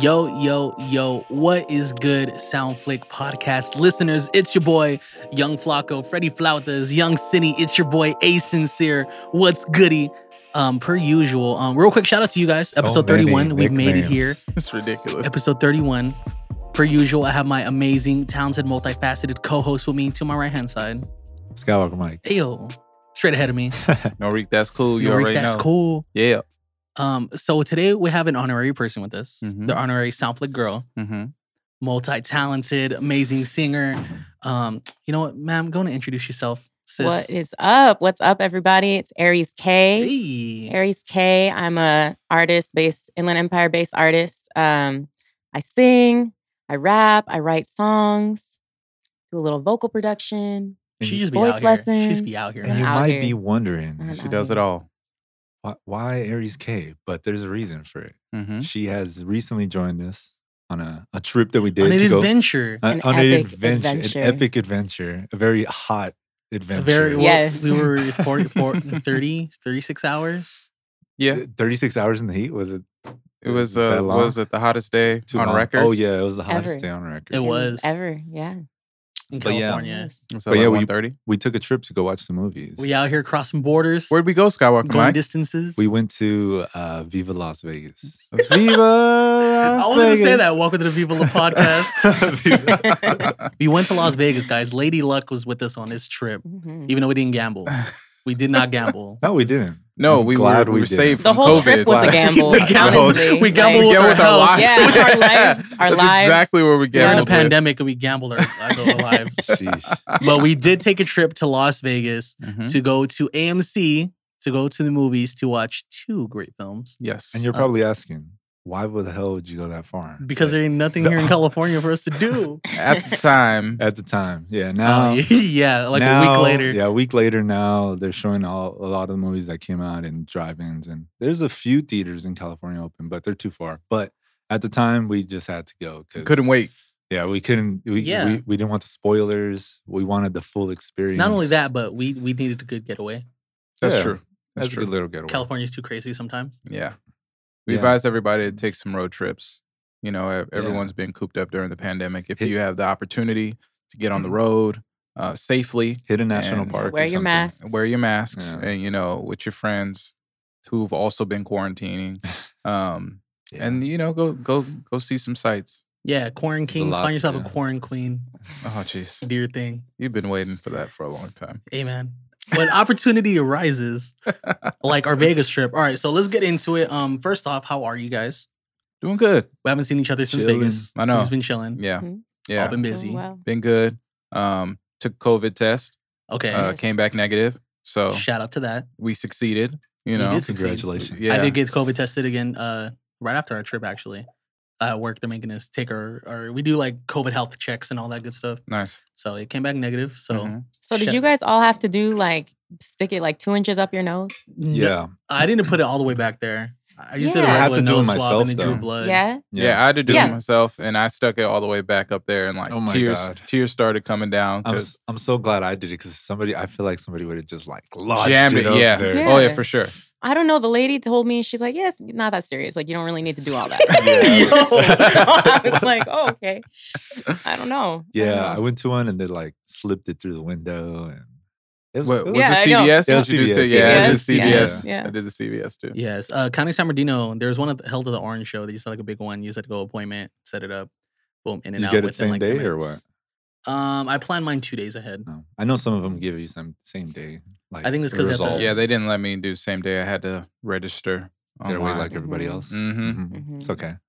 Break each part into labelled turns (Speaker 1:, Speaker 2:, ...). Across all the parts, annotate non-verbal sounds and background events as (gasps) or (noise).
Speaker 1: Yo, yo, yo, what is good, Soundflick podcast listeners? It's your boy, Young Flacco, Freddy Flautas, Young Cine. It's your boy, A Sincere. What's goody? Um, per usual. Um, real quick, shout out to you guys.
Speaker 2: So
Speaker 1: Episode
Speaker 2: many
Speaker 1: 31. We've made it
Speaker 2: nicknames. (laughs)
Speaker 1: here.
Speaker 2: It's ridiculous.
Speaker 1: Episode 31. Per usual, I have my amazing, talented, multifaceted co-host with me to my right hand side.
Speaker 2: Skywalker Mike.
Speaker 1: Ayo, straight ahead of me.
Speaker 2: No, Reek, that's cool. You
Speaker 1: Yo, Rick,
Speaker 2: already
Speaker 1: that's
Speaker 2: know.
Speaker 1: cool.
Speaker 2: Yeah.
Speaker 1: Um, so today we have an honorary person with us,
Speaker 2: Mhm.
Speaker 1: the honorary Soundflick girl.
Speaker 2: Mm-hmm.
Speaker 1: multi-talented, amazing singer. Um, you know what, ma'am? Go and introduce yourself, sis.
Speaker 3: What is up? What's up, everybody? It's Aries K.
Speaker 1: Hey.
Speaker 3: Aries K. I'm a artist based Inland Empire based artist. Um, I sing, I rap, I write songs, do a little vocal production.
Speaker 1: She just be out
Speaker 3: Voice
Speaker 1: here. She just
Speaker 3: lessons.
Speaker 1: be out
Speaker 2: And
Speaker 1: here.
Speaker 2: you
Speaker 3: out
Speaker 2: might
Speaker 3: here.
Speaker 2: be wondering
Speaker 3: I'm
Speaker 2: she
Speaker 3: out
Speaker 2: does it
Speaker 3: here.
Speaker 2: all. why, why Aries K, but there's a reason for it.
Speaker 1: Hmm?
Speaker 4: Mm-hmm.
Speaker 2: She has recently joined us on a, a trip that we did
Speaker 1: On an
Speaker 2: to go
Speaker 1: adventure.
Speaker 2: on-
Speaker 3: An
Speaker 2: on
Speaker 3: epic
Speaker 2: an
Speaker 3: adventure.
Speaker 2: epic adventure, a very hot
Speaker 1: A
Speaker 2: adventure.
Speaker 1: very well,
Speaker 3: Yes.
Speaker 1: We
Speaker 3: (laughs)
Speaker 1: were 40, 40, 30, 36 hours.
Speaker 4: Yeah,
Speaker 2: 36 hours in the heat was it?
Speaker 4: it was
Speaker 2: that
Speaker 4: uh,
Speaker 2: long?
Speaker 4: was it the hottest day
Speaker 2: Too
Speaker 4: on
Speaker 2: long.
Speaker 4: record?
Speaker 2: Oh yeah, it was the hottest
Speaker 3: Ever.
Speaker 2: day on record.
Speaker 1: It was.
Speaker 3: ever, yeah.
Speaker 1: in
Speaker 2: But yeah.
Speaker 1: California.
Speaker 4: Was
Speaker 2: But
Speaker 4: that
Speaker 2: yeah,
Speaker 4: like
Speaker 2: we-
Speaker 4: one thirty?
Speaker 2: We took a trip to go watch some movies.
Speaker 1: We out here crossing borders,
Speaker 4: Where'd we go, Skywalker
Speaker 1: going
Speaker 4: Mike?
Speaker 1: distances.
Speaker 2: We went to uh, Viva
Speaker 1: (laughs)
Speaker 2: Las Vegas.
Speaker 4: Viva!
Speaker 1: I was gonna say that. Welcome to the People of Podcast.
Speaker 2: podcast.
Speaker 1: we went to Las Vegas, guys. Lady Luck was with us on this trip,
Speaker 3: Mhm.
Speaker 1: even though we didn't gamble. We did
Speaker 2: (laughs)
Speaker 1: not gamble.
Speaker 2: (laughs) no, we didn't.
Speaker 4: No,
Speaker 2: I'm
Speaker 4: we were,
Speaker 2: glad
Speaker 4: we
Speaker 2: we
Speaker 4: were
Speaker 2: didn't.
Speaker 4: saved
Speaker 3: The
Speaker 4: from
Speaker 3: whole
Speaker 4: COVID.
Speaker 3: trip was a
Speaker 1: (laughs)
Speaker 2: like-
Speaker 3: gamble.
Speaker 1: We gambled-
Speaker 3: honestly.
Speaker 1: we gambled
Speaker 3: Like,
Speaker 1: with
Speaker 3: oh,
Speaker 1: our
Speaker 4: with our
Speaker 1: health.
Speaker 4: lives.
Speaker 3: Yeah, with our lives, our
Speaker 4: That's
Speaker 3: lives.
Speaker 4: exactly where we
Speaker 1: We're in
Speaker 3: Yeah.
Speaker 1: a
Speaker 4: gambled. with.
Speaker 1: pandemic and we gambled our,
Speaker 2: (laughs)
Speaker 1: our lives.
Speaker 2: (laughs) Sheesh.
Speaker 1: but we did take a trip to Las Vegas
Speaker 4: Mhm.
Speaker 1: to go to AMC to go to the movies to watch two great films
Speaker 4: Yes,
Speaker 2: (laughs) And you're
Speaker 1: Uh,
Speaker 2: probably asking, why would the hell would you go that far?
Speaker 1: because there
Speaker 2: Like,
Speaker 1: ain't nothing here
Speaker 2: (laughs)
Speaker 1: in California for us to do.
Speaker 4: at the time.
Speaker 2: at the time, yeah. Now,
Speaker 1: Uh, (laughs) yeah, like a
Speaker 2: now-
Speaker 1: week later.
Speaker 2: yeah, a week later. Now they're showing all a lot of the movies that came out in drive-ins, and there's a few theaters in California open, but they're too far. But at the time, we just had to go because
Speaker 4: Couldn't wait.
Speaker 2: Yeah, we couldn't. We,
Speaker 1: Yeah.
Speaker 2: we we didn't want the spoilers. We wanted the full experience.
Speaker 1: Not only that, but we we needed a good getaway.
Speaker 4: That's
Speaker 2: Yeah,
Speaker 4: true.
Speaker 2: That's
Speaker 4: that's
Speaker 2: a good
Speaker 4: true.
Speaker 2: little getaway.
Speaker 1: California's too crazy sometimes.
Speaker 4: Yeah, we
Speaker 2: Yeah.
Speaker 4: advise everybody to take some road trips. You know, ev- everyone's been cooped up during the pandemic. If
Speaker 2: Hit-
Speaker 4: you have the opportunity to get on the road uh, safely,
Speaker 2: Hit a national
Speaker 4: And-
Speaker 2: park. or
Speaker 3: Wear your
Speaker 2: something.
Speaker 3: mask.
Speaker 4: wear your masks
Speaker 2: Yeah.
Speaker 4: and you know with your friends who've also been quarantining um
Speaker 2: Yeah.
Speaker 4: and you know go go go see some sights
Speaker 1: Yeah, quarantine.
Speaker 2: lot
Speaker 1: Find
Speaker 2: to
Speaker 1: yourself a
Speaker 2: do.
Speaker 1: quarantine queen.
Speaker 4: oh jeez
Speaker 1: Do your thing.
Speaker 4: you've been waiting for that for a long time
Speaker 1: Amen. When opportunity arises, like our Vegas trip. All right, so let's get into it. Um, first off, how are you guys?
Speaker 4: doing good
Speaker 1: We haven't seen each other since
Speaker 2: Chilling.
Speaker 1: Vegas.
Speaker 4: I know.
Speaker 1: We've been chilling.
Speaker 4: yeah
Speaker 3: Mhm.
Speaker 1: All
Speaker 4: yeah
Speaker 1: been
Speaker 3: Doing
Speaker 1: busy.
Speaker 3: well.
Speaker 4: been good um took covid test
Speaker 1: Okay.
Speaker 4: uh
Speaker 3: Yes.
Speaker 4: came back negative
Speaker 2: Oh.
Speaker 4: so
Speaker 1: Shout out to that.
Speaker 4: we succeeded you
Speaker 1: We
Speaker 4: know
Speaker 1: did succeed.
Speaker 2: Congratulations.
Speaker 4: yeah
Speaker 1: I did get COVID tested again uh, right after our trip, actually. Uh, at work, they're making us take our, our, we do like COVID health checks and all that good stuff.
Speaker 4: nice
Speaker 1: So it came back negative. So
Speaker 2: Mm-hmm.
Speaker 4: Mhm.
Speaker 3: So did
Speaker 1: Shit.
Speaker 3: you guys all have to do like stick it like two inches up your nose?
Speaker 1: n-
Speaker 2: Yeah,
Speaker 1: I didn't put it all the way back there. I just did a
Speaker 3: Yeah. I
Speaker 2: had
Speaker 1: regular
Speaker 2: to do it
Speaker 1: nose swab
Speaker 2: myself,
Speaker 1: and it drew
Speaker 2: though.
Speaker 1: blood.
Speaker 3: yeah.
Speaker 4: yeah. i had to do
Speaker 3: Yeah.
Speaker 4: it myself and i stuck it all the way back up there and like
Speaker 2: Oh my
Speaker 4: tears
Speaker 2: God.
Speaker 4: tears started coming down
Speaker 2: I'm
Speaker 4: 'cause-
Speaker 2: s- I'm so glad I did it because somebody I feel like somebody would have just like lodged
Speaker 4: Jammed
Speaker 2: it,
Speaker 4: it,
Speaker 2: up
Speaker 4: yeah.
Speaker 2: there.
Speaker 3: Yeah.
Speaker 4: oh yeah for sure
Speaker 3: I don't know. The lady told me she's like, "Yes, not that serious. Like you don't really need to do all that." (laughs)
Speaker 2: Yeah.
Speaker 3: so I was like, "Oh, okay." I don't know. I don't
Speaker 2: Yeah,
Speaker 3: know.
Speaker 2: I went to one and they like slipped it through the window and it was,
Speaker 4: What,
Speaker 2: it
Speaker 4: was
Speaker 2: was
Speaker 3: Yeah,
Speaker 4: it
Speaker 3: I know.
Speaker 4: CVS?
Speaker 2: It
Speaker 4: Did
Speaker 2: was
Speaker 4: you do
Speaker 2: CVS,
Speaker 4: C- Yeah, I did
Speaker 3: yeah.
Speaker 4: CVS.
Speaker 3: Yeah.
Speaker 4: I did the CVS too.
Speaker 1: Yes. Uh, County San Bernardino, there was one at the held at the Orange Show. They used to have like a big one. You just had to go appointment, set it up, boom, in and
Speaker 2: You
Speaker 1: out.
Speaker 2: get it
Speaker 1: within,
Speaker 2: same
Speaker 1: like, 10
Speaker 2: day or
Speaker 1: minutes. Um, I planned mine two days ahead.
Speaker 2: no. I know some of them give you some same day. Like
Speaker 1: think it's
Speaker 2: the
Speaker 1: 'cause they have to-
Speaker 2: results.
Speaker 4: Yeah, they didn't let me do same day. I had to register
Speaker 2: They're
Speaker 4: online.
Speaker 2: way like everybody
Speaker 3: Mhm.
Speaker 2: else.
Speaker 4: Mhm.
Speaker 2: Mhm. It's
Speaker 3: Mhm.
Speaker 2: okay. It was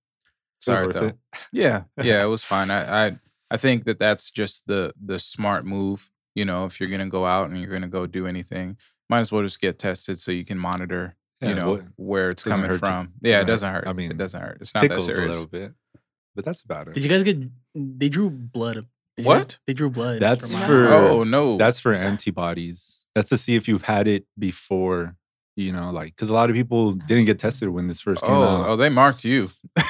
Speaker 4: Sorry
Speaker 2: worth
Speaker 4: though.
Speaker 2: it. (laughs)
Speaker 4: Yeah, yeah, it was fine. I, I I think that that's just the the smart move. You know, if you're gonna go out and you're gonna go do anything, might as well just get tested so you can monitor.
Speaker 2: Yeah,
Speaker 4: you know
Speaker 2: what-
Speaker 4: where it's
Speaker 2: doesn't
Speaker 4: coming
Speaker 2: hurt to-
Speaker 4: from. Yeah, it
Speaker 2: doesn't
Speaker 4: doesn't
Speaker 2: hurt.
Speaker 4: hurt.
Speaker 2: I mean,
Speaker 4: it doesn't hurt. It's not that
Speaker 2: tickles a
Speaker 4: serious.
Speaker 2: little bit, but that's about it.
Speaker 1: Did you guys get, they drew blood. Did you guys-
Speaker 4: What?
Speaker 1: They drew blood.
Speaker 2: That's
Speaker 1: from my-
Speaker 2: for-
Speaker 4: Oh no,
Speaker 2: That's for antibodies. That's to see if you've had it before, you know, like because a lot of people didn't get tested when this first came
Speaker 4: oh
Speaker 2: out.
Speaker 4: oh they marked you.
Speaker 1: (laughs)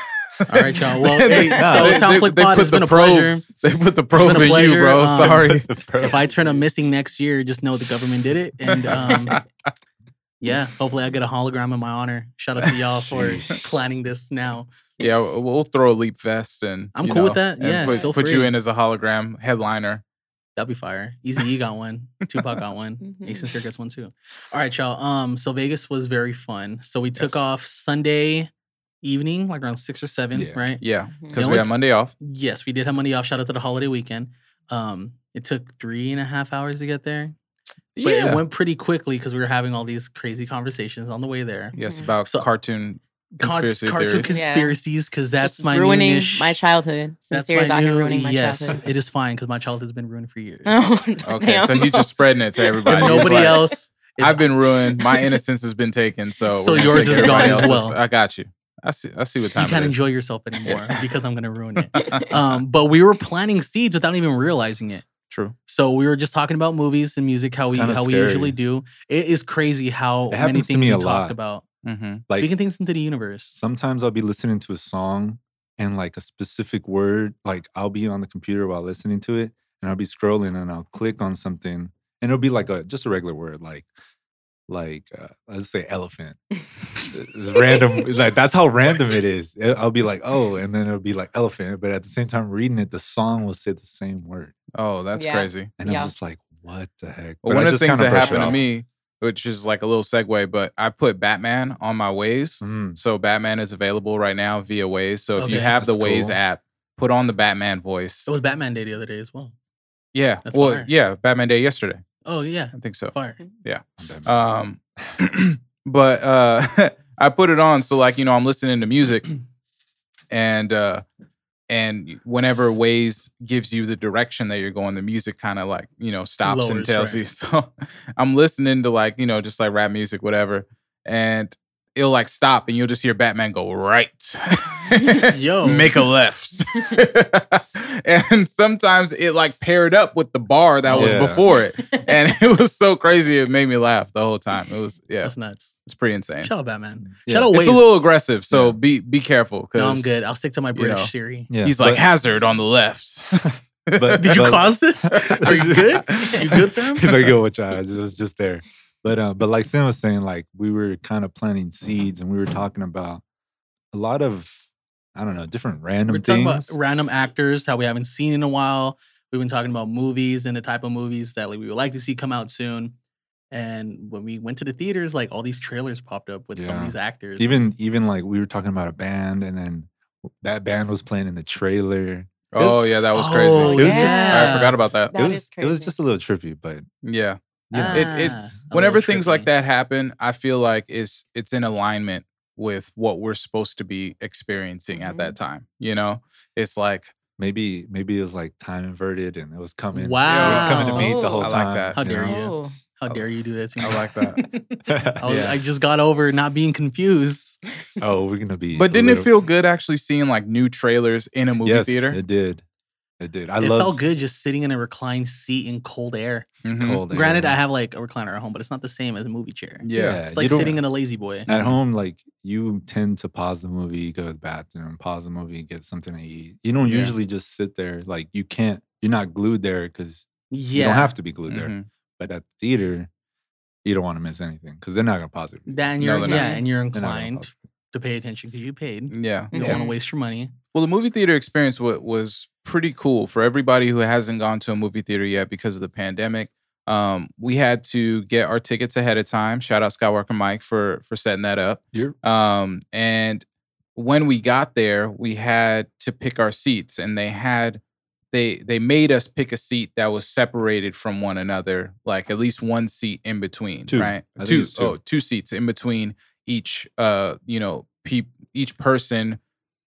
Speaker 1: All right, y'all.
Speaker 4: (laughs)
Speaker 1: Well, hey,
Speaker 2: Nah,
Speaker 1: so
Speaker 2: (laughs) they-
Speaker 1: Soundflick
Speaker 4: they
Speaker 1: Pod
Speaker 4: put
Speaker 1: has been
Speaker 4: the
Speaker 1: a
Speaker 4: probe.
Speaker 1: pleasure.
Speaker 4: (laughs) They put the
Speaker 1: been a
Speaker 4: probe in
Speaker 1: pleasure,
Speaker 4: you, bro.
Speaker 1: um, (laughs)
Speaker 4: Sorry.
Speaker 2: (laughs) (laughs)
Speaker 1: If I turn up missing next year, just know the government did it, and um, Yeah, hopefully I get a hologram in my honor. Shout out to y'all for (laughs) planning this now.
Speaker 4: Yeah, we'll we'll throw a leap vest and
Speaker 1: I'm
Speaker 4: you
Speaker 1: cool with
Speaker 4: know,
Speaker 1: that.
Speaker 4: and
Speaker 1: Yeah,
Speaker 4: put,
Speaker 1: feel
Speaker 4: put you
Speaker 1: free.
Speaker 4: in as a hologram headliner.
Speaker 1: That'd be fire. Easy E got one. Tupac got one.
Speaker 3: Mhm.
Speaker 1: Ace and Sir gets one too. All right, y'all. Um, so Vegas was very fun. So we took
Speaker 4: Yes.
Speaker 1: off Sunday evening, like around six or seven,
Speaker 2: Yeah.
Speaker 1: right?
Speaker 4: Yeah,
Speaker 3: Mm-hmm.
Speaker 1: You
Speaker 4: because
Speaker 1: know
Speaker 4: we had
Speaker 1: what's-
Speaker 4: Monday off.
Speaker 1: Yes, we did have Monday off. Shout out to the holiday weekend. Um, it took three and a half hours to get there, but
Speaker 4: yeah.
Speaker 1: it went pretty quickly because we were having all these crazy conversations on the way there.
Speaker 4: yes,
Speaker 3: Mhm.
Speaker 4: about
Speaker 1: So-
Speaker 4: cartoon
Speaker 1: Con-
Speaker 4: conspiracy
Speaker 1: cartoon
Speaker 4: theories.
Speaker 3: Yeah.
Speaker 1: conspiracies, because that's
Speaker 3: Just
Speaker 1: my
Speaker 3: ruining
Speaker 1: new-ish-
Speaker 3: my childhood.
Speaker 1: That's
Speaker 3: Sincere as
Speaker 1: my
Speaker 3: I am
Speaker 1: new.
Speaker 3: ruining my
Speaker 1: yes,
Speaker 3: childhood. (laughs)
Speaker 1: it is fine because my childhood's been ruined for years.
Speaker 3: Oh,
Speaker 4: (laughs) okay, so
Speaker 3: damn.
Speaker 4: he's just
Speaker 3: (laughs)
Speaker 1: (laughs)
Speaker 4: spreading it to everybody.
Speaker 1: If
Speaker 4: He's
Speaker 1: nobody
Speaker 4: like,
Speaker 1: else. if-
Speaker 4: I've been ruined. My innocence has been taken. So
Speaker 1: So
Speaker 4: we're gonna
Speaker 1: yours
Speaker 4: take
Speaker 1: is gone
Speaker 4: everybody
Speaker 1: as
Speaker 4: else's.
Speaker 1: well.
Speaker 4: I got you. I see. I see what time
Speaker 1: you can't
Speaker 4: it is.
Speaker 1: enjoy yourself anymore
Speaker 2: (laughs)
Speaker 1: because I'm gonna ruin it.
Speaker 4: um,
Speaker 1: Um, but we were planting seeds without even realizing it.
Speaker 4: True.
Speaker 1: So we were just talking about movies and music, how
Speaker 2: It's
Speaker 1: we
Speaker 2: kinda
Speaker 1: how we
Speaker 2: scary.
Speaker 1: usually do. It is crazy how
Speaker 2: It
Speaker 1: many
Speaker 2: happens to
Speaker 1: things
Speaker 2: me
Speaker 1: we
Speaker 2: a
Speaker 1: talked
Speaker 2: lot.
Speaker 1: about.
Speaker 4: hmm
Speaker 2: Like
Speaker 1: Speaking things into the universe.
Speaker 2: sometimes I'll be listening to a song and like a specific word, like I'll be on the computer while listening to it and I'll be scrolling and I'll click on something and it'll be like a just a regular word, like like uh, let's say elephant. it's random, like that's how random it is. I- I'll be like, oh, and then it'll be like elephant, but at the same time reading it, the song will say the same word,
Speaker 4: Oh, that's
Speaker 3: Yeah.
Speaker 4: crazy.
Speaker 2: and
Speaker 3: Yeah.
Speaker 2: I'm just like, what the heck? But
Speaker 4: Well,
Speaker 2: I
Speaker 4: one of the
Speaker 2: just
Speaker 4: things
Speaker 2: kinda
Speaker 4: that
Speaker 2: brush it
Speaker 4: happened to
Speaker 2: off.
Speaker 4: me, which is like a little segue, but I put Batman on my Waze.
Speaker 2: Mm,
Speaker 4: So Batman is available right now via Waze. So if you
Speaker 1: Okay.
Speaker 4: have the
Speaker 2: That's
Speaker 4: Waze
Speaker 2: cool.
Speaker 4: app, put on the Batman voice.
Speaker 1: It was Batman Day the other day as well.
Speaker 4: Yeah.
Speaker 1: That's
Speaker 4: Well,
Speaker 1: fire.
Speaker 4: yeah, Batman Day yesterday.
Speaker 1: Oh yeah,
Speaker 4: I think so.
Speaker 1: fire.
Speaker 3: (laughs)
Speaker 2: I'm bad.
Speaker 4: Um, (clears throat) but uh, (laughs) I put it on so like you know I'm listening to music, and uh, and whenever Waze gives you the direction that you're going, the music kind of like you know stops
Speaker 1: Lowers,
Speaker 4: and tells
Speaker 1: right.
Speaker 4: you. (laughs) So I'm listening to like you know just like rap music, whatever, and it'll like stop, and you'll just hear Batman go right. (laughs)
Speaker 1: Yo.
Speaker 4: Make a
Speaker 1: (laughs)
Speaker 4: left. and sometimes it like paired up with the bar that was
Speaker 2: Yeah.
Speaker 1: (laughs)
Speaker 4: before it and it was so crazy. It made me laugh the whole time. It was yeah,
Speaker 1: That's nuts.
Speaker 4: it's pretty insane.
Speaker 1: Shout out Batman.
Speaker 2: Yeah.
Speaker 1: Shout out
Speaker 4: It's
Speaker 1: Waze.
Speaker 4: a little aggressive, so
Speaker 2: Yeah.
Speaker 4: be be careful. Cause
Speaker 1: no, I'm good. I'll stick to my British
Speaker 4: know.
Speaker 1: Siri.
Speaker 2: yeah,
Speaker 4: He's
Speaker 2: but-
Speaker 4: like hazard on the left.
Speaker 2: (laughs)
Speaker 4: (laughs)
Speaker 1: (laughs)
Speaker 2: But-
Speaker 1: Did you
Speaker 2: but-
Speaker 1: cause this? (laughs)
Speaker 2: (laughs)
Speaker 1: Are you good? You good, fam?
Speaker 2: He's like, yo, what y'all? I just, was just there. But uh, but like Sam was saying, like we were kind of planting seeds and we were talking about a lot of I don't know, different random
Speaker 1: We're talking
Speaker 2: things.
Speaker 1: about random actors, how we haven't seen in a while. We've been talking about movies and the type of movies that like, we would like to see come out soon. And when we went to the theaters, like all these trailers popped up with some of
Speaker 2: Yeah.
Speaker 1: these actors.
Speaker 2: even even like we were talking about a band and then that band was playing in the trailer.
Speaker 4: oh yeah, that was
Speaker 1: Oh,
Speaker 4: crazy.
Speaker 2: It was just-
Speaker 1: yeah.
Speaker 4: I forgot about that.
Speaker 3: That
Speaker 2: it
Speaker 3: is
Speaker 2: was it was
Speaker 3: crazy.
Speaker 2: just a little trippy, but
Speaker 4: Yeah,
Speaker 2: you know,
Speaker 1: Ah,
Speaker 4: it,
Speaker 1: a
Speaker 4: it's
Speaker 1: little
Speaker 4: whenever things
Speaker 1: trippy.
Speaker 4: like that happen, I feel like it's it's in alignment with what we're supposed to be experiencing at
Speaker 1: Mm-hmm.
Speaker 4: that time. You know, it's like
Speaker 2: maybe maybe it was like time inverted and it was coming.
Speaker 1: Wow.
Speaker 2: It was coming to me the
Speaker 3: Wow.
Speaker 2: whole
Speaker 4: I like
Speaker 2: time.
Speaker 4: that.
Speaker 1: Oh. How dare you?
Speaker 3: Oh.
Speaker 1: How dare you do that to me?
Speaker 4: I like that.
Speaker 1: (laughs) I, was-
Speaker 4: Yeah.
Speaker 1: I just got over not being confused.
Speaker 2: oh, we're gonna be.
Speaker 4: But
Speaker 2: a
Speaker 4: didn't it
Speaker 2: little-
Speaker 4: feel good actually seeing like new trailers in a movie
Speaker 2: yes,
Speaker 4: theater?
Speaker 2: It did. It did. I
Speaker 1: it
Speaker 2: love
Speaker 1: felt good just sitting in a reclined seat in cold air.
Speaker 4: Mhm.
Speaker 2: cold. air.
Speaker 1: Granted, I have like a recliner at home, but it's not the same as a movie chair.
Speaker 4: Yeah.
Speaker 1: It's
Speaker 2: you
Speaker 1: like
Speaker 2: don't-
Speaker 1: sitting in a lazy boy.
Speaker 2: At
Speaker 4: Mhm.
Speaker 2: home, like you tend to pause the movie, go to the bathroom, pause the movie, get something to eat. You don't
Speaker 4: Yeah.
Speaker 2: usually just sit there. Like you can't, you're not glued there because
Speaker 1: Yeah. Mm-hmm.
Speaker 2: you don't have to be glued there.
Speaker 4: Mhm.
Speaker 2: But at the theater, you don't want to miss anything because they're not gonna pause it.
Speaker 1: then
Speaker 4: No,
Speaker 1: you're
Speaker 4: they're not.
Speaker 1: yeah, and you're
Speaker 2: They're not gonna Mm,
Speaker 1: inclined
Speaker 2: pause it.
Speaker 1: to pay attention because you paid. You
Speaker 4: Yeah.
Speaker 1: don't
Speaker 4: yeah.
Speaker 3: mm-hmm.
Speaker 1: want to waste your money.
Speaker 4: Well, the movie theater experience was, was pretty cool for everybody who hasn't gone to a movie theater yet because of the pandemic. Um, we had to get our tickets ahead of time. Shout out Skywalker Mike for for setting that up.
Speaker 2: You're-
Speaker 4: Um, and when we got there, we had to pick our seats, and they had they they made us pick a seat that was separated from one another, like at least one seat in between,
Speaker 2: Two.
Speaker 4: right?
Speaker 2: I think
Speaker 4: two,
Speaker 2: it's two.
Speaker 4: oh, two seats in between each. Uh, you know, peop each person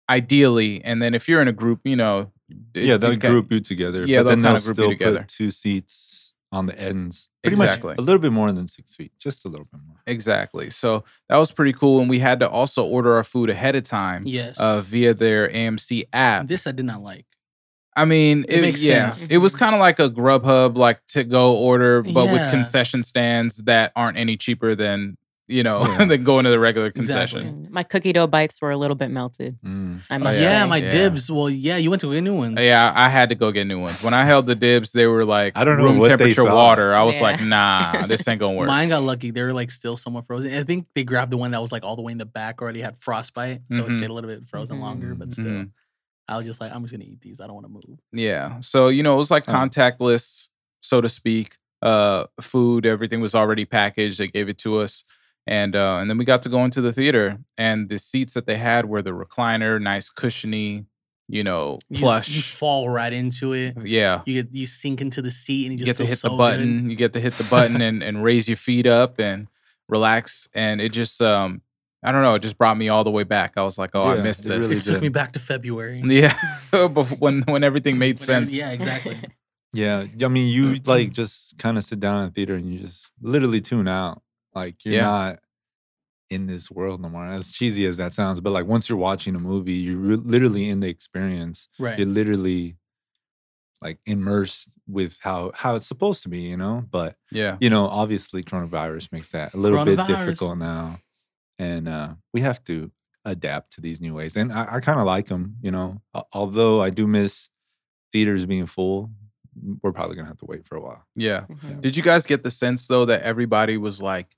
Speaker 4: ideally, and then if you're in a group, you know, d-
Speaker 2: yeah,
Speaker 4: d-
Speaker 2: they'll
Speaker 4: ca-
Speaker 2: group you together.
Speaker 4: Yeah,
Speaker 2: but
Speaker 4: they'll
Speaker 2: then they'll
Speaker 4: kinda group you
Speaker 2: still
Speaker 4: together.
Speaker 2: put two seats on the ends.
Speaker 4: Exactly.
Speaker 2: much, a little bit more than six feet, just a little bit more.
Speaker 4: Exactly. So that was pretty cool, and we had to also order our food ahead of
Speaker 2: Mm.
Speaker 4: time.
Speaker 1: Yes.
Speaker 4: Uh, via their AMC app.
Speaker 1: this I did not like.
Speaker 4: I mean,
Speaker 1: It
Speaker 4: it,
Speaker 1: makes
Speaker 4: yeah,
Speaker 1: sense. Mm-hmm.
Speaker 4: it was kind of like a Grubhub, like to go order, but with
Speaker 1: Yeah.
Speaker 4: concession stands that aren't any cheaper than you know,
Speaker 2: Yeah.
Speaker 4: (laughs) than going to the regular concession.
Speaker 1: Exactly.
Speaker 3: Mm, My cookie dough bites were a little bit melted.
Speaker 2: Mm.
Speaker 3: I
Speaker 1: Oh, Yeah,
Speaker 3: must say.
Speaker 1: my
Speaker 4: Yeah.
Speaker 1: dibs. Well, yeah, you went to a new one.
Speaker 4: Uh, Yeah, I had to go get new ones. When I held the dibs, they were like
Speaker 2: I don't know
Speaker 4: room
Speaker 2: what they
Speaker 4: temperature
Speaker 2: thought.
Speaker 4: water. I was
Speaker 3: Yeah.
Speaker 4: like, nah, this
Speaker 1: (laughs)
Speaker 4: ain't gonna work.
Speaker 1: Mine got lucky. They were like still somewhat frozen. I think they grabbed the one that was like all the way in the back already had frostbite, so it
Speaker 2: Mm-hmm.
Speaker 4: Mhm.
Speaker 1: stayed a little bit frozen
Speaker 3: Mhm.
Speaker 1: longer. But still,
Speaker 4: Mhm.
Speaker 1: I was just like, I'm just gonna eat these. I don't want to move.
Speaker 4: Yeah. So, you know, it was like
Speaker 2: Huh.
Speaker 4: contactless, so to speak. Uh food, everything was already packaged. They gave it to us. And uh and then we got to go into the theater and the seats that they had were the recliner, nice cushiony, you know,
Speaker 1: You, s- you
Speaker 4: plush.
Speaker 1: fall right into it.
Speaker 4: Yeah.
Speaker 1: You get you sink into the seat and it
Speaker 4: You
Speaker 1: just
Speaker 4: get to
Speaker 1: feels
Speaker 4: hit
Speaker 1: so
Speaker 4: the
Speaker 1: good.
Speaker 4: button. You get to hit the button and, and raise your feet up and relax. And it just um I don't know, it just brought me all the way back. I was like, oh, I
Speaker 2: Yeah,
Speaker 4: missed
Speaker 2: it
Speaker 4: this.
Speaker 2: really
Speaker 1: it took
Speaker 2: did.
Speaker 1: me back to February.
Speaker 4: (laughs) Yeah. Bef- when
Speaker 1: (laughs)
Speaker 4: when everything made
Speaker 1: When I-
Speaker 4: sense.
Speaker 1: Yeah,
Speaker 4: (laughs)
Speaker 1: exactly. (laughs)
Speaker 2: Yeah, I mean,
Speaker 4: Mm,
Speaker 2: you like just kind of sit down in the theater and you just literally tune out. Like you're
Speaker 4: Yeah.
Speaker 2: not in this world no more. As cheesy as that sounds, but like once you're watching a movie, you're re- literally in the experience.
Speaker 1: Right.
Speaker 2: You're
Speaker 1: (laughs)
Speaker 2: literally like immersed with how how it's supposed to be, you know. But
Speaker 4: Yeah.
Speaker 2: you know, obviously, coronavirus makes that a little bit
Speaker 1: Coronavirus.
Speaker 2: difficult now, and uh, we have to adapt to these new ways. And I, I kind of like them, you know. Al- Although I do miss theaters being full, we're probably gonna have to wait for a while.
Speaker 4: Yeah.
Speaker 3: Mhm.
Speaker 4: Did you guys get the sense though that everybody was like,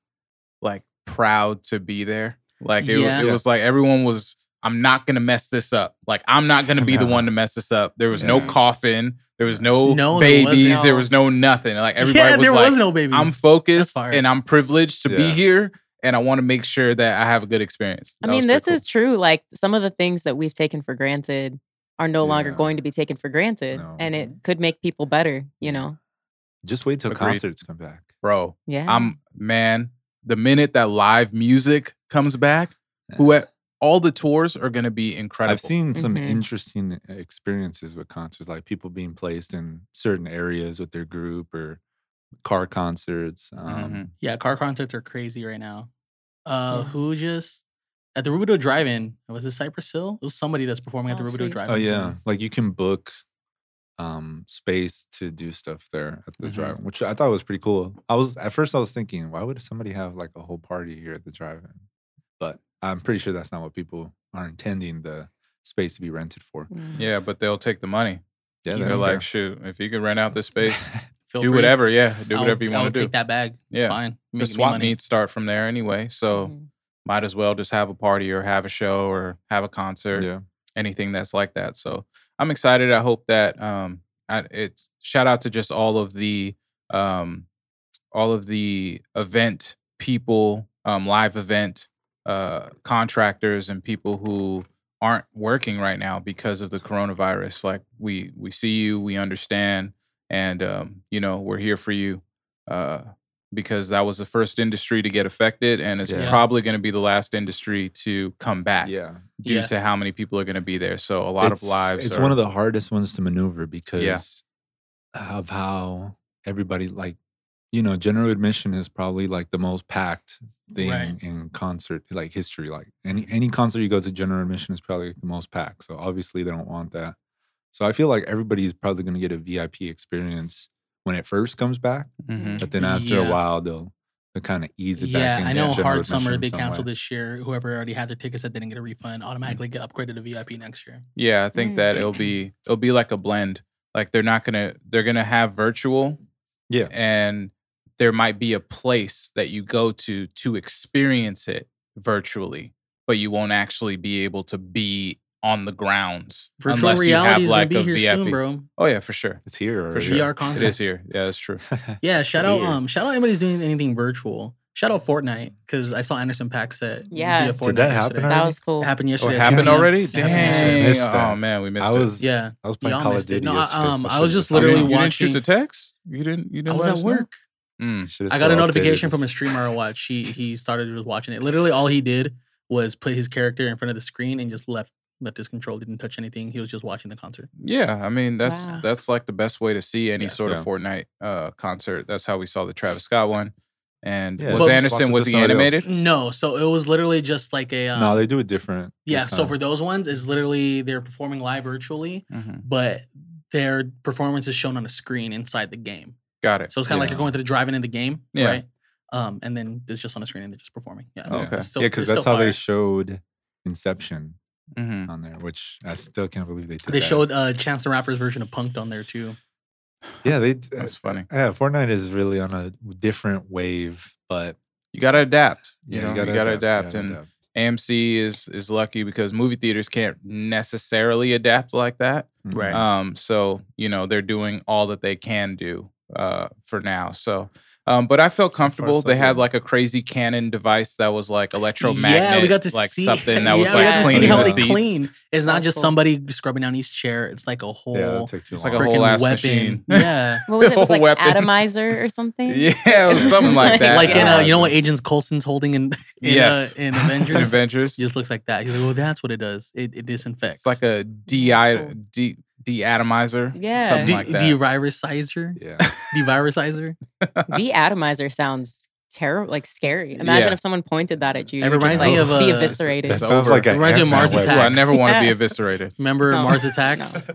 Speaker 4: like proud to be there? Like it,
Speaker 1: Yeah.
Speaker 4: it was like everyone was. I'm not gonna mess this up. Like I'm not gonna be the
Speaker 2: No.
Speaker 4: one to mess this up. There was no
Speaker 2: Yeah.
Speaker 4: coffin. There was no,
Speaker 1: No, there wasn't.
Speaker 4: babies. There was no nothing.
Speaker 1: (laughs)
Speaker 4: Like everybody
Speaker 1: yeah,
Speaker 4: was
Speaker 1: there
Speaker 4: like,
Speaker 1: was no babies.
Speaker 4: I'm focused
Speaker 1: fire.
Speaker 4: and I'm privileged to be
Speaker 2: Yeah.
Speaker 4: here, and I want to make sure that I have a good experience.
Speaker 3: I
Speaker 4: That was
Speaker 3: mean, this
Speaker 4: pretty
Speaker 3: is true. Like some of the things that we've taken for granted are no longer
Speaker 2: Yeah.
Speaker 3: going to be taken for granted,
Speaker 2: No.
Speaker 3: and
Speaker 1: Mm-hmm.
Speaker 3: it could make people better. You know?
Speaker 2: Just wait till
Speaker 4: Agreed.
Speaker 2: concerts come back.
Speaker 4: cool. bro.
Speaker 3: Yeah.
Speaker 4: I'm man. The minute that live music comes back, who all the tours are gonna be incredible.
Speaker 2: I've seen some
Speaker 3: Mhm.
Speaker 2: interesting experiences with concerts, like people being placed in certain areas with their group or car concerts. Um,
Speaker 4: Mhm.
Speaker 1: Yeah, car concerts are crazy right now. Uh,
Speaker 3: Yeah.
Speaker 1: who just at the Rubido Drive-In? Was it Cypress Hill? It was somebody that's performing at the
Speaker 3: Oh,
Speaker 1: Rubido
Speaker 3: sweet.
Speaker 1: Drive-In.
Speaker 2: Oh yeah,
Speaker 1: somewhere.
Speaker 2: like you can book um space to do stuff there at the
Speaker 4: Mhm.
Speaker 2: drive-in, which I thought was pretty cool. I was at first I was thinking, why would somebody have like a whole party here at the drive-in? But I'm pretty sure that's not what people are intending the space to be rented for.
Speaker 3: Mm.
Speaker 4: Yeah, but they'll take the money.
Speaker 2: Yeah,
Speaker 4: They're
Speaker 2: don't
Speaker 4: like,
Speaker 2: care.
Speaker 4: shoot, if you can rent out this
Speaker 2: (laughs)
Speaker 4: space,
Speaker 1: (laughs) Feel
Speaker 4: do
Speaker 1: free.
Speaker 4: whatever. Yeah, do
Speaker 1: I'll-
Speaker 4: whatever you
Speaker 1: I'll
Speaker 4: want to do.
Speaker 1: Take that bag. It's
Speaker 4: Yeah.
Speaker 1: fine.
Speaker 4: The
Speaker 1: Make me
Speaker 4: swap
Speaker 1: money. Mm-hmm.
Speaker 4: meets start from there anyway, so
Speaker 3: Mhm.
Speaker 4: might as well just have a party or have a show or have a concert,
Speaker 2: yeah,
Speaker 4: anything that's like that. So I'm excited. I hope that um, I, it's shout out to just all of the um, all of the event people, um, live event uh, contractors, and people who aren't working right now because of the coronavirus. Like we we see you, we understand, and um, you know we're here for you uh, because that was the first industry to get affected, and it's
Speaker 2: Yeah.
Speaker 4: probably going to be the last industry to come back
Speaker 2: yeah.
Speaker 4: due
Speaker 1: Yeah.
Speaker 4: to how many people are going to be there. So a lot
Speaker 2: It's-
Speaker 4: of lives.
Speaker 2: It's
Speaker 4: are-
Speaker 2: one of the hardest ones to maneuver because of how everybody like you know general admission is probably like the most packed thing
Speaker 1: Right.
Speaker 2: in concert like history like any any concert you go to general admission is probably the most packed so obviously they don't want that so i feel like everybody's probably going to get a vip experience when it first comes back
Speaker 4: Mhm.
Speaker 2: but then after
Speaker 1: Mm-hmm. Yeah.
Speaker 2: a while they'll they'll kind of ease it
Speaker 1: yeah,
Speaker 2: back
Speaker 1: I
Speaker 2: into
Speaker 1: know.
Speaker 2: general
Speaker 1: Hard summer.
Speaker 2: admission
Speaker 1: They
Speaker 2: some
Speaker 1: canceled
Speaker 2: way.
Speaker 1: this year. Whoever already had their tickets that didn't get a
Speaker 4: Mm.
Speaker 1: refund automatically get upgraded to VIP next year.
Speaker 4: Yeah, I think
Speaker 3: Mm.
Speaker 4: that it'll be it'll be like a blend. Like they're not gonna they're gonna have virtual
Speaker 2: yeah
Speaker 4: and there might be a place that you go to to experience it virtually, but you won't actually be able to be on the grounds
Speaker 1: Virtual
Speaker 4: unless you have
Speaker 1: reality is
Speaker 4: like
Speaker 1: gonna
Speaker 4: a
Speaker 1: be here
Speaker 4: VIP.
Speaker 1: soon, bro.
Speaker 4: Oh yeah, for sure.
Speaker 2: it's here already.
Speaker 4: For
Speaker 2: (laughs)
Speaker 4: sure.
Speaker 1: VR
Speaker 4: It
Speaker 1: content.
Speaker 4: is here. Yeah, that's true.
Speaker 1: Yeah, shout
Speaker 2: It's
Speaker 1: out
Speaker 2: here. (laughs)
Speaker 1: um shout out anybody's doing anything virtual. Shout out Fortnite because I saw Anderson Pack set.
Speaker 3: Yeah.
Speaker 1: via
Speaker 3: Did
Speaker 1: Fortnite
Speaker 2: that happen
Speaker 1: yesterday.
Speaker 2: already?
Speaker 3: That was cool.
Speaker 1: It happened
Speaker 4: Oh,
Speaker 1: yesterday.
Speaker 4: it
Speaker 1: at 2
Speaker 4: happened
Speaker 1: p.m.
Speaker 4: already?
Speaker 1: It happened yesterday.
Speaker 2: I
Speaker 4: Dang.
Speaker 2: missed
Speaker 4: Oh
Speaker 2: that.
Speaker 4: man, we missed
Speaker 2: i
Speaker 4: it.
Speaker 2: was
Speaker 1: Yeah.
Speaker 2: i was playing
Speaker 1: Y'all
Speaker 2: call of
Speaker 1: missed it.
Speaker 2: duty
Speaker 1: No, I-
Speaker 2: yesterday.
Speaker 1: um,
Speaker 2: I
Speaker 1: I was
Speaker 2: should've-
Speaker 1: just
Speaker 4: I mean,
Speaker 1: literally
Speaker 4: you didn't shoot
Speaker 1: watching-
Speaker 4: the text? You didn't you didn't
Speaker 1: I was
Speaker 4: let
Speaker 1: at
Speaker 4: us know?
Speaker 1: work.
Speaker 4: Mm.
Speaker 2: should've
Speaker 1: I got a
Speaker 2: still updated
Speaker 1: notification from a
Speaker 2: this.
Speaker 1: streamer I watched. He he started just watching it. Literally, all he did was put his character in front of the screen and just left left his control. Didn't touch anything. He was just watching the concert.
Speaker 4: Yeah, I mean that's
Speaker 3: Wow.
Speaker 4: that's like the best way to see any
Speaker 1: Yeah.
Speaker 4: sort of
Speaker 2: Yeah.
Speaker 4: Fortnite uh, concert. That's how we saw the Travis Scott one. And
Speaker 2: Yeah,
Speaker 4: was
Speaker 1: just
Speaker 4: Anderson
Speaker 2: watch it
Speaker 4: was
Speaker 2: to
Speaker 4: he
Speaker 2: somebody else.
Speaker 4: animated?
Speaker 1: No, so it was literally just like a um,
Speaker 2: (laughs) no, they do it different. this
Speaker 1: yeah. So
Speaker 2: time.
Speaker 1: for those ones, is literally they're performing live virtually,
Speaker 4: Mhm.
Speaker 1: but their performance is shown on a screen inside the game.
Speaker 4: Got it.
Speaker 1: So it's kind of like
Speaker 2: Yeah.
Speaker 1: you're going to the drive-in in the game,
Speaker 4: Yeah.
Speaker 1: right? Um, and then it's just on the screen and they're just performing. Yeah.
Speaker 4: Oh, okay.
Speaker 1: It's still-
Speaker 2: yeah, because
Speaker 1: it's
Speaker 2: that's
Speaker 1: still
Speaker 2: how they
Speaker 1: fire.
Speaker 2: showed Inception
Speaker 4: Mhm.
Speaker 2: on there, which I still can't believe they did.
Speaker 1: they
Speaker 2: that.
Speaker 1: showed uh, Chance the Rapper's version of Punked on there too.
Speaker 2: Yeah, they. uh,
Speaker 4: That's funny.
Speaker 2: Yeah, Fortnite is really on a different wave, but
Speaker 4: You gotta adapt. You
Speaker 2: yeah,
Speaker 4: know, you gotta, adapt,
Speaker 2: you gotta
Speaker 4: and
Speaker 2: adapt.
Speaker 4: AMC is is lucky because movie theaters can't necessarily adapt like that.
Speaker 2: Mhm.
Speaker 1: Right.
Speaker 4: Um, so you know they're doing all that they can do uh, for now. So, um, but I felt comfortable.
Speaker 2: as I
Speaker 4: They had
Speaker 2: can.
Speaker 4: like a crazy Canon device that was like electromagnet,
Speaker 1: Yeah, we got to
Speaker 4: like
Speaker 1: see (laughs)
Speaker 4: something that was
Speaker 1: yeah, we got
Speaker 4: like
Speaker 1: to see
Speaker 4: cleaning
Speaker 1: how
Speaker 4: the
Speaker 1: they
Speaker 4: seats.
Speaker 1: clean. It's not
Speaker 3: That's
Speaker 1: just
Speaker 3: cool.
Speaker 1: somebody scrubbing down each chair. It's like a whole
Speaker 2: Yeah, that'll take too
Speaker 4: It's
Speaker 2: long.
Speaker 4: (laughs) like a whole
Speaker 1: freaking
Speaker 4: ass
Speaker 1: weapon.
Speaker 4: machine.
Speaker 1: (laughs) Yeah.
Speaker 3: What was it? It was
Speaker 4: Whole
Speaker 3: like
Speaker 4: weapon.
Speaker 3: atomizer or something.
Speaker 4: (laughs) Yeah, it was
Speaker 1: (laughs)
Speaker 4: something like (laughs) that.
Speaker 1: like in uh,
Speaker 4: Yeah.
Speaker 1: you know what Agent Coulson's holding in (laughs) in, uh,
Speaker 4: Yes. (laughs)
Speaker 1: in
Speaker 4: In
Speaker 1: Avengers.
Speaker 4: Avengers.
Speaker 1: It just looks like that. He's like, oh, that's what it does. It, it disinfects.
Speaker 4: It's like a de
Speaker 3: That's cool.
Speaker 4: de deatomizer.
Speaker 3: Yeah.
Speaker 4: something
Speaker 1: de-
Speaker 4: like that.
Speaker 1: devirusizer,
Speaker 2: Yeah.
Speaker 1: devirusizer.
Speaker 3: Deatomizer sounds terrible, like scary. Imagine
Speaker 4: Yeah.
Speaker 3: if someone pointed that at you.
Speaker 1: It
Speaker 3: you would just,
Speaker 1: reminds
Speaker 3: like,
Speaker 1: me of,
Speaker 3: be
Speaker 1: uh,
Speaker 3: eviscerated.
Speaker 2: That
Speaker 4: It's
Speaker 2: sounds
Speaker 4: over.
Speaker 2: like a
Speaker 1: Reminds me of Mars
Speaker 2: Ant-Man
Speaker 4: Well, I
Speaker 1: Attacks. (laughs)
Speaker 4: never want to be
Speaker 3: Yeah.
Speaker 4: eviscerated.
Speaker 1: Remember
Speaker 3: (laughs) No.
Speaker 1: Mars Attacks?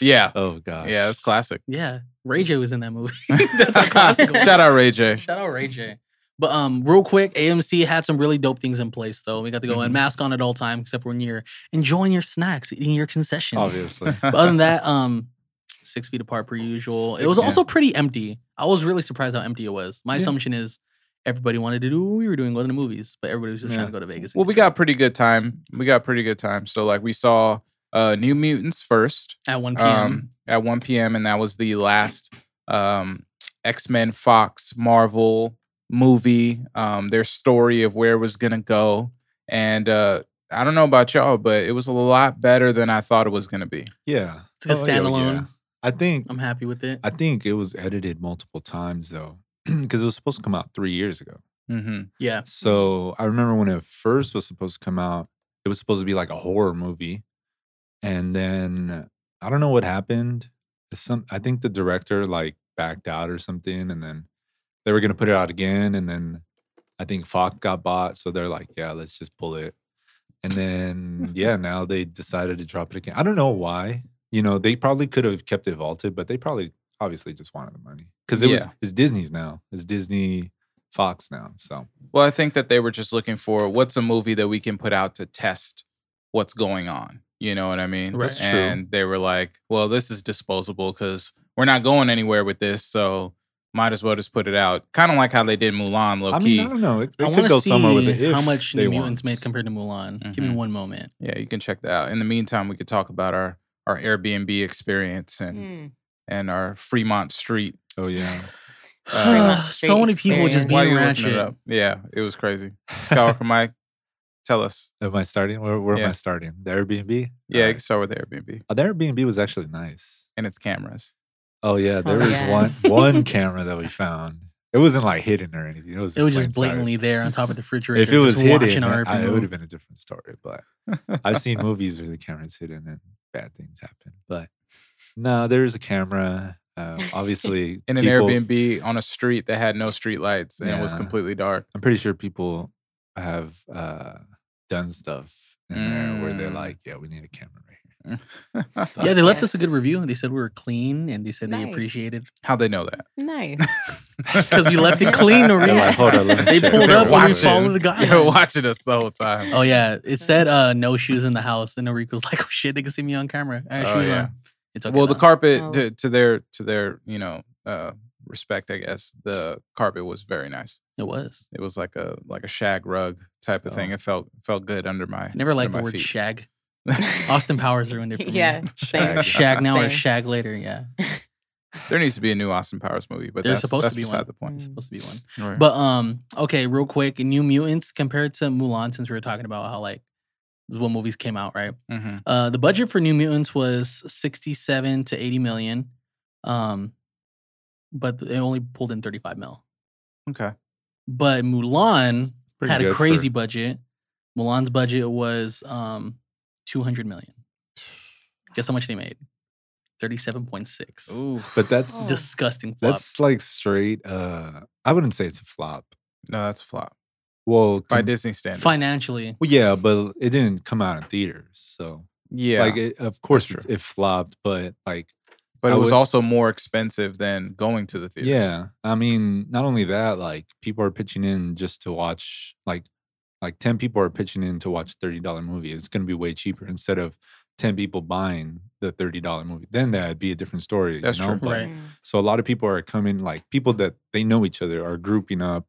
Speaker 4: Yeah,
Speaker 2: Oh gosh.
Speaker 4: yeah, it's classic.
Speaker 1: Yeah, Ray J was in that
Speaker 4: (laughs)
Speaker 1: movie. (laughs) that's a classic. one.
Speaker 4: Shout out Ray J.
Speaker 1: Shout out Ray J. But um, real quick, AMC had some really dope things in place though. We got to go in
Speaker 4: Mhm.
Speaker 1: mask on at all time, except for when you're enjoying your snacks, eating your concessions.
Speaker 2: Obviously.
Speaker 1: (laughs) But other than that, um, six feet apart per usual. It
Speaker 4: Six,
Speaker 1: was
Speaker 4: yeah.
Speaker 1: also pretty empty. I was really surprised how empty it was. My
Speaker 4: Yeah.
Speaker 1: assumption is everybody wanted to do what we were doing, going to movies, but everybody was just trying
Speaker 2: Yeah.
Speaker 1: to go to Vegas. and
Speaker 4: Well, we
Speaker 1: get
Speaker 4: got pretty good time. We got pretty good time. So like we saw uh New Mutants first
Speaker 1: drunk. at one p.m.
Speaker 4: um at 1 p.m. and that was the last um X-Men Fox Marvel movie, um their story of where it was going to go and uh I don't know about y'all, but it was a lot better than I thought it was going to be.
Speaker 2: Yeah.
Speaker 1: It's like a
Speaker 2: Oh, yeah,
Speaker 1: standalone.
Speaker 2: yeah. I think
Speaker 1: I'm happy with it.
Speaker 2: I think it was edited multiple times though, (clears throat) because it was supposed to come out three years ago.
Speaker 4: Mm-hmm.
Speaker 1: yeah,
Speaker 2: So I remember when it first was supposed to come out, it was supposed to be like a horror movie, and then I don't know what happened. Some I think the director like backed out or something, and then they were gonna put it out again, and then I think Fox got bought, so they're like, yeah, let's just pull it. And then yeah, now they decided to drop it again. I don't know why. You know, they probably could have kept it vaulted, but they probably obviously just wanted the money because it was
Speaker 4: Yeah.
Speaker 2: it's Disney's now. It's Disney Fox now, so.
Speaker 4: Well, I think that they were just looking for what's a movie that we can put out to test what's going on. You know what I mean?
Speaker 1: Right. That's
Speaker 2: true.
Speaker 4: And they were like, well, this is disposable because we're not going anywhere with this. So might as well just put it out. Kind of like how they did Mulan low
Speaker 2: I
Speaker 4: key.
Speaker 2: mean, I don't know. It, it
Speaker 1: I
Speaker 2: could
Speaker 1: want
Speaker 2: go
Speaker 1: to see
Speaker 2: somewhere with it. If
Speaker 1: how much
Speaker 2: they
Speaker 1: New Mutants
Speaker 2: want.
Speaker 1: made compared to Mulan. Give me
Speaker 4: Mhm.
Speaker 1: one
Speaker 4: (sighs)
Speaker 1: moment.
Speaker 4: yeah, you can check that out. In the meantime, we could talk about our, our Airbnb experience and,
Speaker 3: Mm.
Speaker 4: and our Fremont Street.
Speaker 2: Oh
Speaker 1: (laughs)
Speaker 2: yeah,
Speaker 3: Fremont Street
Speaker 1: Uh, so many people just
Speaker 3: experience.
Speaker 4: Why are
Speaker 1: being
Speaker 4: you looking it
Speaker 1: ratchet.
Speaker 4: up? Yeah, it was crazy.
Speaker 1: (laughs)
Speaker 4: Skywalker Mike, tell us.
Speaker 2: am I starting? Where, where am
Speaker 4: Yeah.
Speaker 2: I starting? The Airbnb.
Speaker 4: Yeah, you
Speaker 2: Alright.
Speaker 4: can start with Airbnb
Speaker 2: Oh, the Airbnb was actually nice.
Speaker 4: and its cameras.
Speaker 2: Oh yeah, there was
Speaker 3: yeah.
Speaker 2: one
Speaker 1: (laughs)
Speaker 2: one camera that we found. It wasn't like hidden or anything. It was
Speaker 1: It
Speaker 2: in
Speaker 1: was just
Speaker 2: plain sight.
Speaker 1: blatantly there on top of the refrigerator.
Speaker 2: If it was
Speaker 1: just watching
Speaker 2: hidden,
Speaker 1: our
Speaker 2: I- it
Speaker 1: every
Speaker 2: would
Speaker 1: move.
Speaker 2: have been a different story. But
Speaker 1: (laughs)
Speaker 2: I've seen movies where the camera's hidden and bad things happen. But no, there is a camera.
Speaker 1: (laughs)
Speaker 2: Uh, obviously,
Speaker 4: in an
Speaker 2: people-
Speaker 4: Airbnb on a street that had no street lights and it was
Speaker 2: Yeah.
Speaker 4: completely dark.
Speaker 2: I'm pretty sure people have uh, done stuff in there where they're
Speaker 4: Mm.
Speaker 2: like, "Yeah, we need a camera right here."
Speaker 1: (laughs) Yeah, they left us a
Speaker 3: Yes.
Speaker 1: good review. and They said we were clean and they said they
Speaker 3: Nice. (laughs)
Speaker 1: appreciated
Speaker 4: How they
Speaker 1: (laughs)
Speaker 4: know that?
Speaker 3: Nice.
Speaker 1: because we
Speaker 4: (laughs)
Speaker 1: left it clean. Or
Speaker 2: They're like, "Hold on, let
Speaker 1: (laughs)
Speaker 2: me
Speaker 1: they
Speaker 2: check."
Speaker 1: pulled
Speaker 4: They're
Speaker 1: up when we
Speaker 4: watching.
Speaker 1: followed the guy.
Speaker 4: They were watching us the whole time.
Speaker 1: Oh yeah, it said uh, no shoes in the house, and Enrique was (laughs) like, "Oh shit, they can see me on camera." I had
Speaker 4: Oh,
Speaker 1: shoes
Speaker 4: yeah.
Speaker 1: on. It's okay.
Speaker 4: well, the
Speaker 1: though.
Speaker 4: carpet
Speaker 3: Oh.
Speaker 4: to, to their to their you know uh, respect, I guess the carpet was very nice.
Speaker 1: it was.
Speaker 4: It was like a like a shag rug type of thing.
Speaker 2: Oh.
Speaker 4: It felt felt good under my.
Speaker 1: I never liked the
Speaker 4: under my
Speaker 1: word
Speaker 4: feet.
Speaker 1: shag.
Speaker 4: (laughs)
Speaker 1: Austin Powers ruined
Speaker 3: (laughs)
Speaker 1: it for me.
Speaker 3: yeah. Same.
Speaker 2: Shag.
Speaker 1: Shag now or
Speaker 3: Same.
Speaker 1: shag later? Yeah,
Speaker 4: There needs to be a new Austin Powers movie, but
Speaker 1: There's
Speaker 4: that's,
Speaker 1: supposed to
Speaker 4: that's
Speaker 1: be one.
Speaker 4: beside the point.
Speaker 1: it's
Speaker 3: (laughs)
Speaker 1: supposed to be one.
Speaker 4: Right.
Speaker 1: But um, okay, real quick, New Mutants compared to Mulan, since we were talking about how like this is what movies came out, right?
Speaker 4: Mhm.
Speaker 1: Uh, the budget for New Mutants was 67 to 80 million. Um, but it only pulled in 35 mil.
Speaker 4: okay,
Speaker 1: But Mulan
Speaker 2: Pretty
Speaker 1: had a
Speaker 2: good
Speaker 1: crazy
Speaker 2: for-
Speaker 1: budget. Mulan's budget was um 200 million. Guess how much they made? 37.6.
Speaker 4: ooh,
Speaker 2: but that's
Speaker 3: Oh.
Speaker 1: Disgusting (laughs) flop.
Speaker 2: that's like straight. Uh, I wouldn't say it's a flop.
Speaker 4: no, that's a flop
Speaker 2: Well,
Speaker 4: by
Speaker 2: com-
Speaker 4: Disney standards.
Speaker 1: Financially,
Speaker 2: Well, yeah, but it didn't come out in theaters, so
Speaker 4: yeah,
Speaker 2: like, it, of course,
Speaker 4: true.
Speaker 2: it, it flopped. But like,
Speaker 4: But
Speaker 2: I
Speaker 4: it was
Speaker 2: would-
Speaker 4: also more expensive than going to the theaters.
Speaker 2: Yeah, I mean, not only that, like people are pitching in just to watch, like, like ten people are pitching in to watch thirty dollar movie. It's going to be way cheaper instead of ten people buying the thirty dollar movie. Then that'd be a different story.
Speaker 4: That's
Speaker 2: you know?
Speaker 4: true.
Speaker 2: But-
Speaker 3: mm-hmm.
Speaker 1: Right.
Speaker 2: So a lot of people are coming, like people that they know each other are grouping up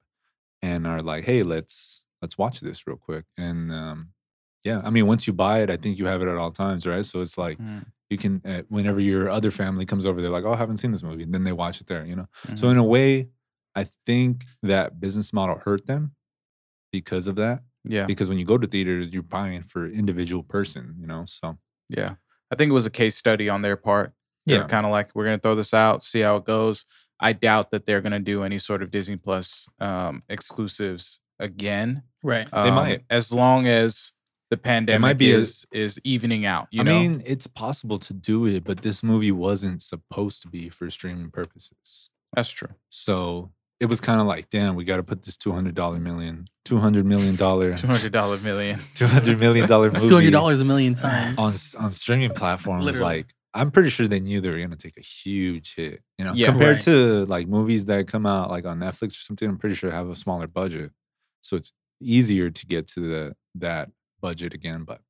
Speaker 2: and are like, "Hey, let's let's watch this real quick." And um, yeah, I mean, once you buy it, I think you have it at all times, right? So it's like
Speaker 4: Mm.
Speaker 2: you can uh, whenever your other family comes over, they're like, "Oh, I haven't seen this movie," and then they watch it there, you know. So in a way, I think that business model hurt them because of that.
Speaker 4: yeah,
Speaker 2: Because when you go to theaters, you're buying for individual person, you know. So
Speaker 4: yeah. I think it was a case study on their part. They're
Speaker 2: Yeah.
Speaker 4: kind of like, we're going to throw this out, see how it goes. I doubt that they're going to do any sort of Disney Plus um, exclusives again.
Speaker 1: Right.
Speaker 4: Um,
Speaker 2: might.
Speaker 4: as long as the pandemic
Speaker 2: be a-
Speaker 4: is is evening out. You
Speaker 2: I
Speaker 4: know,
Speaker 2: mean, it's possible to do it, but this movie wasn't supposed to be for streaming purposes.
Speaker 4: that's true.
Speaker 2: So it was kind of like, damn, we got to put this two hundred dollar million, two hundred million dollar,
Speaker 4: (laughs) Two hundred dollar million.
Speaker 2: two hundred million dollar
Speaker 1: (laughs) That's two hundred
Speaker 2: movie
Speaker 1: dollars a million times.
Speaker 2: on s- on streaming platforms.
Speaker 1: Literally.
Speaker 2: Like, I'm pretty sure they knew they were gonna take a huge hit. You know,
Speaker 4: Yeah.
Speaker 2: compared
Speaker 1: Right.
Speaker 2: to like movies that come out like on Netflix or something. I'm pretty sure have a smaller budget, so it's easier to get to the that budget again. But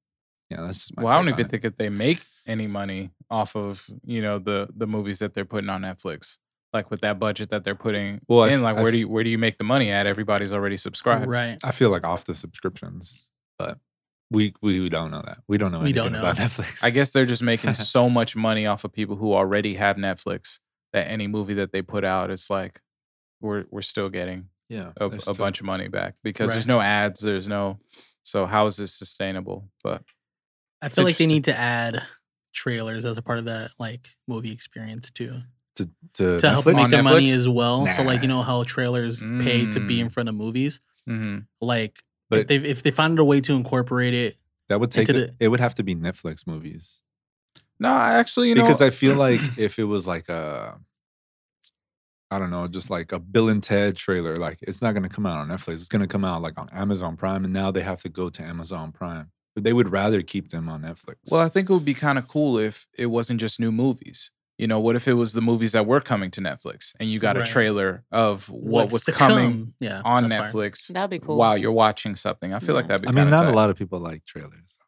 Speaker 2: yeah, that's just my
Speaker 4: Well, I don't
Speaker 2: take on
Speaker 4: even
Speaker 2: it.
Speaker 4: think that they make any money off of you know the the movies that they're putting on Netflix. Like with that budget that they're putting
Speaker 2: Well, I
Speaker 4: in,
Speaker 2: f-
Speaker 4: like
Speaker 2: I
Speaker 4: where do
Speaker 2: f-
Speaker 4: you where do you make the money at? Everybody's already subscribed.
Speaker 1: Right.
Speaker 2: I feel like off the subscriptions, but we we don't know that. We don't know
Speaker 1: We
Speaker 2: anything
Speaker 1: don't know.
Speaker 2: about Netflix.
Speaker 4: I guess
Speaker 2: (laughs)
Speaker 4: they're just making so much money off of people who already have Netflix that any movie that they put out, it's like we're we're still getting
Speaker 2: yeah,
Speaker 4: a,
Speaker 2: there's
Speaker 4: a
Speaker 2: still-
Speaker 4: bunch of money back because there's no ads, there's no. So how is this sustainable? But
Speaker 1: I feel like they
Speaker 4: interesting.
Speaker 1: need to add trailers as a part of that like movie experience too
Speaker 2: to to,
Speaker 1: to help
Speaker 2: Uh, Netflix?
Speaker 1: make
Speaker 4: On
Speaker 1: the money
Speaker 4: Netflix?
Speaker 1: as well. So like you
Speaker 2: Nah.
Speaker 1: know how trailers pay to be in
Speaker 4: Mm.
Speaker 1: front of movies.
Speaker 4: mhm.
Speaker 1: Like if
Speaker 2: But-
Speaker 1: they if they found a way to incorporate it,
Speaker 2: That would take
Speaker 1: into
Speaker 2: it.
Speaker 1: the-
Speaker 2: It would have to be Netflix movies
Speaker 4: no, I actually, you know,
Speaker 2: because I feel like if it was like a, I don't know, just like a Bill and Ted trailer, like it's not going to come out on Netflix. It's going to come out like on Amazon Prime, and now they have to go to Amazon Prime. But they would rather keep them on Netflix.
Speaker 4: Well, I think it would be kind of cool if it wasn't just new movies. You know, what if it was the movies that were coming to Netflix and you got
Speaker 1: Right.
Speaker 4: a trailer of what
Speaker 1: what's
Speaker 4: was
Speaker 1: to
Speaker 4: coming
Speaker 1: come. (laughs) Yeah,
Speaker 4: on
Speaker 1: that's fire.
Speaker 4: Netflix
Speaker 3: That'd be cool.
Speaker 4: while you're watching something? I feel like
Speaker 3: Yeah.
Speaker 4: that'd be.
Speaker 2: I mean,
Speaker 4: kinda
Speaker 2: not
Speaker 4: tight.
Speaker 2: a lot of people like trailers.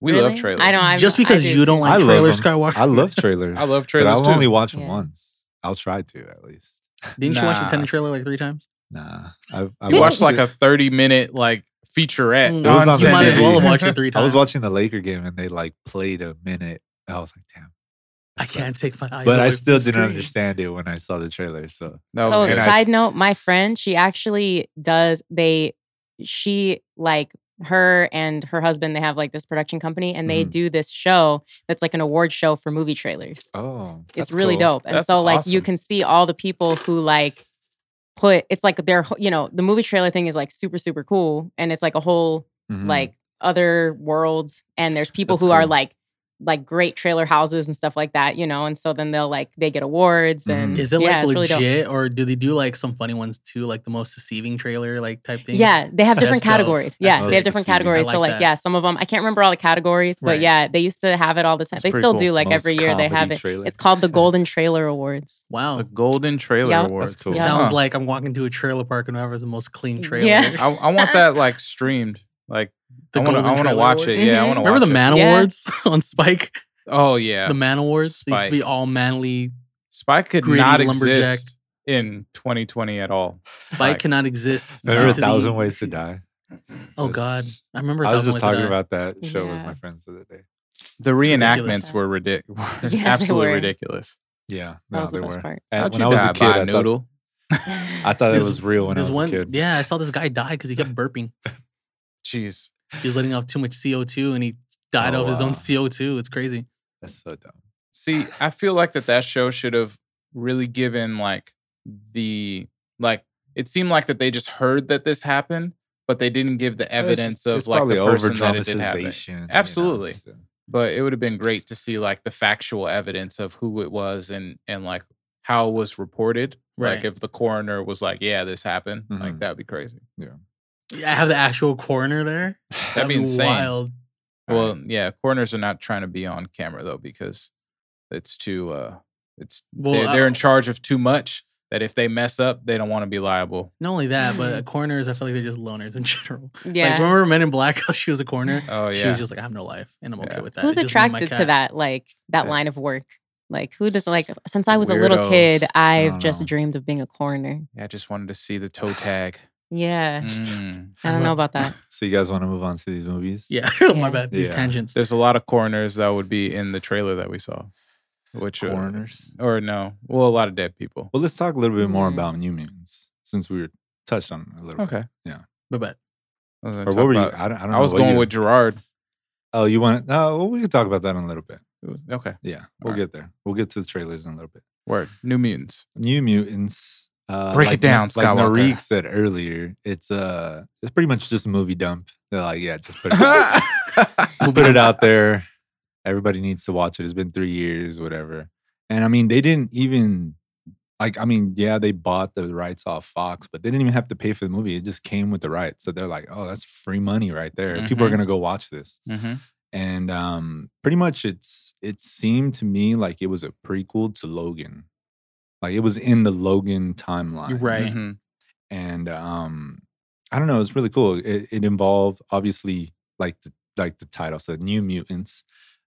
Speaker 4: We
Speaker 3: Really?
Speaker 4: love trailers.
Speaker 3: I know. I'm,
Speaker 1: Just because
Speaker 3: I do
Speaker 1: you don't
Speaker 3: too.
Speaker 1: like
Speaker 2: I love
Speaker 1: trailers,
Speaker 2: them.
Speaker 1: Skywalker.
Speaker 2: I love trailers.
Speaker 4: I love
Speaker 2: but
Speaker 4: trailers
Speaker 2: I'll only
Speaker 4: too.
Speaker 2: watch them
Speaker 3: Yeah.
Speaker 2: once. I'll try to at least.
Speaker 1: Didn't you watch the
Speaker 4: Nah.
Speaker 1: Tenet trailer like three times?
Speaker 2: Nah, I've, I
Speaker 4: You watched like a 30 minute like featurette.
Speaker 1: Mm.
Speaker 2: It was on
Speaker 1: You might as
Speaker 4: Tenet.
Speaker 1: well have watched it three
Speaker 2: (laughs) I
Speaker 1: times.
Speaker 2: was watching the Laker game and they like played a minute. I was like, damn.
Speaker 1: I
Speaker 2: It's
Speaker 1: can't take my eyes.
Speaker 2: Like, but
Speaker 1: away
Speaker 2: I
Speaker 1: from
Speaker 2: still
Speaker 1: the
Speaker 2: didn't
Speaker 1: screen.
Speaker 2: understand it when I saw the trailer. So
Speaker 4: That was
Speaker 3: so
Speaker 4: good.
Speaker 2: And I
Speaker 3: side
Speaker 2: s-
Speaker 3: note, my friend, she actually does they she like her and her husband, they have like this production company and they
Speaker 2: Mhm.
Speaker 3: do this show that's like an award show for movie trailers.
Speaker 2: oh,
Speaker 3: it's really dope. And
Speaker 4: That's
Speaker 3: so like you
Speaker 4: awesome.
Speaker 3: can see all the people who like put it's like their wh- you know, the movie trailer thing is like super, super cool. And it's like a whole
Speaker 2: Mhm.
Speaker 3: like other worlds and there's people
Speaker 2: That's
Speaker 3: who are
Speaker 2: cool.
Speaker 3: like like great trailer houses and stuff like that, you know, and so then they'll like they get awards and
Speaker 1: Is it
Speaker 3: yeah,
Speaker 1: like
Speaker 3: it's really dope.
Speaker 1: legit, or do they do like some funny ones too, like the most deceiving trailer like type thing?
Speaker 3: Yeah, they have
Speaker 1: That's
Speaker 3: different
Speaker 1: dope.
Speaker 3: categories.
Speaker 1: That's
Speaker 3: Yeah,
Speaker 2: dope
Speaker 3: they have
Speaker 2: to
Speaker 3: different
Speaker 2: see. I
Speaker 3: categories. so
Speaker 1: like
Speaker 3: like,
Speaker 1: that.
Speaker 3: yeah, some of them I can't remember all the categories, but
Speaker 1: Right.
Speaker 3: yeah, they used to have it all the time.
Speaker 4: It's
Speaker 3: they
Speaker 4: pretty
Speaker 3: still do
Speaker 4: cool.
Speaker 3: like
Speaker 2: Most
Speaker 3: every year they have
Speaker 2: comedy
Speaker 3: it.
Speaker 2: Trailer.
Speaker 3: It's called the Golden Trailer Awards.
Speaker 1: Wow.
Speaker 4: The Golden Trailer
Speaker 3: Yeah.
Speaker 4: Awards.
Speaker 2: That's cool.
Speaker 3: Yeah.
Speaker 1: Sounds
Speaker 4: Huh.
Speaker 1: like I'm walking to a trailer park and whoever's the most clean trailer.
Speaker 3: Yeah.
Speaker 4: I, I want that like streamed. Like
Speaker 1: The
Speaker 4: I want to.
Speaker 1: Golden
Speaker 4: I want to
Speaker 1: Trailer
Speaker 4: watch
Speaker 1: Awards.
Speaker 4: it. Yeah, I
Speaker 3: Mhm.
Speaker 4: want to.
Speaker 1: Remember the
Speaker 4: watch
Speaker 1: Man
Speaker 3: Yeah.
Speaker 1: Awards (laughs) on Spike?
Speaker 4: It. Oh yeah,
Speaker 1: The Man Awards They used to be
Speaker 4: Spike.
Speaker 1: all manly.
Speaker 4: Spike could
Speaker 1: gritty
Speaker 4: not
Speaker 1: lumberjack.
Speaker 4: exist in 2020 at all.
Speaker 1: Spike,
Speaker 4: Spike.
Speaker 1: cannot exist.
Speaker 2: Remember
Speaker 1: due
Speaker 2: a
Speaker 1: to the-
Speaker 2: thousand ways to die.
Speaker 1: Oh God, I remember.
Speaker 2: I was
Speaker 1: Thousand
Speaker 2: just
Speaker 1: Ways to
Speaker 2: talking
Speaker 1: Die.
Speaker 2: about that show with
Speaker 3: Yeah.
Speaker 2: my friends the other day.
Speaker 4: The
Speaker 1: ridiculous.
Speaker 4: reenactments were, ridic- (laughs) were
Speaker 3: they
Speaker 4: absolutely
Speaker 3: were.
Speaker 4: ridiculous.
Speaker 2: Yeah,
Speaker 3: That
Speaker 2: no,
Speaker 3: was
Speaker 2: they
Speaker 3: the best
Speaker 2: were.
Speaker 3: part.
Speaker 2: And
Speaker 4: How'd
Speaker 2: when
Speaker 4: you
Speaker 2: I was a
Speaker 4: die
Speaker 2: kid,
Speaker 4: by
Speaker 2: I thought,
Speaker 4: noodle.
Speaker 2: I thought it
Speaker 1: There's-
Speaker 2: was real when I
Speaker 1: There's
Speaker 2: was
Speaker 1: one.
Speaker 2: a kid.
Speaker 1: Yeah, I saw this guy die because he kept burping.
Speaker 4: Jeez,
Speaker 1: He was letting off too much CO2 and he died
Speaker 2: Oh,
Speaker 1: of his own
Speaker 2: wow.
Speaker 1: CO2. It's crazy.
Speaker 2: That's so dumb.
Speaker 4: see, I feel like that that show should have really given like the like. It seemed like that they just heard that this happened, but they didn't give the evidence of like the person that it did happen.
Speaker 2: overdramatization, you know,
Speaker 4: Absolutely.
Speaker 2: so-
Speaker 4: But it would have been great to see like the factual evidence of who it was and and like how it was reported.
Speaker 1: Right. Mm-hmm.
Speaker 4: Like if the coroner was like, "Yeah, this happened," like that'd be crazy.
Speaker 1: I have the actual coroner there.
Speaker 4: That'd be insane.
Speaker 1: wild.
Speaker 2: All
Speaker 4: Well, yeah, coroners are not trying to be on camera though because It's too. Uh, it's
Speaker 1: Well, uh,
Speaker 4: they're, they're
Speaker 1: I-
Speaker 4: in charge of too much. That if they mess up, they don't want to be liable.
Speaker 1: Not only that,
Speaker 2: (laughs)
Speaker 1: but corners, I feel like they're just loners in (laughs) general.
Speaker 3: Yeah.
Speaker 1: Like remember Men in Black, how she was a corner?
Speaker 4: Oh
Speaker 1: She
Speaker 4: yeah.
Speaker 1: was just like, I have no life, and I'm okay
Speaker 4: Yeah.
Speaker 1: with that.
Speaker 3: Who's
Speaker 1: It's just me and my
Speaker 3: attracted to
Speaker 1: cat.
Speaker 3: that like that
Speaker 4: Yeah.
Speaker 3: line of work? Like who doesn't like since I was a little
Speaker 4: Weirdos.
Speaker 3: kid,
Speaker 2: I
Speaker 3: I've
Speaker 2: don't
Speaker 3: just
Speaker 2: know.
Speaker 3: dreamed of being a coroner.
Speaker 4: yeah, I just wanted to see
Speaker 1: (sighs)
Speaker 4: the toe tag.
Speaker 3: Yeah.
Speaker 4: Mm.
Speaker 3: I don't know about that.
Speaker 2: (laughs) So you guys want to move on to these movies?
Speaker 1: Yeah, (laughs) oh, my bad. These
Speaker 2: Yeah.
Speaker 1: tangents.
Speaker 4: There's a lot of corners that would be in the trailer that we saw, which uh,
Speaker 2: Coroners.
Speaker 4: or no, well, a lot of dead people.
Speaker 2: Well, let's talk a little bit more
Speaker 3: Mhm.
Speaker 2: about Minions since we were touched on it a little.
Speaker 4: Okay.
Speaker 1: My bad.
Speaker 4: I was, gonna
Speaker 2: Bit. Or
Speaker 4: talk
Speaker 2: what were you?
Speaker 4: about-
Speaker 2: I don't, I don't
Speaker 4: I
Speaker 2: know
Speaker 4: was
Speaker 2: what
Speaker 4: going
Speaker 2: you-
Speaker 4: with Gerard.
Speaker 2: Oh, you want? No, well, we can talk about that in a little bit.
Speaker 4: Okay.
Speaker 2: Yeah, we'll get
Speaker 4: Alright.
Speaker 2: there. We'll get to the trailers in a little bit.
Speaker 4: Word. New
Speaker 2: (laughs)
Speaker 4: Mutants.
Speaker 2: New Mutants. Uh,
Speaker 4: Break it
Speaker 2: Na-
Speaker 4: down,
Speaker 2: Like
Speaker 4: Skywalker.
Speaker 2: Narik said earlier, it's uh, it's pretty much just a movie dump. They're like, yeah, just put it,
Speaker 4: (laughs)
Speaker 2: out. We'll put it out there. Everybody needs to watch it. It's been three years, whatever. And I mean, they didn't even like. I mean, yeah, they bought the rights off Fox, but they didn't even have to pay for the movie. It just came with the rights. So they're like, oh, that's free money right there. People are
Speaker 4: Mhm.
Speaker 2: gonna go watch this
Speaker 4: (laughs) mm-hmm.
Speaker 2: and um pretty much it's it seemed to me like it was a prequel to Logan. Like it was in the Logan timeline.
Speaker 1: You're right.
Speaker 4: hmm
Speaker 2: And um I don't know, it's really cool. It, it involved obviously like the like the title said, new mutants,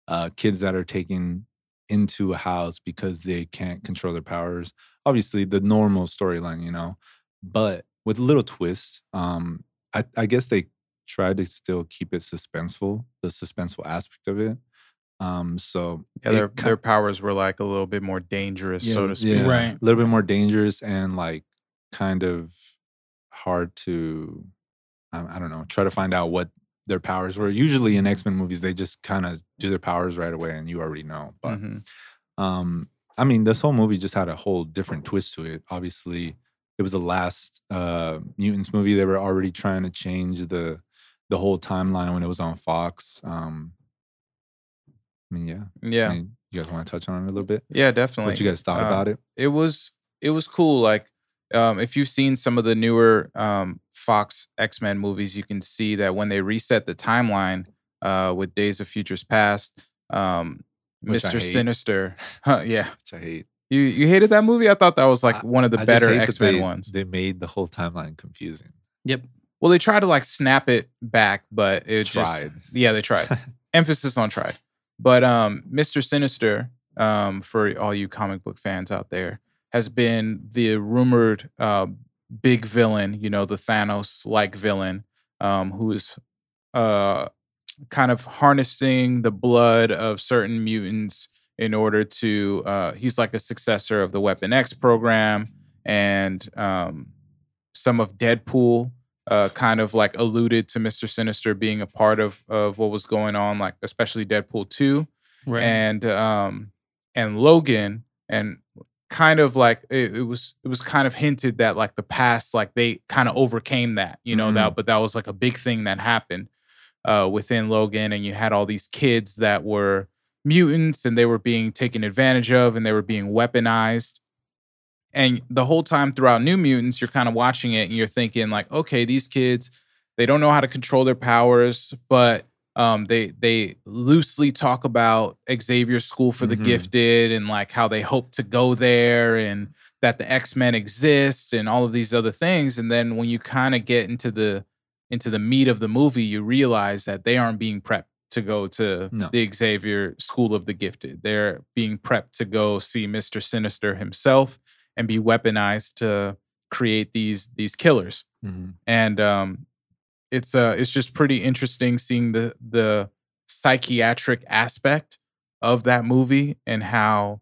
Speaker 2: uh kids that are taken into a house because they can't control their powers. Obviously the normal storyline, you know. But with a little twist, um I, I guess they tried to still keep it suspenseful, the suspenseful aspect of it. Um, so
Speaker 4: Yeah,
Speaker 2: it
Speaker 4: their,
Speaker 2: ki-
Speaker 4: their powers were like a little bit more dangerous, so
Speaker 2: yeah,
Speaker 4: to speak.
Speaker 2: yeah,
Speaker 1: Right.
Speaker 2: a little bit more dangerous and like kind of hard to, I, I don't know, try to find out what their powers were. Usually in X Men movies, they just kind of do their powers right away, and you already know. But
Speaker 4: Mhm.
Speaker 2: um, I mean, this whole movie just had a whole different twist to it. Obviously, it was the last uh, mutants movie. They were already trying to change the the whole timeline when it was on Fox. Um, I mean, yeah, I
Speaker 4: Yeah.
Speaker 2: mean, you guys want to touch on it a little bit?
Speaker 4: Yeah, definitely.
Speaker 2: what you guys thought
Speaker 4: um,
Speaker 2: about it?
Speaker 4: it was it was cool. Like um, if you've seen some of the newer um, Fox X Men movies, you can see that when they reset the timeline uh, with Days of Futures Past, um,
Speaker 2: Which I
Speaker 4: Mister
Speaker 2: hate.
Speaker 4: Sinister, (laughs) huh, yeah,
Speaker 2: Which I hate.
Speaker 4: you you hated that movie. I thought that was like one of the
Speaker 2: I just
Speaker 4: better
Speaker 2: hate that
Speaker 4: X Men
Speaker 2: they-
Speaker 4: ones.
Speaker 2: They made the whole timeline confusing.
Speaker 1: Yep.
Speaker 4: well, they tried to like snap it back, but it just
Speaker 2: Tried.
Speaker 4: yeah,
Speaker 2: (laughs)
Speaker 4: they tried. emphasis on tried. But um, Mr. Sinister, um, for all you comic book fans out there, has been the rumored uh, big villain, you know, the Thanos like villain, um, who is uh, kind of harnessing the blood of certain mutants in order to, uh, he's like a successor of the Weapon X program and um, some of Deadpool uh, kind of like alluded to Mr. Sinister being a part of of what was going on, like especially Deadpool two
Speaker 1: Right.
Speaker 4: and um and Logan and kind of like it, it was it was kind of hinted that like the past like they kind of overcame that you know that but that was like a big thing that happened uh within Logan and you had all these kids that were mutants and they were being taken advantage of and they were being weaponized and the whole time throughout New Mutants you're kind of watching it and you're thinking like okay these kids they don't know how to control their powers but um, they they loosely talk about Xavier's School for the
Speaker 2: Mhm.
Speaker 4: Gifted and like how they hope to go there and that the X Men exist and all of these other things. And then when you kind of get into the into the meat of the movie, you realize that they aren't being prepped to go to
Speaker 2: No.
Speaker 4: the Xavier School of the Gifted. They're being prepped to go see Mister Sinister himself and be weaponized to create these these killers
Speaker 2: Mhm.
Speaker 4: and um, it's uh, it's just pretty interesting seeing the the psychiatric aspect of that movie and how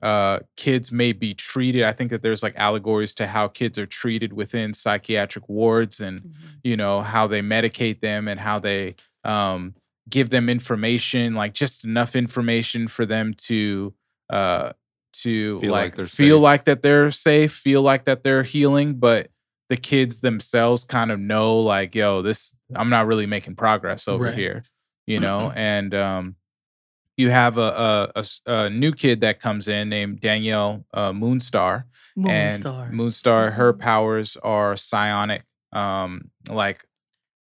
Speaker 4: uh, kids may be treated. I think that there's like allegories to how kids are treated within psychiatric wards and you know how they medicate them and how they um, give them information, like just enough information for them to. Uh, to
Speaker 2: Feel like
Speaker 4: like,
Speaker 2: they're
Speaker 4: feel
Speaker 2: safe.
Speaker 4: like that they're safe, feel like that they're healing, but the kids themselves kind of know like yo this i'm not really making progress over
Speaker 1: Right.
Speaker 4: here you know and um you have a, a- a s- a new kid that comes in named danielle uh, moonstar and
Speaker 1: Moonstar. Mm-hmm.
Speaker 4: moonstar her powers are psionic um like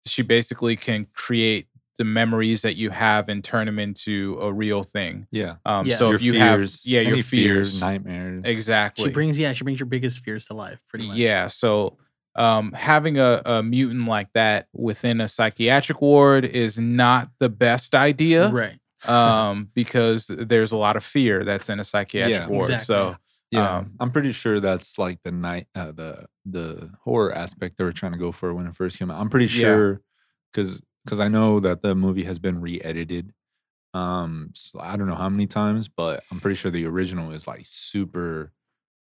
Speaker 4: she basically can create the memories that you have and turn them into a real thing.
Speaker 2: Yeah.
Speaker 4: Um,
Speaker 1: Yeah.
Speaker 4: So if you have, yeah, your
Speaker 2: any
Speaker 4: fears,
Speaker 2: nightmares.
Speaker 4: exactly.
Speaker 1: She brings yeah, she brings your biggest fears to life, pretty much.
Speaker 4: Yeah. So um, having a, a mutant like that within a psychiatric ward is not the best idea (laughs)
Speaker 1: Right.
Speaker 4: um, because there's a lot of fear that's (laughs) in a psychiatric
Speaker 2: Yeah.
Speaker 4: ward.
Speaker 1: Exactly.
Speaker 4: So
Speaker 2: Yeah,
Speaker 4: Um,
Speaker 2: I'm pretty sure that's like the night, uh, the the horror aspect they were trying to go for when it first came out. I'm pretty
Speaker 4: Yeah.
Speaker 2: sure because because I know that the movie has been re-edited. Um, so I don't know how many times, but I'm pretty sure the original is like super,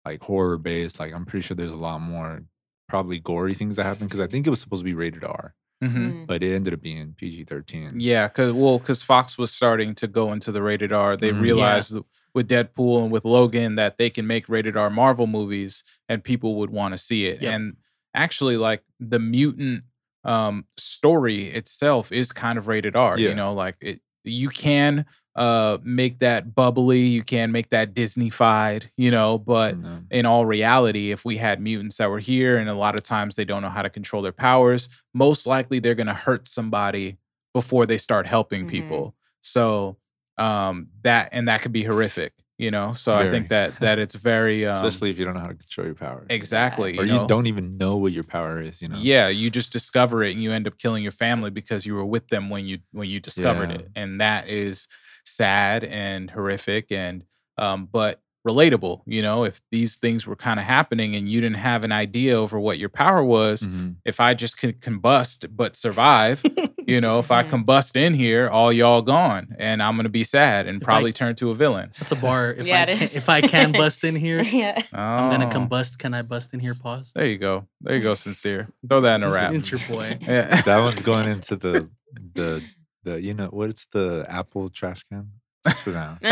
Speaker 2: like horror based. Like I'm pretty sure there's a lot more probably gory things that happen because I think it was supposed to be rated R,
Speaker 1: Mm-hmm.
Speaker 4: mhm.
Speaker 1: (laughs)
Speaker 3: Mm.
Speaker 2: but it ended up being PG-13.
Speaker 4: Yeah, because well, because Fox was starting to go into the rated R. They
Speaker 2: Mhm. Yeah.
Speaker 4: realized th- with Deadpool and with Logan that they can make rated R Marvel movies and people would want to see it.
Speaker 1: Yep.
Speaker 4: And actually, like the mutant um, story itself is kind of rated R.
Speaker 2: Yeah.
Speaker 4: You know, like it, you can uh, make that bubbly, you can make that Disney-fied, you know, but
Speaker 2: And, um,
Speaker 4: in all reality, if we had mutants that were here and a lot of times they don't know how to control their powers, most likely they're going to hurt somebody before they start helping
Speaker 3: Mhm.
Speaker 4: people. So, um, that and that could be horrific, you know? So, I think that that it's very, um,
Speaker 2: (laughs) especially if you don't know how to control your power,
Speaker 4: exactly,
Speaker 2: or
Speaker 4: you,
Speaker 2: you,
Speaker 4: know?
Speaker 2: don't even know what your power is. You know,
Speaker 4: Yeah, you just discover it and you end up killing your family because you were with them when you when you discovered
Speaker 2: Yeah.
Speaker 4: it. And that is sad and horrific and um but relatable, you know, if these things were kind of happening and you didn't have an idea over what your power
Speaker 1: Hmm.
Speaker 4: was,
Speaker 2: Mhm.
Speaker 4: if I just could combust
Speaker 1: (laughs)
Speaker 4: but survive, you know, if I
Speaker 3: Yeah.
Speaker 4: combust in here, all y'all gone and I'm going to be sad and
Speaker 1: If I-
Speaker 4: probably turn to a villain.
Speaker 1: That's a bar. If
Speaker 3: Yeah,
Speaker 1: I
Speaker 3: it
Speaker 1: can,
Speaker 3: is.
Speaker 1: if I
Speaker 3: (laughs)
Speaker 1: can bust in here,
Speaker 3: yeah.
Speaker 1: I'm gonna
Speaker 4: Oh,
Speaker 1: combust. Can I bust in here? Pause.
Speaker 4: There you go. There you go, sincere. Throw that in
Speaker 1: (laughs)
Speaker 4: a
Speaker 1: This is
Speaker 4: wrap.
Speaker 1: It's your
Speaker 3: (laughs)
Speaker 1: boy.
Speaker 4: Yeah.
Speaker 2: that one's going into the the the you know what's the apple trash can Just for now.
Speaker 1: hey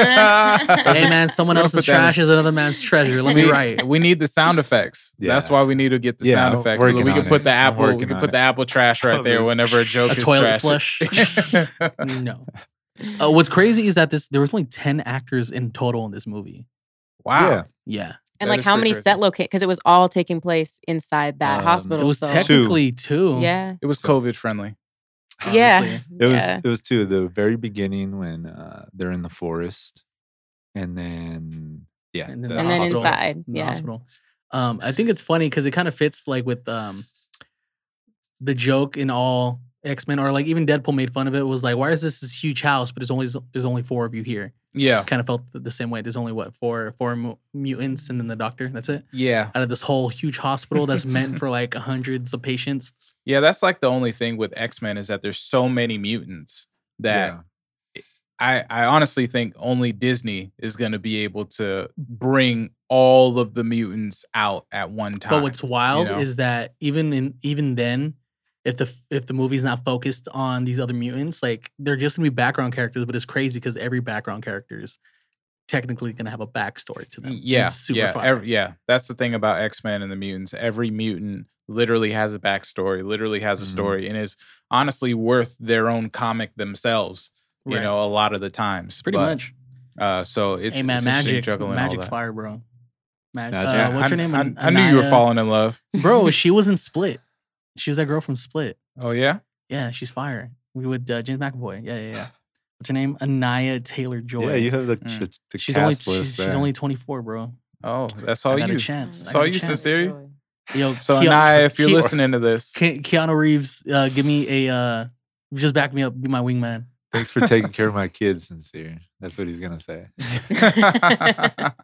Speaker 1: man, someone
Speaker 4: We're gonna
Speaker 1: else's
Speaker 4: put that in.
Speaker 1: trash is another man's treasure. Let me
Speaker 4: See,
Speaker 1: write.
Speaker 4: We need the sound effects. That's
Speaker 2: (laughs) Yeah.
Speaker 4: why we need to get the
Speaker 2: Yeah,
Speaker 4: sound
Speaker 2: I'm
Speaker 4: effects so that we
Speaker 2: working
Speaker 4: can
Speaker 2: on
Speaker 4: put
Speaker 2: it.
Speaker 4: the
Speaker 2: I'm
Speaker 4: apple. We
Speaker 2: working
Speaker 4: can
Speaker 2: on
Speaker 4: put
Speaker 2: it.
Speaker 4: the apple trash right there
Speaker 2: Probably.
Speaker 4: whenever a joke
Speaker 1: A
Speaker 4: is
Speaker 1: toilet
Speaker 4: trashed. (laughs)
Speaker 1: flush. no. Uh, what's crazy is that this there was only ten actors in total in this movie.
Speaker 4: wow.
Speaker 2: Yeah.
Speaker 1: Yeah,
Speaker 3: and
Speaker 4: That
Speaker 3: like
Speaker 4: is
Speaker 3: how
Speaker 4: pretty
Speaker 3: many
Speaker 4: crazy.
Speaker 3: set locate because it was all taking place inside that
Speaker 2: Um,
Speaker 3: hospital.
Speaker 1: it was
Speaker 3: so.
Speaker 1: technically two.
Speaker 3: Yeah.
Speaker 4: It was COVID friendly.
Speaker 3: Yeah.
Speaker 1: Obviously.
Speaker 2: It was
Speaker 3: Yeah.
Speaker 2: it was too the very beginning when uh, they're in the forest, and then yeah,
Speaker 1: And then
Speaker 2: the
Speaker 1: the
Speaker 3: and then
Speaker 1: hospital.
Speaker 3: inside.
Speaker 1: in the
Speaker 3: Yeah.
Speaker 1: hospital. Um, I think it's funny because it kind of fits like with um the joke in all X Men, or like even Deadpool made fun of it. Was like, why is this this huge house, but there's only there's only four of you here?
Speaker 4: Yeah.
Speaker 1: Kind of felt th- the same way. There's only what four four mu- mutants and then the doctor. That's it.
Speaker 4: Yeah.
Speaker 1: Out of this whole huge hospital that's meant for like hundreds of patients.
Speaker 4: Yeah. That's like the only thing with X Men is that there's so many mutants that
Speaker 2: yeah.
Speaker 4: I, I honestly think only Disney is going to be able to bring all of the mutants out at one time.
Speaker 1: But what's wild
Speaker 4: know?
Speaker 1: is that even in even then, if the f- if the movie's not focused on these other mutants, like they're just gonna be background characters. But it's crazy because every background character is technically gonna have a backstory to them.
Speaker 4: Yeah,
Speaker 1: It's super
Speaker 4: yeah,
Speaker 1: fun.
Speaker 4: ev- yeah. That's the thing about X Men and the mutants. Every mutant literally has a backstory, literally has a
Speaker 2: Mhm.
Speaker 1: Mm-hmm.
Speaker 4: story, and is honestly worth their own comic themselves. You
Speaker 1: Right.
Speaker 4: know, a lot of the times,
Speaker 1: pretty
Speaker 4: But,
Speaker 1: much.
Speaker 4: Uh, so it's,
Speaker 1: hey man,
Speaker 4: it's interesting
Speaker 1: magic,
Speaker 4: juggling all
Speaker 1: magic's
Speaker 4: that.
Speaker 1: fire, bro. Mag-
Speaker 2: Magic.
Speaker 1: uh,
Speaker 4: Yeah,
Speaker 1: what's
Speaker 4: I,
Speaker 1: her name?
Speaker 4: I,
Speaker 1: An-
Speaker 4: I knew you were
Speaker 1: Anaya-
Speaker 4: falling in love. (laughs)
Speaker 1: bro. She was in Split. She was that girl from Split.
Speaker 4: Oh yeah,
Speaker 1: Yeah, she's fire. We would uh, James McAvoy. Yeah, yeah, yeah. What's her name? Anaya Taylor Joy.
Speaker 2: yeah, you have the,
Speaker 4: Mm.
Speaker 2: the, the
Speaker 1: she's only
Speaker 2: cast
Speaker 1: she's,
Speaker 2: list.
Speaker 1: she's
Speaker 2: there.
Speaker 1: only 24, bro.
Speaker 4: oh that's
Speaker 1: I
Speaker 4: all
Speaker 1: got a
Speaker 4: you.
Speaker 1: chance. I
Speaker 4: Saw
Speaker 1: got a
Speaker 4: you,
Speaker 1: chance.
Speaker 4: sincere.
Speaker 1: Yo,
Speaker 4: So
Speaker 1: Keo-
Speaker 4: Anaya, if you're
Speaker 1: Keo-
Speaker 4: listening to this, (laughs)
Speaker 1: Ke- Keanu Reeves, uh, give me a uh, just back me up, be my wingman.
Speaker 2: Thanks for taking care of my kids, sincere. That's what he's gonna say.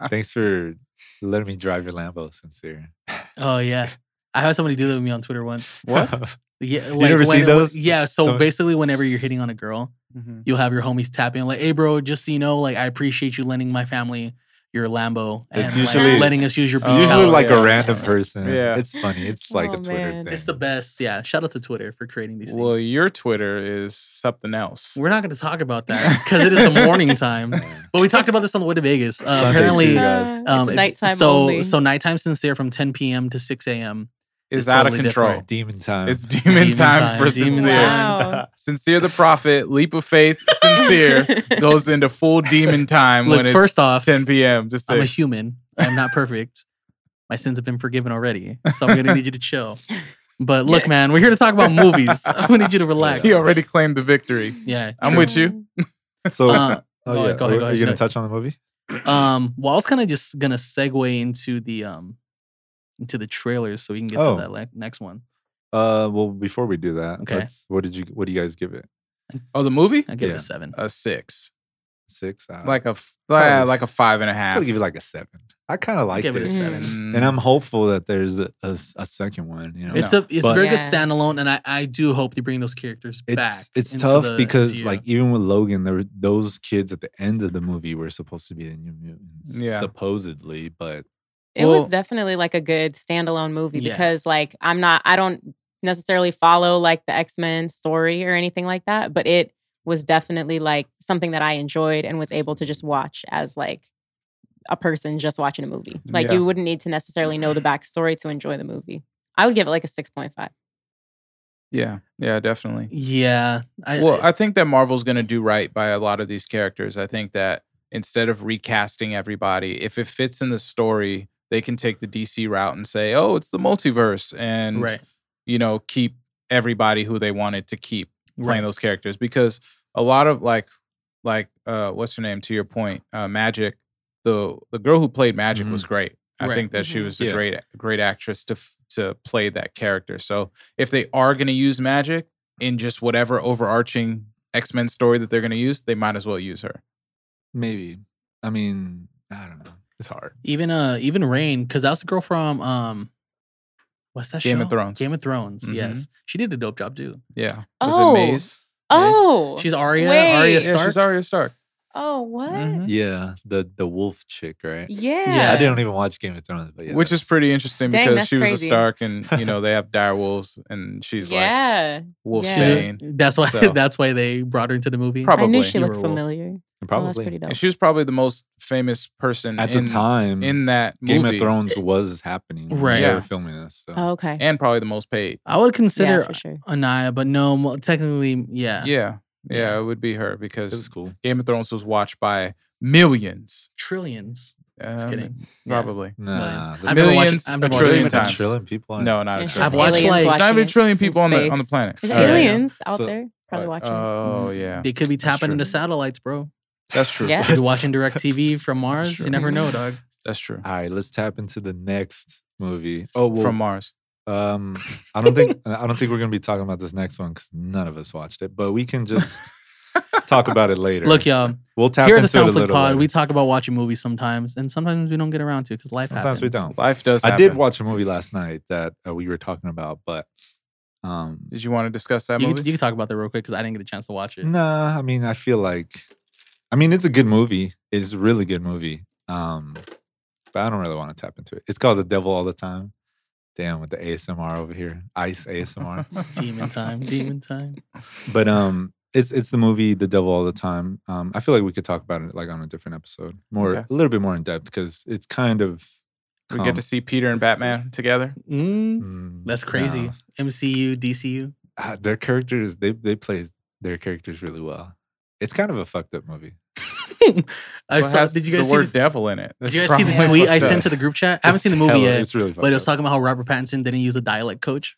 Speaker 2: Thanks for letting me drive your Lambo, sincere.
Speaker 1: Oh yeah, I had somebody do that with me on Twitter once.
Speaker 2: (laughs) What?
Speaker 1: Yeah, like
Speaker 2: never
Speaker 1: when-
Speaker 2: seen those?
Speaker 1: Yeah, so
Speaker 2: So-
Speaker 1: basically, whenever you're hitting on a girl,
Speaker 4: Mhm.
Speaker 1: you'll have your homies tap in like, "Hey, bro, just so you know, like I appreciate you lending my family your Lambo and
Speaker 2: It's
Speaker 1: like,
Speaker 2: usually-
Speaker 1: letting us use your beach
Speaker 4: Oh,
Speaker 2: Usually
Speaker 1: house."
Speaker 2: like
Speaker 4: yeah.
Speaker 2: a (laughs) random person.
Speaker 4: Yeah.
Speaker 2: It's funny. It's like
Speaker 3: Oh,
Speaker 2: a Twitter
Speaker 3: man.
Speaker 2: thing.
Speaker 1: It's the best. Yeah, shout out to Twitter for creating these
Speaker 4: well,
Speaker 1: things.
Speaker 4: your Twitter is something else.
Speaker 1: We're not going to talk about
Speaker 2: (laughs)
Speaker 1: that because it is the morning time.
Speaker 2: Yeah.
Speaker 1: But we talked about this on the way to Vegas. Uh,
Speaker 2: Sunday,
Speaker 1: apparently,
Speaker 2: too.
Speaker 3: Uh,
Speaker 1: Um,
Speaker 3: it's
Speaker 1: it-
Speaker 3: nighttime
Speaker 1: so
Speaker 3: only.
Speaker 1: so nighttime sincere from 10 p.m. to 6 a.m. It's
Speaker 4: It's out
Speaker 1: totally
Speaker 4: of control.
Speaker 2: It's demon time.
Speaker 4: It's demon, time, for
Speaker 1: demon
Speaker 4: sincere.
Speaker 1: time.
Speaker 3: Wow.
Speaker 4: Sincere the prophet, leap of faith,
Speaker 3: (laughs)
Speaker 4: sincere goes into full demon time
Speaker 1: Look,
Speaker 4: when it's
Speaker 1: first off,
Speaker 4: 10 p.m. to 6.
Speaker 1: I'm a
Speaker 3: (laughs)
Speaker 1: human. I'm not perfect. My sins have been forgiven already, so I'm gonna need you to chill. But look, man, we're here to talk about movies. I need you to relax.
Speaker 4: (laughs) He already claimed the victory.
Speaker 2: (laughs)
Speaker 1: Yeah.
Speaker 4: I'm with you.
Speaker 1: Uh,
Speaker 2: So,
Speaker 1: go
Speaker 2: oh, yeah.
Speaker 1: ahead, go ahead,
Speaker 2: Are-
Speaker 1: go
Speaker 2: are
Speaker 1: ahead,
Speaker 2: you
Speaker 1: go
Speaker 2: going
Speaker 1: ahead.
Speaker 2: to touch on the movie?
Speaker 1: um. Well, I was kind of just gonna segue into the um, into the trailers so we can get
Speaker 2: Oh.
Speaker 1: to that le- next one.
Speaker 2: Uh, well, before we do that,
Speaker 1: Okay.
Speaker 2: let's- what did you? What do you guys give it?
Speaker 4: Oh, the movie?
Speaker 1: I give it
Speaker 2: Yeah.
Speaker 1: a seven.
Speaker 4: A six.
Speaker 2: Six? Uh,
Speaker 4: Like a f-
Speaker 2: Probably.
Speaker 4: uh, like a five and a half.
Speaker 2: I'll give it like a seven. I kind of like
Speaker 1: give it a
Speaker 2: this,
Speaker 1: seven.
Speaker 4: Mm.
Speaker 2: and I'm hopeful that there's a, a s- a second one. You know,
Speaker 1: It's a it's
Speaker 2: But-
Speaker 1: very good
Speaker 3: Yeah.
Speaker 1: standalone, and I I do hope they bring those characters
Speaker 2: it's
Speaker 1: back.
Speaker 2: it's
Speaker 1: into
Speaker 2: tough
Speaker 1: the
Speaker 2: because
Speaker 1: MCU.
Speaker 2: like even with Logan, there were those kids at the end of the movie were supposed to be the new mutants,
Speaker 4: Yeah.
Speaker 2: supposedly, but
Speaker 3: It
Speaker 1: Well-
Speaker 3: was definitely like a good standalone movie
Speaker 1: Yeah.
Speaker 3: because like I'm not I don't necessarily follow like the X-Men story or anything like that, but it was definitely like something that I enjoyed and was able to just watch as like a person just watching a movie. Like
Speaker 4: Yeah.
Speaker 3: you wouldn't need to necessarily know the backstory to enjoy the movie. I would give it like a 6.5.
Speaker 4: Yeah. Yeah, definitely.
Speaker 1: yeah. I,
Speaker 4: well, I think that Marvel's going to do right by a lot of these characters. I think that instead of recasting everybody, if it fits in the story, they can take the DC route and say, "Oh, it's the multiverse," and
Speaker 1: right
Speaker 4: you know, keep everybody who they wanted to keep playing
Speaker 1: right.
Speaker 4: those characters because a lot of like, like uh, what's her name? To your point, uh, Magic, the the girl who played Magic was great. I
Speaker 1: Right.
Speaker 4: think that she
Speaker 3: Mhm.
Speaker 4: was a
Speaker 2: Yeah.
Speaker 4: great great actress to f- to play that character. So if they are going to use Magic in just whatever overarching X Men story that they're going to use, they might as well use her.
Speaker 2: maybe. I mean, I don't know. It's hard.
Speaker 1: Even uh even Rain because that was the girl from um. What's that
Speaker 4: Game
Speaker 1: show?
Speaker 4: of Thrones.
Speaker 1: Game of Thrones.
Speaker 4: Mhm.
Speaker 1: Yes, she did a dope job too.
Speaker 4: Yeah.
Speaker 3: Oh.
Speaker 4: Maze?
Speaker 3: Oh.
Speaker 1: She's Arya.
Speaker 3: Wait.
Speaker 1: Arya
Speaker 4: Yeah,
Speaker 1: Stark.
Speaker 4: she's Arya Stark.
Speaker 3: oh, what?
Speaker 4: Mhm.
Speaker 2: Yeah, the the wolf chick, right?
Speaker 3: Yeah. Oh,
Speaker 2: I
Speaker 1: Yeah.
Speaker 2: didn't even watch Game of Thrones, but yeah,
Speaker 4: Which is
Speaker 2: that's-
Speaker 4: pretty interesting
Speaker 3: Dang,
Speaker 4: because
Speaker 3: that's
Speaker 4: she was
Speaker 3: crazy.
Speaker 4: a Stark, and you (laughs) know they have direwolves, and she's like
Speaker 3: yeah.
Speaker 4: Wolfsbane.
Speaker 1: That's why.
Speaker 4: So-
Speaker 1: (laughs) that's why they brought her into the movie.
Speaker 4: Probably.
Speaker 3: I knew she
Speaker 1: You
Speaker 3: looked
Speaker 1: were a wolf.
Speaker 3: familiar. Oh, that's pretty
Speaker 2: probably
Speaker 3: dope.
Speaker 4: And she was probably the most famous person
Speaker 2: at the
Speaker 4: in,
Speaker 2: time.
Speaker 4: in that
Speaker 2: Game
Speaker 4: movie,
Speaker 2: of Thrones was happening, when
Speaker 1: Right.
Speaker 2: They
Speaker 4: Yeah.
Speaker 2: were filming this. So.
Speaker 3: Oh, okay.
Speaker 4: and probably the most paid.
Speaker 1: I would consider
Speaker 3: yeah, for sure.
Speaker 1: Anaya, but no, mo- technically, yeah,
Speaker 4: Yeah. yeah,
Speaker 1: Yeah.
Speaker 4: it would be
Speaker 2: It
Speaker 4: her
Speaker 2: was
Speaker 4: because
Speaker 2: cool.
Speaker 4: Game of Thrones was watched by millions.
Speaker 1: trillions. Just
Speaker 4: Um,
Speaker 1: kidding. Yeah.
Speaker 4: Probably.
Speaker 2: Nah,
Speaker 1: Millions.
Speaker 2: that's
Speaker 1: I've
Speaker 2: not
Speaker 1: never
Speaker 4: Millions,
Speaker 1: watched. I've
Speaker 4: a
Speaker 1: never watched Game
Speaker 4: trillion
Speaker 1: of
Speaker 2: even a
Speaker 1: Thrones.
Speaker 4: times.
Speaker 2: trillion people. on it.
Speaker 4: No, not
Speaker 3: Yeah,
Speaker 4: a
Speaker 3: it's
Speaker 4: trillion.
Speaker 1: just I've watched, aliens like-
Speaker 4: There's not
Speaker 3: watching
Speaker 4: even a
Speaker 3: it
Speaker 4: trillion
Speaker 3: in
Speaker 4: people on the on the
Speaker 3: space.
Speaker 4: planet.
Speaker 3: There's
Speaker 4: Uh,
Speaker 3: aliens out
Speaker 2: So-
Speaker 3: there probably
Speaker 4: but-
Speaker 3: watching.
Speaker 4: Oh yeah,
Speaker 1: They could be tapping
Speaker 4: true.
Speaker 1: into satellites,
Speaker 4: (laughs)
Speaker 1: bro.
Speaker 4: that's true.
Speaker 3: Yeah.
Speaker 1: You're
Speaker 2: (laughs)
Speaker 1: watching Direct TV from Mars.
Speaker 4: Sure.
Speaker 1: You never know, dog.
Speaker 4: That's true.
Speaker 2: All right, let's tap into the next movie. Oh, well,
Speaker 4: From Mars.
Speaker 2: um, I don't
Speaker 4: (laughs)
Speaker 2: think I don't think we're gonna be talking about this next one because none of us watched it. But we can
Speaker 4: (laughs)
Speaker 2: just talk about it later.
Speaker 1: Look, y'all.
Speaker 2: we'll tap
Speaker 1: Here at
Speaker 2: into
Speaker 1: the
Speaker 2: it a
Speaker 1: Soundflick
Speaker 2: little.
Speaker 1: Pod,
Speaker 2: later.
Speaker 1: we talk about watching movies sometimes, and sometimes we don't get around to because life
Speaker 2: Sometimes
Speaker 1: happens.
Speaker 2: we don't.
Speaker 4: Life does.
Speaker 2: I did
Speaker 4: happen.
Speaker 2: watch a movie last night that uh, we were talking about, but um,
Speaker 4: Did you want to discuss that
Speaker 1: You
Speaker 4: movie?
Speaker 1: can, you can talk about that real quick because I didn't get a chance to watch it.
Speaker 2: Nah, I mean, I feel like, I mean, it's a good movie. It's a really good movie. Um, but I don't really want to tap into it. It's called The Devil All the Time. Damn, with the ASMR over here, ice
Speaker 4: (laughs)
Speaker 2: ASMR.
Speaker 1: Demon
Speaker 2: (laughs)
Speaker 1: time, demon time.
Speaker 2: but um, it's it's the movie The Devil All the Time. Um, I feel like we could talk about it like on a different episode, more
Speaker 4: Okay.
Speaker 2: a little bit more in depth because it's kind of.
Speaker 4: we get to see Peter and Batman together.
Speaker 1: Mm,
Speaker 2: Mm,
Speaker 1: that's
Speaker 2: no.
Speaker 1: crazy. MCU, DCU.
Speaker 2: Ah, their characters, they they play their characters really well. It's kind of a fucked up movie.
Speaker 1: I
Speaker 4: Well, it
Speaker 1: saw.
Speaker 4: has
Speaker 1: Did you guys
Speaker 4: the
Speaker 1: see?
Speaker 4: word
Speaker 1: The,
Speaker 4: devil in it?
Speaker 1: did
Speaker 4: That's
Speaker 1: you guys see the
Speaker 4: probably
Speaker 1: tweet I
Speaker 4: fucked
Speaker 1: sent
Speaker 4: up.
Speaker 1: to the group chat? I haven't
Speaker 2: It's (laughs)
Speaker 1: seen the movie
Speaker 2: hella-
Speaker 1: yet,
Speaker 2: It's really fucked
Speaker 1: but it was
Speaker 2: up.
Speaker 1: talking about how Robert Pattinson didn't use a dialect coach.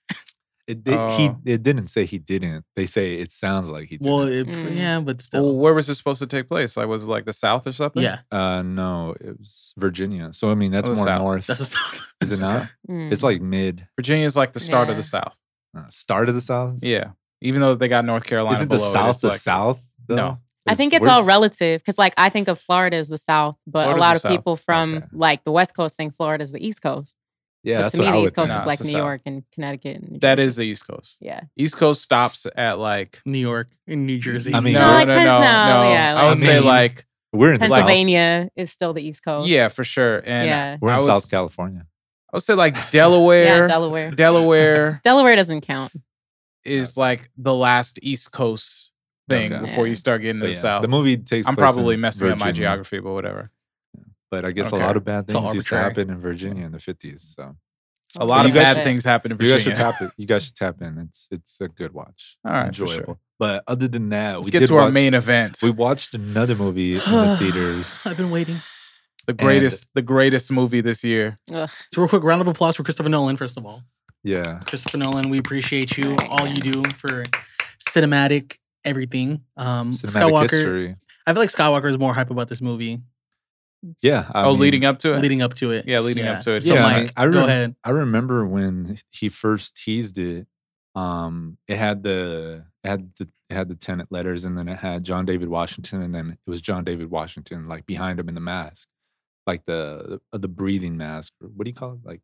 Speaker 2: It did, he
Speaker 4: Oh.
Speaker 2: it didn't say he didn't. They say it sounds like he did.
Speaker 1: uh Well,
Speaker 2: Well,
Speaker 1: it,
Speaker 3: Mm.
Speaker 1: yeah, but
Speaker 4: Well,
Speaker 2: Oh,
Speaker 1: still,
Speaker 4: where was this supposed to take place? Like, was it like the South or something?
Speaker 1: yeah,
Speaker 2: uh, no, it was Virginia. So I mean, that's
Speaker 4: Oh, the
Speaker 2: more
Speaker 4: South.
Speaker 2: north.
Speaker 1: that's a
Speaker 2: is it
Speaker 4: It's the (laughs)
Speaker 2: not?
Speaker 3: Mm.
Speaker 2: It's like mid
Speaker 4: Virginia's like the start of
Speaker 3: Yeah.
Speaker 4: the South.
Speaker 2: uh, start of the south.
Speaker 4: Yeah. Even though they got North Carolina.
Speaker 2: Isn't the
Speaker 4: below it,
Speaker 2: south
Speaker 4: it's
Speaker 2: the
Speaker 4: like-
Speaker 2: south?
Speaker 4: no.
Speaker 2: though?
Speaker 3: I
Speaker 2: Is-
Speaker 3: think it's
Speaker 2: where's-
Speaker 3: all relative because, like, I think of Florida as the South, but
Speaker 4: Florida's
Speaker 3: a lot
Speaker 4: the
Speaker 3: of
Speaker 4: South.
Speaker 3: people from
Speaker 2: Okay.
Speaker 3: like the West Coast think Florida is the East Coast.
Speaker 2: Yeah,
Speaker 3: but
Speaker 2: that's
Speaker 3: to me,
Speaker 2: what I
Speaker 3: the
Speaker 2: would
Speaker 3: East Coast
Speaker 2: think.
Speaker 4: No,
Speaker 3: is
Speaker 4: it's
Speaker 3: like
Speaker 4: the
Speaker 3: New
Speaker 4: South.
Speaker 3: York and Connecticut. And New
Speaker 4: That
Speaker 3: Jersey.
Speaker 4: is the East Coast.
Speaker 3: yeah.
Speaker 4: East Coast stops at like.
Speaker 1: (laughs) New York and New Jersey.
Speaker 2: I mean,
Speaker 4: no,
Speaker 2: No,
Speaker 4: no,
Speaker 2: like
Speaker 4: no, no,
Speaker 3: Pen-
Speaker 4: no.
Speaker 3: no, yeah,
Speaker 4: I would
Speaker 2: like-
Speaker 4: say
Speaker 2: I mean,
Speaker 4: like.
Speaker 2: We're in the South.
Speaker 3: Pennsylvania is still the East Coast.
Speaker 4: Yeah, for sure. And
Speaker 3: yeah.
Speaker 2: We're
Speaker 4: I
Speaker 2: in
Speaker 4: would
Speaker 2: South
Speaker 4: s-
Speaker 2: California.
Speaker 4: I would say like
Speaker 3: (laughs) Yeah.
Speaker 4: Delaware.
Speaker 3: Delaware. (laughs)
Speaker 4: Delaware
Speaker 3: Delaware doesn't count.
Speaker 4: is like the last East Coast thing
Speaker 2: Okay.
Speaker 4: before
Speaker 3: Yeah.
Speaker 4: you start getting to
Speaker 2: But
Speaker 4: the
Speaker 2: yeah,
Speaker 4: South.
Speaker 2: The movie takes.
Speaker 4: I'm
Speaker 2: place
Speaker 4: probably
Speaker 2: in
Speaker 4: messing up my
Speaker 2: Virginia,
Speaker 4: geography, but whatever.
Speaker 2: But I guess
Speaker 4: Okay.
Speaker 2: a lot of bad
Speaker 1: It's all
Speaker 2: things used to
Speaker 1: arbitrary.
Speaker 2: happen in Virginia in the 50s. So
Speaker 4: A lot
Speaker 2: you
Speaker 4: of
Speaker 2: guys
Speaker 4: bad
Speaker 2: should-
Speaker 4: things happen in
Speaker 2: you guys should
Speaker 4: Virginia.
Speaker 2: tap it. You guys should tap in. It's it's a good watch.
Speaker 4: All right, for sure.
Speaker 2: enjoyable. But other than that,
Speaker 4: Let's
Speaker 2: Uh, we
Speaker 4: get
Speaker 2: did
Speaker 4: to our
Speaker 2: watch-
Speaker 4: main event.
Speaker 2: We watched another (sighs) movie in
Speaker 4: (sighs)
Speaker 2: the theaters.
Speaker 1: I've been waiting.
Speaker 4: The greatest, the greatest movie this year.
Speaker 1: So real quick, round of applause for Christopher Nolan first of all.
Speaker 2: Yeah.
Speaker 1: Christopher Nolan, we appreciate you,
Speaker 3: Alright,
Speaker 1: all you do for cinematic everything. Um,
Speaker 2: Cinematic
Speaker 1: Skywalker,
Speaker 2: history.
Speaker 1: I feel like Skywalker is more hype about this movie
Speaker 2: Yeah. I
Speaker 4: oh,
Speaker 2: mean,
Speaker 4: leading up to it.
Speaker 1: leading up to it.
Speaker 4: Yeah, leading up to it.
Speaker 1: So,
Speaker 2: Yeah, I
Speaker 1: Mike,
Speaker 2: mean, I
Speaker 1: go
Speaker 2: rem-
Speaker 1: ahead.
Speaker 2: I remember when he first teased it. Um, it had the it had the it had the tenant letters, and then it had John David Washington, and then it was John David Washington like behind him in the mask, like the the, the breathing mask. Or what do you call it? Like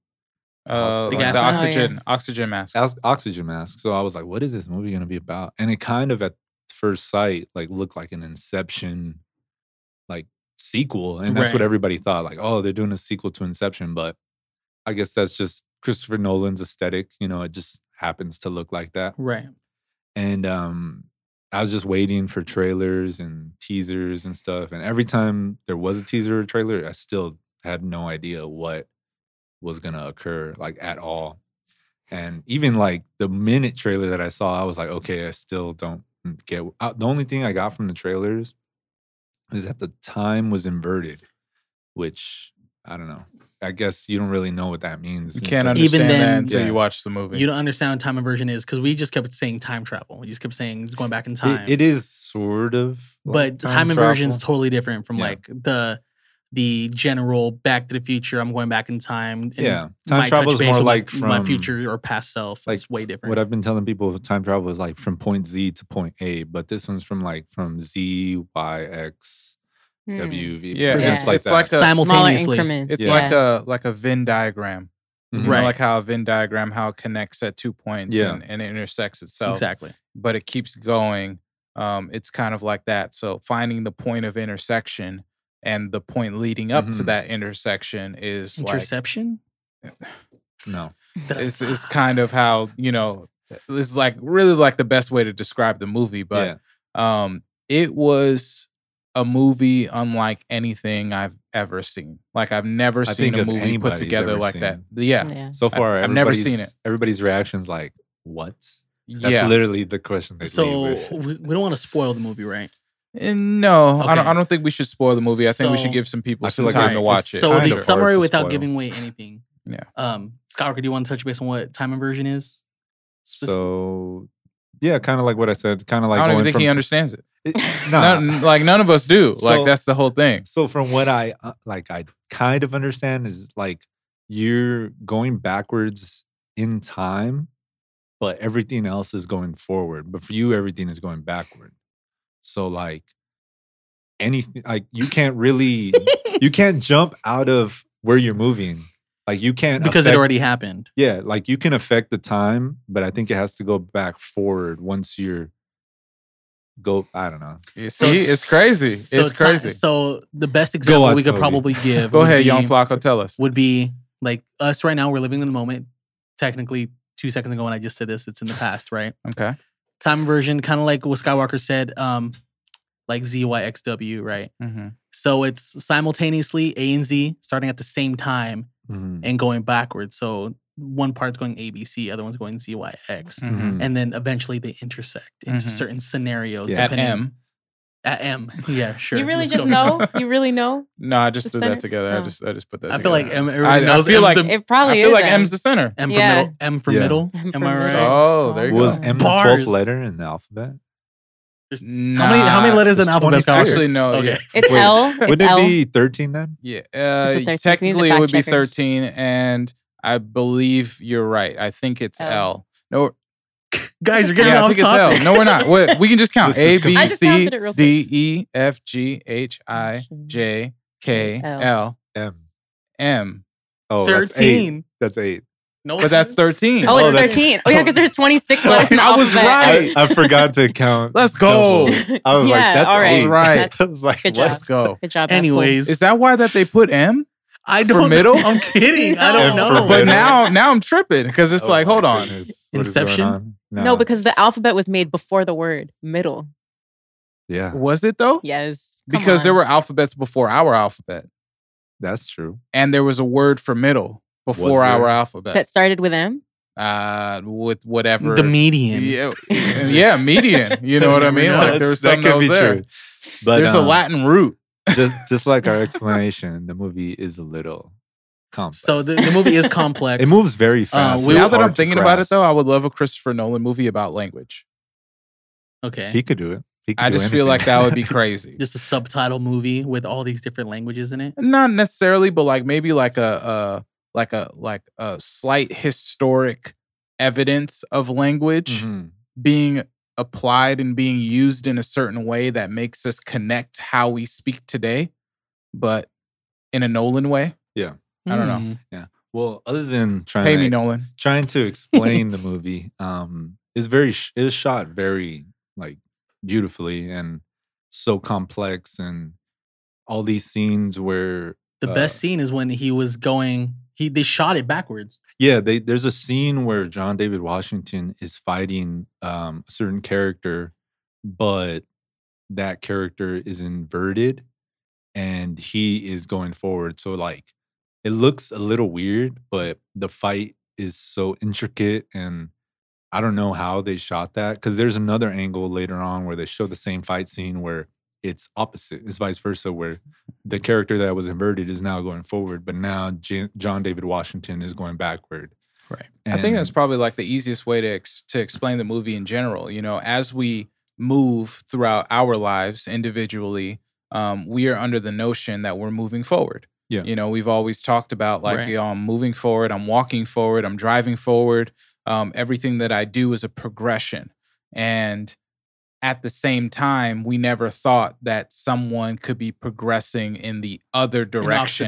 Speaker 4: Uh,
Speaker 2: The
Speaker 4: the,
Speaker 1: gas mask?
Speaker 4: oxygen, oxygen mask.
Speaker 2: ox- oxygen mask. So I was like, what is this movie gonna be about? And it kind of at first sight like looked like an Inception like sequel. And that's what
Speaker 1: Right.
Speaker 2: everybody thought. Like, oh, they're doing a sequel to Inception, but I guess that's just Christopher Nolan's aesthetic. You know, it just happens to look like that.
Speaker 1: Right.
Speaker 2: And um I was just waiting for trailers and teasers and stuff. And every time there was a teaser or trailer, I still had no idea what was gonna occur, like at all. And even like the minute trailer that I saw, I was like, okay, I still don't get. uh, The only thing I got from the trailers is that the time was inverted, which I don't know. I guess you don't really know what that means.
Speaker 4: You
Speaker 2: until-
Speaker 4: can't understand
Speaker 1: Even
Speaker 4: that
Speaker 1: then-
Speaker 4: until
Speaker 2: Yeah.
Speaker 4: you watch the movie.
Speaker 1: You don't understand what time inversion is because we just kept saying time travel. We just kept saying it's going back in time.
Speaker 2: It, it is sort of, like
Speaker 1: but the time, inversion is
Speaker 2: travel.
Speaker 1: totally different from
Speaker 2: Yeah.
Speaker 1: like the the general Back to the Future. I'm going back in time. And
Speaker 2: yeah,
Speaker 1: might
Speaker 2: time
Speaker 1: touch
Speaker 2: travel is
Speaker 1: base
Speaker 2: more
Speaker 1: with
Speaker 2: like
Speaker 1: my, my
Speaker 2: from-
Speaker 1: future or past self.
Speaker 2: like,
Speaker 1: it's way different.
Speaker 2: What I've been telling people with time travel is like from point Z to point A, but this one's from like from Z, Y, X,
Speaker 3: Hmm.
Speaker 2: W, V.
Speaker 4: Mm. Yeah,
Speaker 2: pretty much
Speaker 3: it's-
Speaker 2: like
Speaker 4: it's
Speaker 2: that.
Speaker 4: like a-
Speaker 3: Smaller
Speaker 1: simultaneously.
Speaker 3: increments.
Speaker 4: It's
Speaker 2: Yeah.
Speaker 4: like a like a Venn diagram,
Speaker 2: Mhm.
Speaker 4: You know,
Speaker 1: Right.
Speaker 4: like how a Venn diagram how it connects at two points
Speaker 2: Yeah.
Speaker 4: and, and it intersects itself,
Speaker 1: Exactly.
Speaker 4: but it keeps going. Um, it's kind of like that. So finding the point of intersection and the point leading up to
Speaker 2: Mhm.
Speaker 4: that intersection is like
Speaker 1: Interception.
Speaker 2: No.
Speaker 1: Did I-
Speaker 4: (laughs) it's it's kind of how you know this is like really like the best way to describe the movie, but
Speaker 2: yeah.
Speaker 4: um it was a movie unlike anything i've ever seen like i've never
Speaker 2: I
Speaker 4: seen
Speaker 2: think
Speaker 4: a
Speaker 2: of
Speaker 4: movie put
Speaker 2: anybody's
Speaker 4: together
Speaker 2: ever
Speaker 4: like that
Speaker 2: seen.
Speaker 4: yeah
Speaker 3: (laughs) Yeah.
Speaker 2: So
Speaker 4: I-
Speaker 2: far,
Speaker 4: I've never seen
Speaker 2: everybody's- Everybody's reaction's like, what? That's
Speaker 4: yeah
Speaker 2: literally the question they
Speaker 1: so
Speaker 2: leave with.
Speaker 1: we, we don't want to spoil the movie, right?
Speaker 4: And Eh, no I, don't,
Speaker 1: Okay.
Speaker 4: I don't think we should spoil the movie i think we
Speaker 1: So-
Speaker 4: should give some people
Speaker 2: I
Speaker 4: some
Speaker 2: feel like
Speaker 4: time
Speaker 1: Alright,
Speaker 4: to watch it
Speaker 1: So
Speaker 2: Kind
Speaker 1: the
Speaker 2: of hard
Speaker 1: summary
Speaker 2: to
Speaker 1: without
Speaker 2: spoil.
Speaker 1: giving away anything.
Speaker 4: Yeah.
Speaker 1: Um, Skywalker, do you want to touch base on what time inversion is? spec-
Speaker 2: So, yeah, kind of like what I said, kind of like
Speaker 4: i don't even
Speaker 2: going
Speaker 4: think
Speaker 2: from,
Speaker 4: he understands it
Speaker 2: It- nah.
Speaker 4: (laughs) None- like none of us do like
Speaker 2: So-
Speaker 4: that's the whole thing
Speaker 2: So from what I uh, like, I kind of understand is like you're going backwards in time, but everything else is going forward. But for you, everything is going backward. So like anything, like you can't really, you can't jump out of where you're moving. Like you can't
Speaker 1: Because it
Speaker 2: affect-
Speaker 1: already happened.
Speaker 2: yeah, like you can affect the time, but I think it has to go back forward once you're go. I don't know.
Speaker 4: You see it's crazy it's
Speaker 1: ti-
Speaker 4: crazy
Speaker 1: so the best example
Speaker 2: watch
Speaker 1: we
Speaker 2: the
Speaker 1: could
Speaker 2: movie.
Speaker 1: probably give.
Speaker 4: (laughs) go
Speaker 1: would
Speaker 4: ahead
Speaker 1: be-
Speaker 4: young flacco tell us
Speaker 1: would be like us right now. We're living in the moment. Technically, two seconds ago when I just said this, it's in the past,
Speaker 4: (laughs)
Speaker 1: right?
Speaker 4: okay
Speaker 1: Time inversion, kind of like what Skywalker said, um, like ZYXW, right?
Speaker 4: hmm
Speaker 1: So it's simultaneously A and Z starting at the same time
Speaker 2: Mhm.
Speaker 1: and going backwards. So one part's going ABC, other one's going ZYX.
Speaker 2: Mm-hmm.
Speaker 4: hmm
Speaker 1: And then eventually they intersect into
Speaker 4: Mhm.
Speaker 1: certain scenarios.
Speaker 2: Yeah.
Speaker 4: at
Speaker 1: depending-
Speaker 4: m
Speaker 1: At M. (laughs) Yeah, sure.
Speaker 3: You really
Speaker 1: Let's
Speaker 3: just
Speaker 1: go. (laughs)
Speaker 3: know? You
Speaker 4: (laughs)
Speaker 3: really know?
Speaker 4: no i just
Speaker 3: The
Speaker 4: threw that
Speaker 3: center-
Speaker 4: together i
Speaker 3: Oh.
Speaker 4: just i just put that
Speaker 1: I
Speaker 4: together
Speaker 1: feel like M.
Speaker 4: I- I
Speaker 1: Everybody knows
Speaker 4: feel
Speaker 1: M's
Speaker 4: like
Speaker 1: the-
Speaker 3: It probably
Speaker 4: I feel
Speaker 3: is.
Speaker 4: like
Speaker 3: M.
Speaker 4: M's the center.
Speaker 1: M for
Speaker 3: Yeah.
Speaker 1: middle. M for
Speaker 2: Yeah.
Speaker 1: middle.
Speaker 3: (laughs) M for
Speaker 1: Am I right?
Speaker 3: middle.
Speaker 4: Oh, there you
Speaker 2: Was
Speaker 4: go.
Speaker 2: M the twelfth
Speaker 1: Bars.
Speaker 2: letter in the alphabet?
Speaker 1: How many how many
Speaker 4: Nah.
Speaker 1: letters in
Speaker 2: It's
Speaker 1: alphabet?
Speaker 2: 26.
Speaker 1: Scott?
Speaker 4: Actually, no,
Speaker 1: (laughs) Okay.
Speaker 4: yeah.
Speaker 3: It's
Speaker 4: Wait.
Speaker 3: L. It's
Speaker 2: Wouldn't
Speaker 3: L.
Speaker 2: it be 13 then?
Speaker 4: Yeah,
Speaker 3: It's the
Speaker 4: uh,
Speaker 3: 13th.
Speaker 4: technically
Speaker 3: The
Speaker 4: it would be
Speaker 3: fact checker.
Speaker 4: thirteen, and I believe you're right. I think it's
Speaker 3: L.
Speaker 4: L. No,
Speaker 1: Guys, you're
Speaker 4: yeah,
Speaker 1: getting
Speaker 4: I
Speaker 1: off
Speaker 4: think
Speaker 1: topic.
Speaker 4: it's L. No, we're
Speaker 1: (laughs)
Speaker 4: not. What we can just count:
Speaker 2: Just as
Speaker 4: A, B,
Speaker 3: I just
Speaker 4: C,
Speaker 3: counted it real quick.
Speaker 4: D, E, F, G, H, I, J, K,
Speaker 3: L.
Speaker 4: L,
Speaker 2: M.
Speaker 4: M.
Speaker 2: Oh, That's eight.
Speaker 1: Thirteen.
Speaker 2: That's eight.
Speaker 1: No,
Speaker 4: But that's thirteen.
Speaker 3: Oh,
Speaker 2: Oh,
Speaker 3: it's
Speaker 2: that's-
Speaker 3: 13. Oh, yeah, because
Speaker 2: (laughs)
Speaker 3: there's 26 letters in
Speaker 4: (laughs)
Speaker 3: the
Speaker 4: I was
Speaker 2: I,
Speaker 3: alphabet.
Speaker 4: Right.
Speaker 2: I forgot (laughs) to count.
Speaker 4: Let's
Speaker 3: (laughs)
Speaker 4: go.
Speaker 2: double. I was
Speaker 3: Yeah,
Speaker 2: like, that's
Speaker 3: all right.
Speaker 2: eight.
Speaker 4: Right. (laughs)
Speaker 3: That's-
Speaker 2: I was like, what?
Speaker 3: good job.
Speaker 4: Let's go.
Speaker 3: Good job. that's cool.
Speaker 1: Anyways,
Speaker 4: Is that why that they put M?
Speaker 1: I
Speaker 4: for
Speaker 1: don't. (laughs)
Speaker 4: middle?
Speaker 1: I'm kidding. I
Speaker 3: No.
Speaker 1: don't
Speaker 2: And for
Speaker 1: know.
Speaker 2: Middle.
Speaker 4: But now, now I'm tripping because it's
Speaker 2: Oh
Speaker 4: like,
Speaker 2: my
Speaker 4: hold on.
Speaker 2: goodness, what is
Speaker 1: Inception?
Speaker 2: going on? No.
Speaker 3: No, because the alphabet was made before the word middle.
Speaker 2: yeah,
Speaker 4: Was it though?
Speaker 3: Yes. Come
Speaker 4: Because there
Speaker 3: on.
Speaker 4: were alphabets before our alphabet.
Speaker 2: that's true.
Speaker 4: and there was a word for middle before
Speaker 2: there?
Speaker 4: our alphabet.
Speaker 3: that started with M. (laughs)
Speaker 4: uh, with whatever.
Speaker 1: the median.
Speaker 4: Yeah,
Speaker 2: (laughs)
Speaker 4: yeah, median. You know what I mean?
Speaker 1: No,
Speaker 4: Like there
Speaker 2: That's-
Speaker 4: was something that, was there.
Speaker 2: But
Speaker 4: There's a
Speaker 2: um,
Speaker 4: Latin root. (laughs)
Speaker 2: just just like our explanation, the movie is a little Complex.
Speaker 1: So the, the movie is complex.
Speaker 2: it moves very fast.
Speaker 1: we-
Speaker 2: It's
Speaker 4: now Uh, that
Speaker 2: hard
Speaker 4: I'm
Speaker 2: to
Speaker 4: thinking about it,
Speaker 2: grasp.
Speaker 4: though, I would love a Christopher Nolan movie about language.
Speaker 1: Okay.
Speaker 2: he could do it. He could
Speaker 4: I
Speaker 2: do
Speaker 4: just
Speaker 2: anything.
Speaker 4: feel like
Speaker 2: (laughs)
Speaker 4: that would be crazy.
Speaker 1: Just a subtitle movie with all these different languages in it.
Speaker 4: Not necessarily, but like maybe like a uh, like a like a slight historic evidence of language
Speaker 2: Mhm.
Speaker 4: being applied and being used in a certain way that makes us connect how we speak today, but in a Nolan way. I don't know.
Speaker 1: Hmm.
Speaker 2: Well, other than trying
Speaker 4: Pay
Speaker 2: to
Speaker 4: me, Nolan.
Speaker 2: (laughs) trying to explain the movie um is very sh- it is shot very like beautifully and so complex and all these scenes where
Speaker 1: The
Speaker 2: Uh,
Speaker 1: best scene is when he was going. He they shot it backwards.
Speaker 2: yeah they, there's a scene where john david washington is fighting um a certain character but that character is inverted and he is going forward so like it looks a little weird but the fight is so intricate and i don't know how they shot that because there's another angle later on where they show the same fight scene where it's opposite it's vice versa where
Speaker 4: (laughs)
Speaker 2: the character that was inverted is now going forward but now J- john david washington is going backward
Speaker 4: Right. I think that's
Speaker 2: And-
Speaker 4: probably like the easiest way to ex- to explain the movie in general. You know, as we move throughout our lives individually, um, we are under the notion that we're moving forward.
Speaker 2: Yeah.
Speaker 4: You know, we've always talked about like,
Speaker 1: Right.
Speaker 4: you know, I'm moving forward, I'm walking forward, I'm driving forward. Um, everything that I do is a progression. And at the same time, we never thought that someone could be progressing in the other
Speaker 1: opposite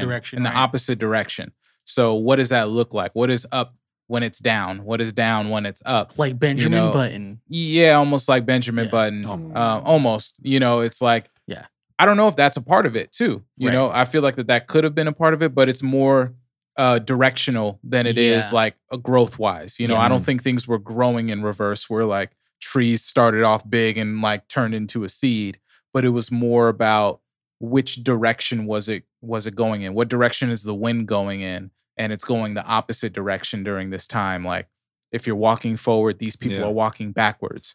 Speaker 4: direction,
Speaker 1: direction,
Speaker 4: in the
Speaker 1: right.
Speaker 4: opposite direction. So, what does that look like? What is up when it's down? What is down when it's up?
Speaker 1: Like Benjamin
Speaker 4: know,
Speaker 1: Button.
Speaker 4: yeah, almost like Benjamin
Speaker 1: Yeah.
Speaker 4: Button.
Speaker 2: Almost.
Speaker 4: Uh, almost, you know, it's like,
Speaker 1: Yeah.
Speaker 4: I don't know if that's a part of it too. You
Speaker 1: Right.
Speaker 4: know, I feel like that that could have been a part of it, but it's more uh, directional than it is
Speaker 1: Yeah.
Speaker 4: like a growth wise. You know,
Speaker 2: Yeah.
Speaker 4: I don't think things were growing in reverse where like trees started off big and like turned into a seed, but it was more about which direction was it was it going in? What direction is the wind going in? And it's going the opposite direction during this time. Like if you're walking forward, these people
Speaker 2: Yeah.
Speaker 4: are walking backwards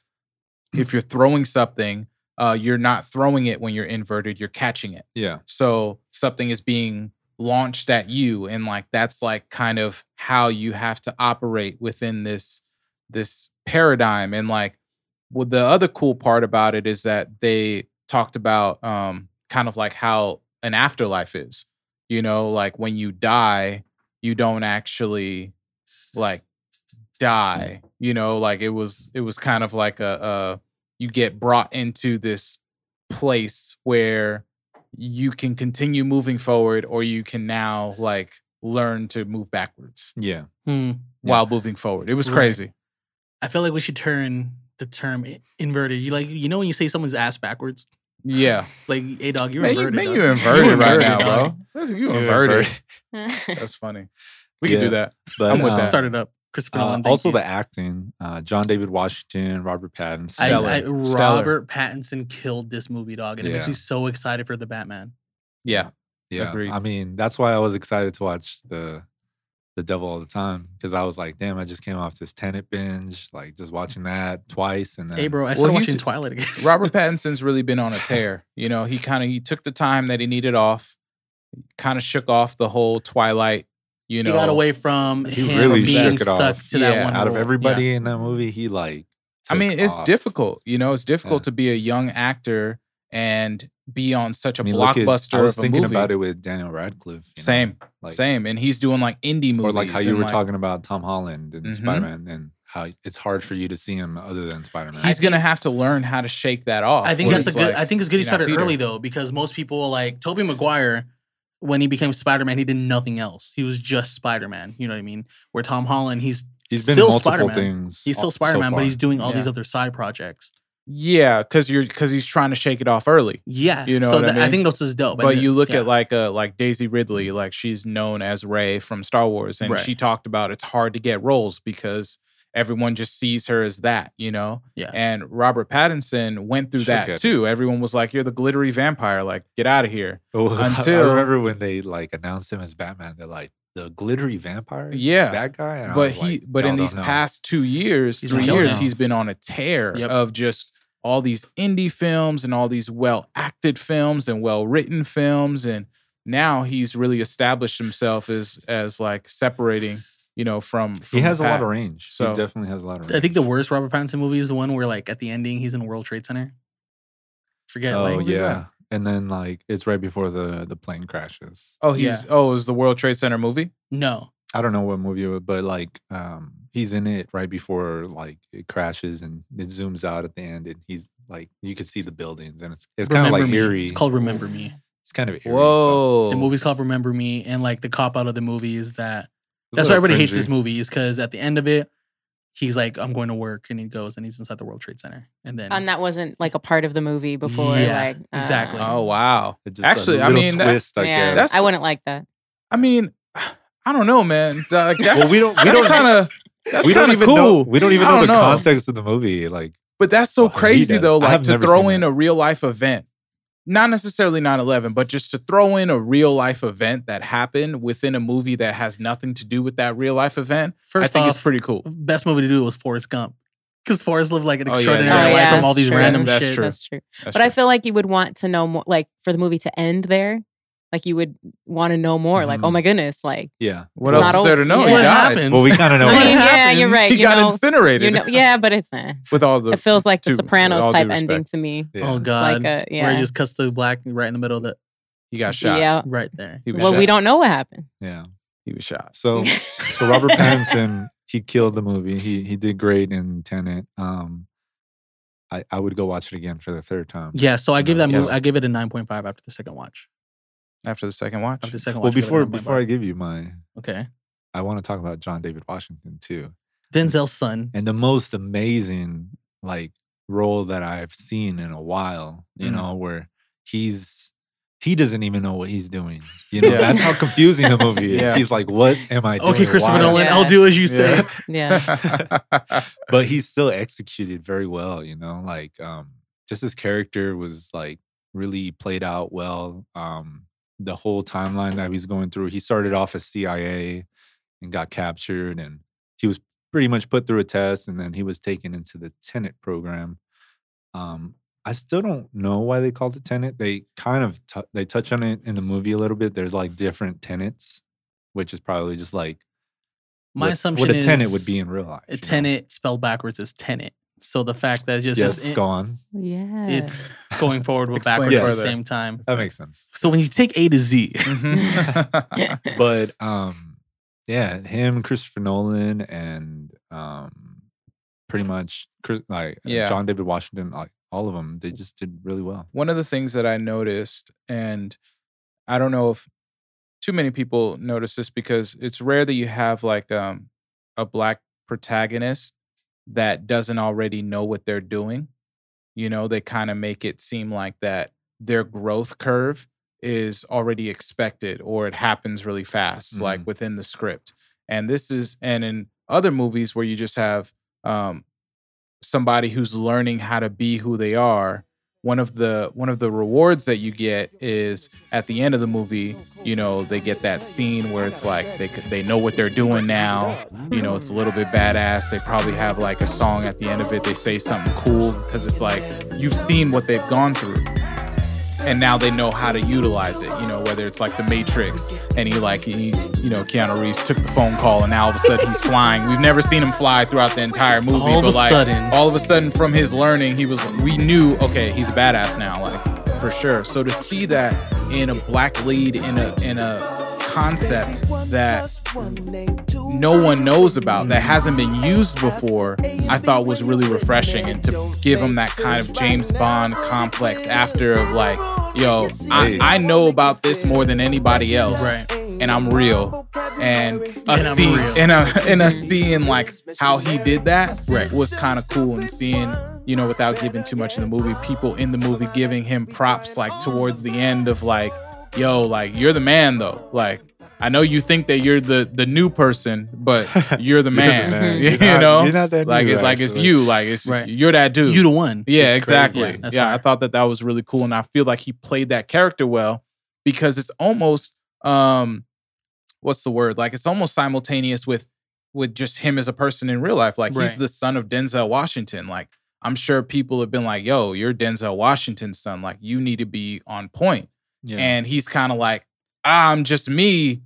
Speaker 4: if you're throwing something, uh, you're not throwing it when you're inverted, you're catching it.
Speaker 2: yeah
Speaker 4: So something is being launched at you. And like that's like kind of how you have to operate within this this paradigm. And like well, the other cool part about it is that they talked about um kind of like how an afterlife is. You know, like when you die, you don't actually like die. You know, like it was it was kind of like a uh you get brought into this place where you can continue moving forward or you can now like learn to move backwards (laughs)
Speaker 2: yeah
Speaker 1: Hmm.
Speaker 2: Yeah.
Speaker 4: while moving forward. It was
Speaker 1: Right.
Speaker 4: crazy.
Speaker 1: I feel like we should turn the term i- inverted. You like you know when you say someone's ass backwards,
Speaker 2: (laughs)
Speaker 4: Yeah.
Speaker 1: like a dog, you're
Speaker 4: man, you,
Speaker 1: inverted.
Speaker 4: man,
Speaker 1: (laughs) dog.
Speaker 4: you inverted right
Speaker 1: inverted,
Speaker 4: now,
Speaker 1: dog.
Speaker 4: bro. (laughs) Listen, You
Speaker 2: You're
Speaker 4: inverted.
Speaker 1: (laughs)
Speaker 2: inverted.
Speaker 4: That's funny. We can
Speaker 2: Yeah.
Speaker 4: do that.
Speaker 2: (laughs) but
Speaker 4: I'm with that.
Speaker 1: Start it up, Christopher
Speaker 2: uh,
Speaker 1: Nolan. thank
Speaker 2: also
Speaker 1: you.
Speaker 2: the acting uh john david washington robert pattinson
Speaker 1: I,
Speaker 4: Stellar.
Speaker 1: I,
Speaker 4: Stellar.
Speaker 1: Robert Pattinson killed this movie, dog, and it makes
Speaker 2: Yeah.
Speaker 1: me so excited for the Batman.
Speaker 2: (laughs)
Speaker 4: Yeah.
Speaker 2: Yeah,
Speaker 4: Agreed.
Speaker 2: I mean that's why I was excited to watch the the Devil all the time because I was like, damn, I just came off this Tenet binge, like just watching that twice, and then
Speaker 1: Hey, bro, I
Speaker 4: Well,
Speaker 1: started
Speaker 4: he's-
Speaker 1: watching Twilight again. (laughs)
Speaker 4: Robert Pattinson's really been on a tear. You know, he kind of he took the time that he needed off, kind of shook off the whole Twilight, you know.
Speaker 1: he got away from
Speaker 2: He
Speaker 1: him
Speaker 2: really
Speaker 1: being
Speaker 2: shook it off.
Speaker 1: stuck to that
Speaker 4: Yeah,
Speaker 1: one.
Speaker 2: out of
Speaker 1: role.
Speaker 2: everybody in that movie, he like.
Speaker 4: I mean,
Speaker 2: took
Speaker 4: it's
Speaker 2: off.
Speaker 4: difficult. You know, it's difficult
Speaker 2: Yeah.
Speaker 4: to be a young actor and be on such a
Speaker 2: I mean, look at-
Speaker 4: blockbuster
Speaker 2: I was
Speaker 4: of a
Speaker 2: thinking
Speaker 4: movie.
Speaker 2: about it with Daniel Radcliffe. you know,
Speaker 4: Same,
Speaker 2: like,
Speaker 4: same, and he's doing like indie movies.
Speaker 2: Or like how you
Speaker 4: and,
Speaker 2: were
Speaker 4: like,
Speaker 2: talking about Tom Holland and
Speaker 4: Mhm.
Speaker 2: Spider Man, and how it's hard for you to see him other than Spider Man.
Speaker 4: He's gonna have to learn how to shake that off.
Speaker 1: I think
Speaker 4: where
Speaker 1: that's a
Speaker 4: it's
Speaker 1: good.
Speaker 4: like-
Speaker 1: I think it's good he
Speaker 4: you know,
Speaker 1: started
Speaker 4: Peter.
Speaker 1: early though, because most people like Toby Maguire. When he became Spider Man, he did nothing else. He was just Spider Man. You know what I mean? Where Tom Holland, he's
Speaker 2: He's been
Speaker 1: still
Speaker 2: multiple
Speaker 1: Spider-Man.
Speaker 2: things.
Speaker 1: he's
Speaker 2: al-
Speaker 1: still
Speaker 2: so
Speaker 1: Spider Man, but
Speaker 2: far.
Speaker 1: he's doing all these
Speaker 4: Yeah.
Speaker 1: other side projects.
Speaker 4: yeah, because you're because he's trying to shake it off early.
Speaker 1: Yeah,
Speaker 4: You know
Speaker 1: So
Speaker 4: what I
Speaker 1: that, I,
Speaker 4: mean?
Speaker 1: think that's is dope.
Speaker 4: But,
Speaker 1: I think-
Speaker 4: you look
Speaker 1: yeah.
Speaker 4: at like a like Daisy Ridley, like she's known as Ray from Star Wars, and
Speaker 1: Right.
Speaker 4: she talked about it's hard to get roles because everyone just sees her as that, you know.
Speaker 1: Yeah.
Speaker 4: And Robert Pattinson went through
Speaker 2: Should
Speaker 4: that
Speaker 2: get it.
Speaker 4: too. Everyone was like, "You're the glittery vampire, like get out of here."
Speaker 2: Oh, (laughs) I
Speaker 4: Until-
Speaker 2: remember when they like announced him as Batman. They're like the glittery vampire.
Speaker 4: Yeah.
Speaker 2: that guy. And I
Speaker 4: but
Speaker 2: was
Speaker 4: he
Speaker 2: like,
Speaker 4: but
Speaker 2: "Y'all
Speaker 4: in
Speaker 2: don't
Speaker 4: these
Speaker 2: know."
Speaker 4: past two years
Speaker 1: He's
Speaker 4: three
Speaker 1: been killing
Speaker 4: years
Speaker 1: it.
Speaker 4: he's been on a tear
Speaker 1: Yep.
Speaker 4: of just all these indie films and all these well acted films and well written films and now he's really established himself as as like separating, you know, from, from
Speaker 2: He has a
Speaker 4: Pat.
Speaker 2: lot of range.
Speaker 4: So-
Speaker 2: he definitely has a lot of range.
Speaker 1: I think the worst Robert Pattinson movie is the one where, like, at the ending, he's in World Trade Center. Forget.
Speaker 2: oh
Speaker 1: like, what was that?
Speaker 2: yeah, and then like it's right before the the plane crashes.
Speaker 4: Oh, he's oh, it was the World Trade Center movie.
Speaker 1: No.
Speaker 2: I don't know what movie it was, but like um he's in it right before like it crashes and it zooms out at the end and he's like you could see the buildings and it's it's kind of
Speaker 1: Remember
Speaker 2: like
Speaker 1: Me.
Speaker 2: eerie.
Speaker 1: It's called Remember Me.
Speaker 2: It's kind of eerie. but
Speaker 4: Whoa,
Speaker 2: Oh.
Speaker 1: The movie's called Remember Me, and like the cop out of the movie is that
Speaker 2: it's a
Speaker 1: that's why
Speaker 2: little
Speaker 1: everybody hates this
Speaker 2: cringy.
Speaker 1: movie is because at the end of it, he's like, "I'm going to work," and he goes and he's inside the World Trade Center, and then
Speaker 3: And that wasn't like a part of the movie before.
Speaker 1: Yeah,
Speaker 3: like uh,
Speaker 1: exactly.
Speaker 4: Oh wow.
Speaker 2: It's just
Speaker 4: Actually,
Speaker 2: a
Speaker 4: I
Speaker 2: little
Speaker 4: mean, that-
Speaker 2: twist. I
Speaker 3: yeah,
Speaker 2: guess
Speaker 4: That's-
Speaker 3: I wouldn't like that.
Speaker 4: I mean, (sighs) I don't know, man. Like, that's,
Speaker 2: well, we don't we
Speaker 4: that's
Speaker 2: don't e,
Speaker 4: kind of that's
Speaker 2: we don't
Speaker 4: kind of
Speaker 2: even
Speaker 4: cool.
Speaker 2: know we don't even
Speaker 4: I
Speaker 2: know
Speaker 4: don't
Speaker 2: the
Speaker 4: know.
Speaker 2: context of the movie. Like
Speaker 4: But that's so
Speaker 2: Well, he
Speaker 4: crazy
Speaker 2: does.
Speaker 4: though,
Speaker 2: I
Speaker 4: like
Speaker 2: have
Speaker 4: to
Speaker 2: never
Speaker 4: throw
Speaker 2: seen
Speaker 4: in
Speaker 2: that.
Speaker 4: a real life event. Not necessarily 9/11, but just to throw in a real life event that happened within a movie that has nothing to do with that real life event.
Speaker 1: first
Speaker 4: I think
Speaker 1: off,
Speaker 4: it's pretty cool.
Speaker 1: best movie to do was Forrest Gump because Forrest lived like an
Speaker 4: Oh, yeah,
Speaker 1: extraordinary
Speaker 4: yeah,
Speaker 1: life
Speaker 4: yeah. Oh, yeah,
Speaker 1: from all
Speaker 3: that's
Speaker 1: these
Speaker 3: true.
Speaker 1: random
Speaker 4: That's
Speaker 1: shit.
Speaker 4: true.
Speaker 3: That's true. but I feel like you would want to know more, like for the movie to end there. Like you would want to know more. Like, oh
Speaker 2: Mhm.
Speaker 3: my goodness, like
Speaker 2: yeah.
Speaker 4: what
Speaker 3: it's
Speaker 4: else
Speaker 3: not
Speaker 4: is there to
Speaker 3: over.
Speaker 4: know?
Speaker 3: Yeah.
Speaker 4: He
Speaker 1: What
Speaker 4: died.
Speaker 1: Oh, happened?
Speaker 2: Well, we kind of know.
Speaker 3: I
Speaker 1: What
Speaker 3: mean,
Speaker 2: what-
Speaker 3: yeah,
Speaker 1: happened?
Speaker 3: you're right.
Speaker 4: He
Speaker 3: you
Speaker 4: got
Speaker 3: know,
Speaker 4: incinerated
Speaker 3: you know, yeah, but it's not.
Speaker 4: with all the
Speaker 3: It feels like the
Speaker 4: to- with
Speaker 3: Sopranos
Speaker 4: all due
Speaker 3: type
Speaker 4: respect.
Speaker 3: ending to me.
Speaker 2: Yeah.
Speaker 1: Oh
Speaker 3: It's
Speaker 1: god,
Speaker 3: like a
Speaker 1: where he
Speaker 3: yeah,
Speaker 1: just cuts to the black right in the middle of the
Speaker 4: he got shot.
Speaker 3: yeah.
Speaker 1: right there.
Speaker 4: He was
Speaker 3: Well,
Speaker 4: shot.
Speaker 3: we don't know what happened.
Speaker 2: yeah.
Speaker 4: He was shot.
Speaker 3: (laughs)
Speaker 2: So so Robert Pattinson, he killed the movie. He he did great in Tenet. Um, I I would go watch it again for the third time.
Speaker 1: Yeah, so I give that
Speaker 2: Yes.
Speaker 1: movie, I give it a nine point five after the second watch.
Speaker 4: After the second watch, (laughs)
Speaker 1: After the (laughs) second
Speaker 2: Well,
Speaker 1: watch, I give it a
Speaker 2: before
Speaker 1: 9.5.
Speaker 2: before I give you my,
Speaker 1: okay,
Speaker 2: I want to talk about John David Washington too,
Speaker 1: Denzel's son.
Speaker 2: and the most amazing like role that I've seen in a while. You
Speaker 4: Mhm.
Speaker 2: know where he's. He doesn't even know what he's doing. You know,
Speaker 4: Yeah.
Speaker 2: that's how confusing the movie is.
Speaker 4: Yeah.
Speaker 2: He's like, "What am I doing?"
Speaker 1: Okay, Christopher
Speaker 2: Why am I
Speaker 1: Nolan,
Speaker 3: Yeah.
Speaker 1: I'll do as you say.
Speaker 2: (laughs)
Speaker 4: Yeah.
Speaker 3: (laughs) yeah,
Speaker 2: but he still executed very well you know like um just his character was like really played out well um the whole timeline that he's going through he started off as cia and got captured and he was pretty much put through a test and then he was taken into the tenant program um i still don't know why they called it tenant they kind of tou- they touch on it in the movie a little bit there's like different tenants which is probably just like
Speaker 1: My
Speaker 2: what,
Speaker 1: assumption
Speaker 2: what a tenant
Speaker 1: is
Speaker 2: would be in real life
Speaker 1: A
Speaker 2: you know?
Speaker 1: tenant spelled backwards is tenant. So the fact that it's just
Speaker 2: yes,
Speaker 1: it's, in-
Speaker 2: go on.
Speaker 3: yeah.
Speaker 1: it's going forward with
Speaker 4: Explain
Speaker 1: backwards at the
Speaker 2: further.
Speaker 1: same time.
Speaker 2: That makes sense.
Speaker 1: So when you take A to Z,
Speaker 4: Mhm. (laughs)
Speaker 2: But um, yeah, him, Christopher Nolan, and um, pretty much Chris, like uh,
Speaker 4: Yeah.
Speaker 2: John David Washington, like all of them, they just did really well.
Speaker 4: One of the things that I noticed, and I don't know if too many people notice this because it's rare that you have like um, a black protagonist that doesn't already know what they're doing. You know, they kind of make it seem like that their growth curve is already expected or it happens really fast, like
Speaker 2: Mhm.
Speaker 4: within the script. And this is, and in other movies where you just have um, somebody who's learning how to be who they are one of the one of the rewards that you get is at the end of the movie you know they get that scene where it's like they could- they know what they're doing now you know it's a little bit badass they probably have like a song at the end of it they say something cool because it's like you've seen what they've gone through and now they know how to utilize it. You know, whether it's like the Matrix, and he like he, you know, Keanu Reeves took the phone call, and now all of a sudden he's flying. We've never seen him fly throughout the entire movie,
Speaker 1: All of
Speaker 4: but
Speaker 1: a
Speaker 4: like
Speaker 1: sudden.
Speaker 4: all of a sudden from his learning, he was we knew okay, he's a badass now, like for sure. So to see that in a black lead in a in a concept that no one knows about that hasn't been used before i thought was really refreshing and to give him that kind of james bond complex after of like yo i,
Speaker 2: Hey.
Speaker 4: I know about this more than anybody else
Speaker 1: Right.
Speaker 4: and i'm real and us
Speaker 1: And I'm
Speaker 4: seeing
Speaker 1: real.
Speaker 4: and, uh, and us seeing like how he did that was kind of cool and seeing you know without giving too much in the movie people in the movie giving him props like towards the end of like yo like you're the man though like I know you think that you're the the new person,
Speaker 2: (laughs)
Speaker 4: but you're the
Speaker 2: You're the
Speaker 4: man. (laughs)
Speaker 2: man.
Speaker 4: you
Speaker 2: You're not-
Speaker 4: know,
Speaker 2: you're not that
Speaker 4: like
Speaker 2: new,
Speaker 4: it, like it's
Speaker 2: actually.
Speaker 4: you, like it's
Speaker 1: Right.
Speaker 4: you're that dude.
Speaker 1: you the one.
Speaker 4: yeah,
Speaker 2: It's crazy.
Speaker 4: exactly.
Speaker 1: Yeah, that's
Speaker 4: yeah, I
Speaker 1: fire.
Speaker 4: thought that that was really cool, and I feel like he played that character well because it's almost um, what's the word? Like it's almost simultaneous with with just him as a person in real life. Like he's
Speaker 1: Right.
Speaker 4: the son of Denzel Washington. Like I'm sure people have been like, "Yo, you're Denzel Washington's son. Like you need to be on point."
Speaker 2: Yeah,
Speaker 4: and he's kind of like "Ah, I'm just me,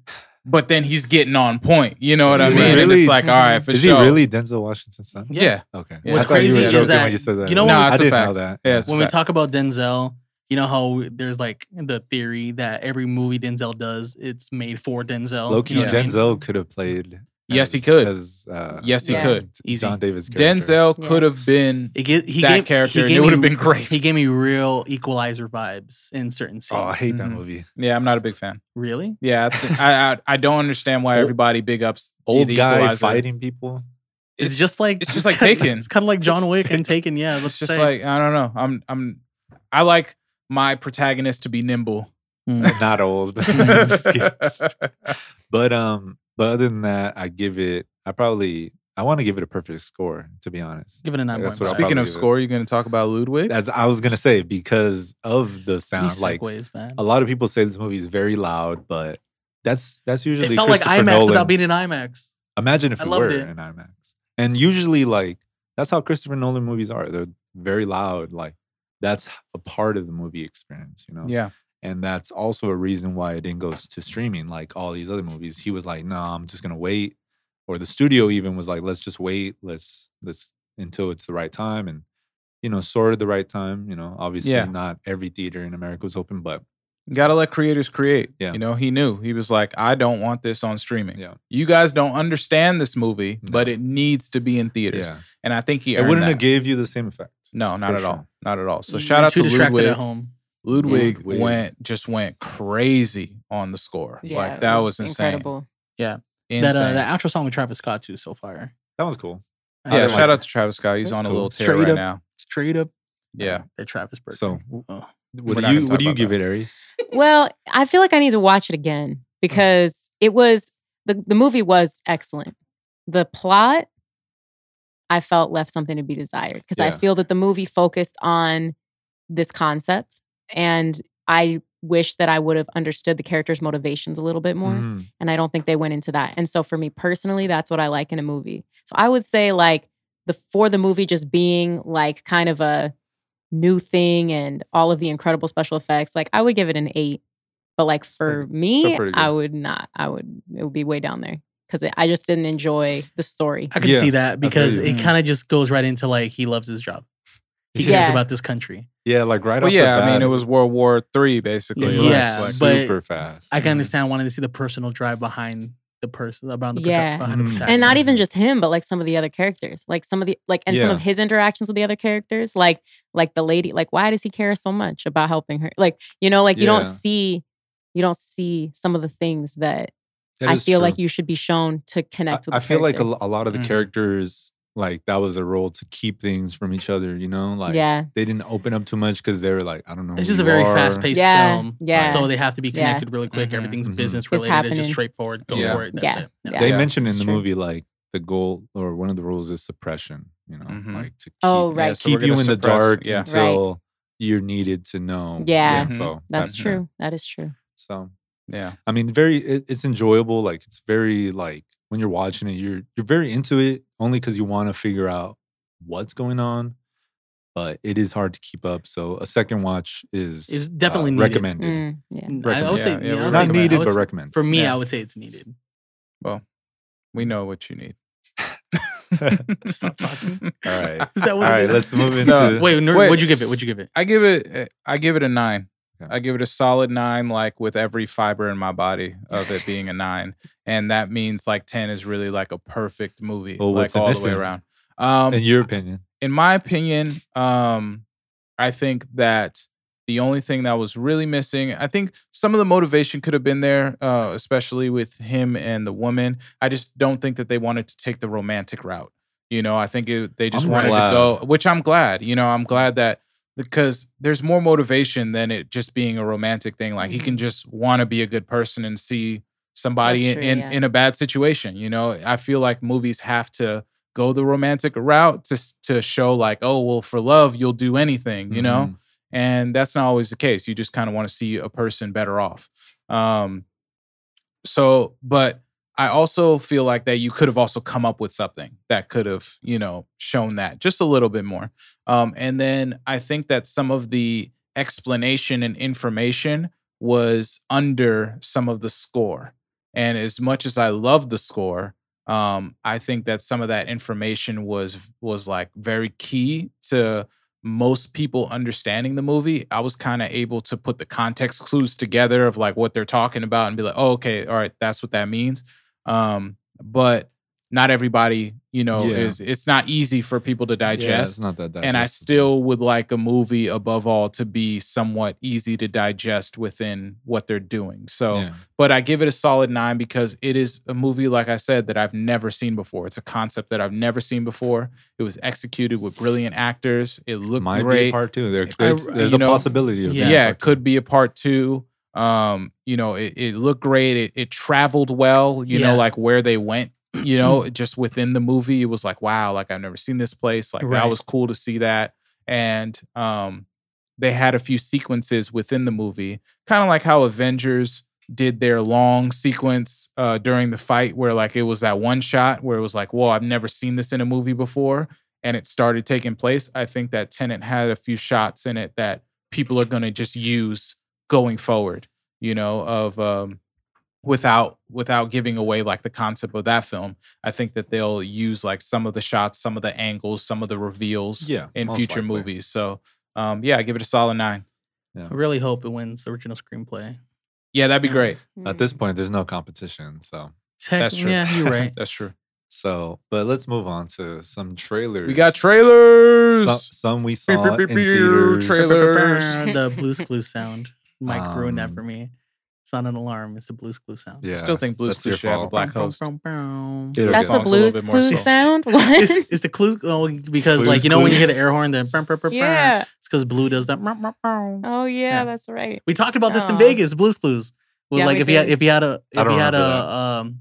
Speaker 4: but then he's getting on point. You know what I
Speaker 2: Is
Speaker 4: mean?
Speaker 2: he
Speaker 4: And
Speaker 2: really-
Speaker 4: it's like, all right, for
Speaker 2: Is
Speaker 4: sure.
Speaker 2: he really Denzel Washington's son?
Speaker 4: Yeah.
Speaker 2: Okay.
Speaker 4: Yeah. What's
Speaker 2: I thought you
Speaker 4: crazy
Speaker 2: were
Speaker 4: is
Speaker 2: joking
Speaker 1: that-
Speaker 2: when you said that.
Speaker 1: you know
Speaker 4: No,
Speaker 1: when,
Speaker 4: it's
Speaker 2: I
Speaker 4: a
Speaker 2: didn't
Speaker 4: fact.
Speaker 2: know that.
Speaker 4: Yeah, it's-
Speaker 1: when we
Speaker 4: fact.
Speaker 1: talk about Denzel, you know how there's like the theory that every movie Denzel does, it's made for Denzel.
Speaker 2: Loki
Speaker 1: you know what I mean?
Speaker 2: Denzel could have played.
Speaker 4: Yes, he
Speaker 2: as-
Speaker 4: could.
Speaker 2: As, uh,
Speaker 4: Yes, he
Speaker 2: uh,
Speaker 4: could.
Speaker 1: Easy.
Speaker 2: Don Davis. character.
Speaker 4: Denzel
Speaker 3: Yeah.
Speaker 4: could have been
Speaker 1: It ge- he
Speaker 4: that
Speaker 1: gave,
Speaker 4: character,
Speaker 1: he
Speaker 4: and
Speaker 1: gave
Speaker 4: it would have
Speaker 1: me-
Speaker 4: been great.
Speaker 1: He gave me real Equalizer vibes in certain scenes.
Speaker 2: Oh, I hate that
Speaker 4: Mhm.
Speaker 2: movie.
Speaker 4: yeah, I'm not a big fan.
Speaker 1: really?
Speaker 4: Yeah, I, think- I, I I don't understand why
Speaker 2: Old-
Speaker 4: everybody big ups the
Speaker 2: Old guy
Speaker 4: Equalizer.
Speaker 2: fighting people.
Speaker 1: It's,
Speaker 4: It's-
Speaker 1: just like
Speaker 4: it's just
Speaker 1: (laughs)
Speaker 4: like Taken.
Speaker 1: It's kind of like John
Speaker 2: It's
Speaker 1: Wick
Speaker 2: Taken.
Speaker 1: and Taken. Yeah, let's
Speaker 4: It's just
Speaker 1: say.
Speaker 4: like I don't know. I'm I'm I like my protagonist to
Speaker 2: (laughs)
Speaker 4: be nimble. (laughs)
Speaker 1: Hmm.
Speaker 2: Not old. (laughs)
Speaker 1: (laughs)
Speaker 2: Just kidding.
Speaker 4: yeah,
Speaker 2: but um, but other than that, I give it. I probably. I want to give it a perfect score. To be honest,
Speaker 1: give it a nine.
Speaker 2: That's
Speaker 1: That's
Speaker 2: what
Speaker 1: what
Speaker 2: I'll
Speaker 4: Speaking
Speaker 2: probably
Speaker 4: of
Speaker 2: do.
Speaker 4: score, you're going to talk about Ludwig.
Speaker 2: as I was gonna say, because of the sound, like
Speaker 1: segues, man.
Speaker 2: a lot of people say this movie is very loud, but that's that's usually
Speaker 1: It felt like
Speaker 2: Christopher
Speaker 1: IMAX without
Speaker 2: Nolan's-
Speaker 1: being an IMAX.
Speaker 2: Imagine if
Speaker 1: I
Speaker 2: it
Speaker 1: loved
Speaker 2: were
Speaker 1: it.
Speaker 2: an IMAX. And usually, like that's how Christopher Nolan movies are. They're very loud. Like that's a part of the movie experience, you know.
Speaker 4: yeah,
Speaker 2: And that's also a reason why it didn't go s- to streaming like all these other movies. He was like, "No, I'm just gonna wait." Or the studio even was like, "Let's just wait. Let's let's until it's the right time." And you know, sort of the right time. You know, obviously
Speaker 4: Yeah.
Speaker 2: not every theater in America was open, but
Speaker 4: got to let creators create.
Speaker 2: Yeah.
Speaker 4: You know, he knew. He was like, I don't want this on streaming.
Speaker 2: yeah,
Speaker 4: You guys don't understand this movie,
Speaker 2: No.
Speaker 4: but it needs to be in theaters.
Speaker 2: yeah.
Speaker 4: And I think he
Speaker 2: It
Speaker 4: earned
Speaker 2: wouldn't have
Speaker 4: that.
Speaker 2: gave you the same effect.
Speaker 4: No, not
Speaker 2: for
Speaker 4: at all.
Speaker 2: sure.
Speaker 4: Not at all. So
Speaker 1: You're
Speaker 4: shout out
Speaker 1: too
Speaker 4: to
Speaker 1: distracted at
Speaker 4: Ludwig.
Speaker 1: home.
Speaker 4: Ludwig
Speaker 2: Ludwig.
Speaker 4: went just went crazy on the score.
Speaker 3: Yeah,
Speaker 4: like
Speaker 3: it
Speaker 4: that was, insane.
Speaker 3: incredible.
Speaker 4: Insane.
Speaker 1: That uh, that outro song with Travis Scott too so far.
Speaker 2: That was cool. I
Speaker 4: yeah,
Speaker 2: didn't
Speaker 4: shout
Speaker 2: like
Speaker 4: out to Travis Scott. He's
Speaker 2: That's
Speaker 4: on a
Speaker 2: cool.
Speaker 4: little tear
Speaker 1: Straight
Speaker 4: right
Speaker 1: up.
Speaker 4: now.
Speaker 1: Straight up,
Speaker 4: Yeah.
Speaker 1: the Travis Burton.
Speaker 2: So
Speaker 1: oh.
Speaker 4: We're
Speaker 2: What
Speaker 4: not
Speaker 2: do you
Speaker 4: gonna
Speaker 2: what do you
Speaker 4: talk
Speaker 2: give
Speaker 4: about
Speaker 2: it, Aries?
Speaker 3: Well, I feel like I need to watch it again because it was the, the movie was excellent. The plot, I felt left something to be desired because I
Speaker 2: Yeah.
Speaker 3: feel that the movie focused on this concept. And I wish that I would have understood the character's motivations a little bit more.
Speaker 2: Mhm.
Speaker 3: And I don't think they went into that. And so for me personally, that's what I like in a movie. So I would say like the for the movie just being like kind of a new thing and all of the incredible special effects, like I would give it an eight. But like for
Speaker 2: pretty-
Speaker 3: me,
Speaker 2: still pretty
Speaker 3: I
Speaker 2: good.
Speaker 3: would not. I would it would be way down there because I just didn't enjoy the story.
Speaker 1: I can
Speaker 2: Yeah,
Speaker 1: see that because
Speaker 2: you.
Speaker 1: it
Speaker 3: Mm.
Speaker 4: Mhm.
Speaker 1: kind of just goes right into like he loves his
Speaker 2: (laughs)
Speaker 1: job. He cares
Speaker 3: Yeah.
Speaker 1: about this country.
Speaker 2: Yeah, like right
Speaker 4: Well,
Speaker 2: off
Speaker 4: yeah,
Speaker 2: the
Speaker 4: I
Speaker 2: bat,
Speaker 4: mean, it was World War Three basically.
Speaker 2: it
Speaker 1: Yeah,
Speaker 2: was
Speaker 4: Like,
Speaker 1: yeah,
Speaker 4: like,
Speaker 1: but
Speaker 2: super fast.
Speaker 1: I
Speaker 4: Mhm.
Speaker 1: can understand wanting to see the personal drive behind the person, around the prote-
Speaker 3: Yeah.
Speaker 1: behind the
Speaker 2: Mm. And
Speaker 1: protagonist.
Speaker 3: and not
Speaker 2: Agnes.
Speaker 3: even just him but like some of the other characters like some of the like and some
Speaker 2: Yeah.
Speaker 3: of his interactions with the other characters like like the lady like why does he care so much about helping her like you know like you don't
Speaker 2: Yeah.
Speaker 3: see you don't see some of the things that
Speaker 2: That
Speaker 3: i
Speaker 2: is
Speaker 3: feel
Speaker 2: true.
Speaker 3: like you should be shown to
Speaker 2: I,
Speaker 3: connect with
Speaker 2: I
Speaker 3: the
Speaker 2: feel like a,
Speaker 3: character.
Speaker 2: lo- a lot of the
Speaker 4: Mhm.
Speaker 2: characters, like that was their role to keep things from each other. You know, like
Speaker 3: yeah
Speaker 2: they didn't open up too much because they were like, I don't know.
Speaker 1: It's
Speaker 2: who
Speaker 1: just a
Speaker 2: you
Speaker 1: very
Speaker 2: are.
Speaker 1: fast paced
Speaker 3: Yeah,
Speaker 1: film.
Speaker 3: yeah.
Speaker 1: So they have to be
Speaker 3: Yeah. Mm-hmm.
Speaker 1: connected really quick.
Speaker 4: Mhm.
Speaker 1: Everything's
Speaker 2: Mhm.
Speaker 1: business
Speaker 3: It's
Speaker 1: related. It's just
Speaker 3: happening.
Speaker 1: straightforward. Go
Speaker 4: Yeah.
Speaker 1: for it. That's
Speaker 3: Yeah.
Speaker 1: it.
Speaker 3: Yeah.
Speaker 2: They
Speaker 4: Yeah,
Speaker 2: mentioned in
Speaker 3: it's
Speaker 2: the
Speaker 3: true.
Speaker 2: movie like the goal or one of the rules is suppression. You know,
Speaker 4: Mhm.
Speaker 2: like to keep,
Speaker 3: Oh,
Speaker 4: Yeah,
Speaker 3: right.
Speaker 4: so we're
Speaker 2: keep you
Speaker 4: gonna
Speaker 2: in the
Speaker 4: suppress-
Speaker 2: dark
Speaker 4: Yeah,
Speaker 2: until you're needed to know. the
Speaker 3: Yeah.
Speaker 4: Mhm.
Speaker 2: info.
Speaker 3: that's
Speaker 4: Yeah.
Speaker 3: true that is true
Speaker 2: So
Speaker 4: yeah.
Speaker 2: I mean, very it, it's enjoyable. Like it's very like when you're watching it, you're you're very into it only because you want to figure out what's going on. But it is hard to keep up, so a second watch is uh,
Speaker 1: It's definitely needed.
Speaker 2: recommended.
Speaker 3: Mm, yeah
Speaker 1: I would say, yeah, I would
Speaker 4: Yeah, yeah, we
Speaker 2: Not
Speaker 1: say-
Speaker 4: recommend-
Speaker 1: I
Speaker 2: needed,
Speaker 1: would
Speaker 2: but
Speaker 1: s-
Speaker 2: recommended.
Speaker 1: For me,
Speaker 4: Yeah.
Speaker 1: I would say it's needed. (laughs)
Speaker 4: We know
Speaker 2: (laughs)
Speaker 4: what you need. (laughs)
Speaker 1: Stop talking.
Speaker 2: All right,
Speaker 1: Is that
Speaker 2: all
Speaker 1: what it
Speaker 2: right.
Speaker 1: is?
Speaker 2: Let's
Speaker 4: (laughs)
Speaker 1: (laughs)
Speaker 2: move into.
Speaker 4: No,
Speaker 1: Wait, Nerd,
Speaker 4: Wait.
Speaker 1: what'd you give it? What'd you give it?
Speaker 4: I give it. eh, I give it a nine.
Speaker 2: Okay.
Speaker 4: I give it a solid nine, like with every fiber in my body of it being a nine, and that means like ten is really like a perfect movie,
Speaker 2: Well,
Speaker 4: like
Speaker 2: what's it
Speaker 4: all the
Speaker 2: missing?
Speaker 4: way around. Um,
Speaker 2: in your opinion,
Speaker 4: in my opinion, um, I think that the only thing that was really missing, I think some of the motivation could have been there, uh, especially with him and the woman. I just don't think that they wanted to take the romantic route. You know, I think it, they just
Speaker 2: I'm
Speaker 4: wanted
Speaker 2: glad.
Speaker 4: to go, which I'm glad. You know, I'm glad that because there's more motivation than it just being a romantic thing. Like he can just want to be a good person and see somebody
Speaker 3: Mm-hmm. That's
Speaker 4: in,
Speaker 3: true,
Speaker 4: in,
Speaker 3: yeah.
Speaker 4: in a bad situation. You know, I feel like movies have to go the romantic route to s- to show like, oh well, for love you'll do anything, you know.
Speaker 2: Mhm.
Speaker 4: And that's not always the case. You just kind of want to see a person better off. Um, so, but I also feel like that you could have also come up with something that could have, you know, shown that just a little bit more. Um, and then I think that some of the explanation and information was under some of the score. And as much as I love the score, um, I think that some of that information was was like very key to most people understanding the movie. I was kind of able to put the context clues together of like what they're talking about and be like, oh, okay, all right, that's what that means. Um, but not everybody, you know,
Speaker 2: Yeah.
Speaker 4: is it's not easy for people to digest
Speaker 2: Yeah, it's not that digestible.
Speaker 4: and I still would like a movie above all to be somewhat easy to digest within what they're doing. So,
Speaker 2: Yeah.
Speaker 4: but I give it a solid nine because it is a movie, like I said, that I've never seen before. It's a concept that I've never seen before. It was executed with brilliant actors. It looked
Speaker 2: might be
Speaker 4: great.
Speaker 2: a part two. There,
Speaker 4: I-
Speaker 2: it's- there's
Speaker 4: you
Speaker 2: a
Speaker 4: know,
Speaker 2: possibility of
Speaker 1: yeah.
Speaker 4: yeah,
Speaker 2: being a
Speaker 4: it
Speaker 2: part two.
Speaker 4: could be a part two. Um, you know, it, it looked great. It, it traveled well. You
Speaker 1: Yeah. Mm-hmm.
Speaker 4: know, like where they went. You know, just within the movie, it was like wow, like I've never seen this place. Like
Speaker 1: Right.
Speaker 4: that was cool to see that. And um, they had a few sequences within the movie, kind of like how Avengers did their long sequence uh, during the fight, where like it was that one shot where it was like, whoa, I've never seen this in a movie before. And it started taking place. I think that Tenant had a few shots in it that people are going to just use going forward you know of um without without giving away like the concept of that film i think that they'll use like some of the shots some of the angles some of the reveals
Speaker 2: yeah,
Speaker 4: in
Speaker 2: most
Speaker 4: future
Speaker 2: likely.
Speaker 4: movies so um yeah I give it a solid nine
Speaker 1: I really hope it wins original screenplay.
Speaker 4: yeah that'd be great
Speaker 3: Mm.
Speaker 2: At this point, there's no competition, so
Speaker 1: Tech,
Speaker 4: That's true.
Speaker 1: Yeah, you're
Speaker 2: (laughs)
Speaker 1: right.
Speaker 4: that's true
Speaker 2: so. But let's move on to some trailers.
Speaker 4: we got trailers
Speaker 2: Some, some we saw
Speaker 4: Beep, beep, beep,
Speaker 2: in
Speaker 4: beep,
Speaker 2: theaters.
Speaker 4: trailer.
Speaker 3: (laughs)
Speaker 4: Trailers.
Speaker 1: the blues clue sound. Mike ruined that
Speaker 2: Um,
Speaker 1: for me. It's not an alarm. It's a blues clue sound.
Speaker 2: Yeah,
Speaker 4: I still think blues
Speaker 2: that's your
Speaker 4: Clues should have a
Speaker 2: fault.
Speaker 4: black host
Speaker 1: Bow, bow, bow. (laughs)
Speaker 2: It'll get
Speaker 3: That's the
Speaker 2: lost.
Speaker 4: a little
Speaker 3: blues
Speaker 4: bit more
Speaker 3: clues
Speaker 2: (laughs)
Speaker 4: soft.
Speaker 3: sound.
Speaker 1: it's,
Speaker 3: What? (laughs)
Speaker 1: it's the clues oh, because
Speaker 2: Blues
Speaker 1: like you know when you hear the
Speaker 2: Clues.
Speaker 1: air horn then brum, brum, brum, brum.
Speaker 3: yeah.
Speaker 1: it's because blue does that brum, brum, brum.
Speaker 3: Oh yeah,
Speaker 1: Yeah.
Speaker 3: that's right.
Speaker 1: we talked about this in
Speaker 3: Aw.
Speaker 1: Vegas blues clues well,
Speaker 3: Yeah,
Speaker 1: like
Speaker 3: we
Speaker 1: if he had
Speaker 3: did.
Speaker 1: if he had a
Speaker 2: I
Speaker 1: if
Speaker 2: don't
Speaker 1: he had a
Speaker 2: remember
Speaker 1: um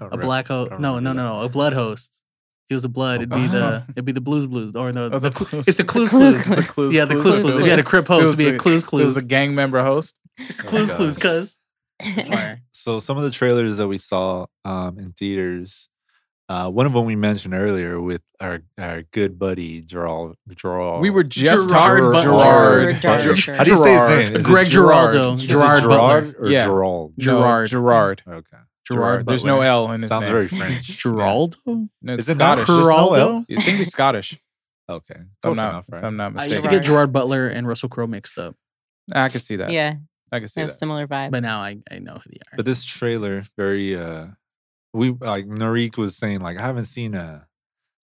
Speaker 1: (laughs)
Speaker 4: Oh,
Speaker 1: a
Speaker 2: Re-
Speaker 1: black host
Speaker 2: don't
Speaker 1: no no
Speaker 2: remember
Speaker 1: no no a blood host if he was a blood it'd be the
Speaker 4: Oh.
Speaker 1: it'd be the blues blues or no
Speaker 4: Oh,
Speaker 1: the, cl-
Speaker 4: Clues-
Speaker 1: it's the clues
Speaker 3: Clue
Speaker 1: clues
Speaker 3: Clues.
Speaker 4: the clues
Speaker 1: yeah the clues
Speaker 3: Clues.
Speaker 1: clues yeah the crip host would be a clues
Speaker 4: it was
Speaker 1: clues
Speaker 4: a gang member host
Speaker 1: it's
Speaker 2: (laughs)
Speaker 1: clues
Speaker 2: Oh my
Speaker 1: clues
Speaker 2: God.
Speaker 1: cuz it's fire
Speaker 2: So some of the trailers that we saw um, in theaters, uh, one of them we mentioned earlier with our our good buddy Gerald. Gerald.
Speaker 4: we were
Speaker 1: Gerard
Speaker 4: just talking
Speaker 1: Butler.
Speaker 4: Gerard
Speaker 3: Gerard
Speaker 4: Butler.
Speaker 3: Butler.
Speaker 2: How do you say his
Speaker 4: Gerard.
Speaker 2: name? Is it
Speaker 1: Greg
Speaker 4: Gerard?
Speaker 1: Giraldo
Speaker 2: Is it
Speaker 1: Gerard
Speaker 2: Gerard
Speaker 1: Butler
Speaker 2: or
Speaker 4: Yeah.
Speaker 2: Gerald?
Speaker 4: No,
Speaker 1: Gerard.
Speaker 4: Gerard
Speaker 2: Okay.
Speaker 4: Gerard. There's no
Speaker 2: Butler.
Speaker 4: L in his
Speaker 2: Sounds
Speaker 4: name.
Speaker 2: very
Speaker 4: (laughs)
Speaker 2: French.
Speaker 1: Geraldo
Speaker 4: No, it's
Speaker 2: Is it not
Speaker 4: Scottish.
Speaker 2: Gerard? no
Speaker 1: Geraldo
Speaker 2: L?
Speaker 4: You think he's Scottish? if
Speaker 2: Okay.
Speaker 4: I'm
Speaker 2: Close
Speaker 4: not.
Speaker 2: enough,
Speaker 4: If
Speaker 2: right?
Speaker 4: I'm not
Speaker 1: I used
Speaker 4: mistaken.
Speaker 1: to
Speaker 4: I,
Speaker 1: get Gerard Butler and Russell Crowe mixed up
Speaker 4: could see that.
Speaker 3: (laughs) Yeah,
Speaker 4: I could see
Speaker 3: they have
Speaker 4: that.
Speaker 3: similar vibe.
Speaker 1: but now I I know who they are
Speaker 2: But this trailer, very uh we like Narik was saying, like, I haven't seen a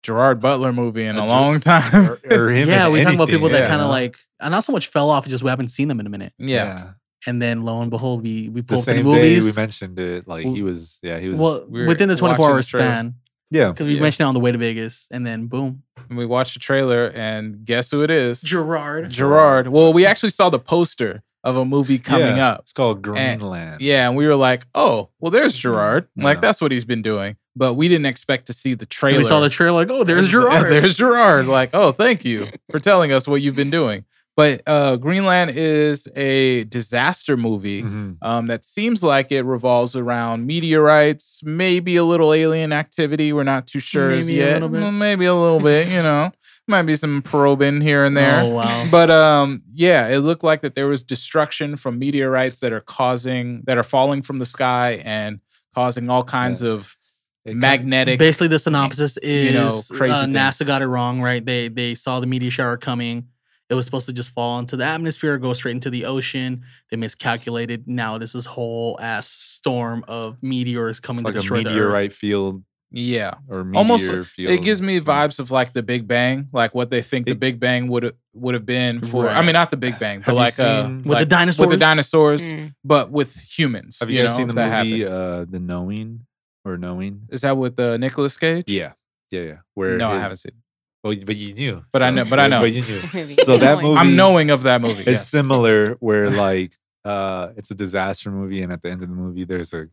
Speaker 4: Gerard Butler movie in
Speaker 2: A
Speaker 4: a
Speaker 2: Ger-
Speaker 4: long time.
Speaker 2: or,
Speaker 4: (laughs)
Speaker 2: or him.
Speaker 1: yeah,
Speaker 2: in
Speaker 1: we're talking about
Speaker 2: anything,
Speaker 1: people that
Speaker 4: yeah.
Speaker 1: kind of
Speaker 2: you know?
Speaker 1: like, and not so much fell off, just we haven't seen them in a minute.
Speaker 4: yeah.
Speaker 1: And then lo and behold, we we
Speaker 2: The
Speaker 1: pulled three
Speaker 2: same day we
Speaker 1: movies.
Speaker 2: mentioned it, like he
Speaker 1: Well-
Speaker 2: was yeah, he was
Speaker 1: well,
Speaker 4: we were
Speaker 1: within the 24
Speaker 4: watching
Speaker 1: hour
Speaker 4: the trailer.
Speaker 1: span,
Speaker 2: yeah.
Speaker 1: because we
Speaker 4: Yeah.
Speaker 1: mentioned it on the way to Vegas, and then boom,
Speaker 4: And we watched the trailer, and guess who it is?
Speaker 1: Gerard.
Speaker 4: Gerard. Well, we actually saw the poster of a movie coming
Speaker 2: Yeah.
Speaker 4: up.
Speaker 2: It's called Greenland.
Speaker 4: eh, Yeah, and we were like, "Oh, well, there's Gerard. Like
Speaker 2: Yeah.
Speaker 4: that's what he's been doing." But we didn't expect to see the
Speaker 1: And
Speaker 4: trailer.
Speaker 1: we saw the trailer, like, oh, there's Gerard.
Speaker 4: (laughs) There's
Speaker 1: (laughs)
Speaker 4: Gerard. Like, oh, thank you for telling us what you've been doing. But uh, Greenland is a disaster movie
Speaker 1: Hmm.
Speaker 2: Mhm.
Speaker 4: um, that seems like it revolves around meteorites, maybe a little alien activity. We're not too sure as
Speaker 1: Maybe a
Speaker 4: yet.
Speaker 1: little bit.
Speaker 4: Well, maybe a little bit,
Speaker 1: (laughs)
Speaker 4: you know, might be some probing here and there.
Speaker 1: Oh wow.
Speaker 4: (laughs) But um, yeah, it looked like that there was destruction from meteorites that are causing that are falling from the sky and causing all kinds of
Speaker 2: It kinda-
Speaker 4: magnetic.
Speaker 1: Basically, the synopsis is
Speaker 4: you know, crazy
Speaker 1: uh, NASA
Speaker 4: things.
Speaker 1: got it wrong, right? They they saw the meteor shower coming. It was supposed to just fall into the atmosphere, go straight into the ocean. They miscalculated. Now this is whole ass storm of meteors
Speaker 2: It's
Speaker 1: coming
Speaker 2: like
Speaker 1: to
Speaker 2: a
Speaker 1: destroy the Earth.
Speaker 2: meteorite field
Speaker 4: yeah,
Speaker 2: or meteor
Speaker 4: Almost-
Speaker 2: field.
Speaker 4: It gives me
Speaker 2: Mm.
Speaker 4: vibes of like the Big Bang, like what they think the
Speaker 2: It-
Speaker 4: Big Bang would would have been for. I
Speaker 1: Right.
Speaker 4: mean, not the Big Bang, but
Speaker 2: Have you
Speaker 4: like uh,
Speaker 2: seen- With
Speaker 1: the
Speaker 4: like,
Speaker 1: dinosaurs?
Speaker 4: with the dinosaurs,
Speaker 3: Mm. (laughs)
Speaker 4: but with humans.
Speaker 2: Have you,
Speaker 4: know,
Speaker 2: guys seen the
Speaker 4: if that
Speaker 2: movie
Speaker 4: happened.
Speaker 2: uh The Knowing or Knowing?
Speaker 4: Is that with uh, Nicolas Cage?
Speaker 2: Yeah. Yeah, yeah. Where
Speaker 4: No, I
Speaker 2: his-
Speaker 4: haven't seen.
Speaker 2: Well, but you knew.
Speaker 4: But
Speaker 2: (laughs)
Speaker 4: I know- but I know.
Speaker 2: But you knew.
Speaker 3: Maybe.
Speaker 2: So that
Speaker 3: Knowing.
Speaker 4: It.
Speaker 2: movie-
Speaker 4: I'm knowing of that movie.
Speaker 2: It's
Speaker 4: yes.
Speaker 2: similar where like uh it's a disaster movie and at the end of the movie there's a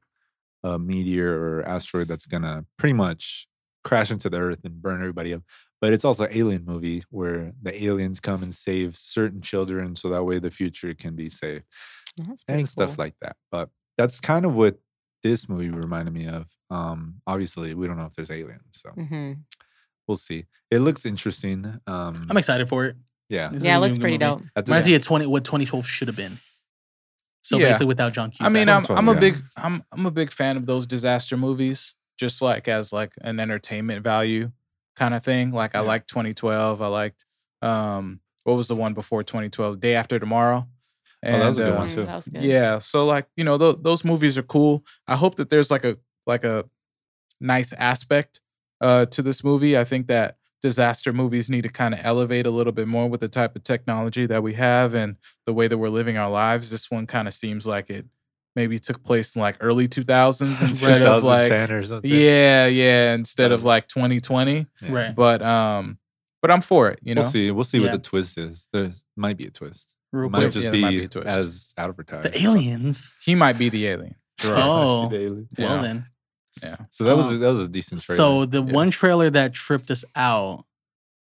Speaker 2: a meteor or asteroid that's gonna pretty much crash into the earth and burn everybody up. But it's also an alien movie where the aliens come and save certain children so that way the future can be safe
Speaker 3: That's pretty
Speaker 2: and stuff
Speaker 3: cool.
Speaker 2: like that. But that's kind of what this movie reminded me of. Um obviously we don't know if there's aliens, so
Speaker 3: Mhm.
Speaker 2: we'll see. It looks interesting. Um
Speaker 1: I'm excited for it.
Speaker 2: yeah.
Speaker 1: This is
Speaker 3: Yeah,
Speaker 1: a
Speaker 3: it looks
Speaker 1: new
Speaker 3: pretty
Speaker 1: movie.
Speaker 3: dope.
Speaker 2: At this
Speaker 1: Reminds me of 20 what 2012 should have been. So
Speaker 4: Yeah.
Speaker 1: basically, without John Cusack.
Speaker 4: I mean, I'm,
Speaker 2: 2012,
Speaker 4: I'm a
Speaker 2: yeah.
Speaker 4: big I'm I'm a big fan of those disaster movies, just like as like an entertainment value kind of thing. Like I
Speaker 2: Yeah.
Speaker 4: liked 2012. I liked um what was the one before 2012? Day After Tomorrow.
Speaker 2: Oh,
Speaker 4: uh,
Speaker 2: that was a good one,
Speaker 3: Mm,
Speaker 2: too.
Speaker 3: That was good.
Speaker 4: Yeah, so like you know tho- those movies are cool. I hope that there's like a like a nice aspect uh, to this movie. I think that disaster movies need to kind of elevate a little bit more with the type of technology that we have and the way that we're living our lives. This one kind of seems like it maybe took place in like early
Speaker 2: (laughs)
Speaker 4: 2000s instead of like
Speaker 2: 2010 or something.
Speaker 4: yeah yeah instead of like 2020.
Speaker 2: Yeah.
Speaker 1: Right.
Speaker 4: But um, but I'm for it. You know,
Speaker 2: We'll see. We'll see
Speaker 1: Yeah.
Speaker 2: what the twist is. There might be a twist.
Speaker 1: Real
Speaker 2: It
Speaker 1: quick.
Speaker 2: might
Speaker 4: quick.
Speaker 2: just
Speaker 4: Yeah, there
Speaker 2: be,
Speaker 4: might be a twist.
Speaker 2: as advertised.
Speaker 1: the aliens.
Speaker 4: he might be the alien.
Speaker 1: Oh.
Speaker 2: The alien.
Speaker 1: Well
Speaker 4: Yeah.
Speaker 1: then.
Speaker 4: Yeah.
Speaker 2: So that was
Speaker 1: Um,
Speaker 2: that was a decent trailer.
Speaker 1: So the
Speaker 4: Yeah.
Speaker 1: one trailer that tripped us out,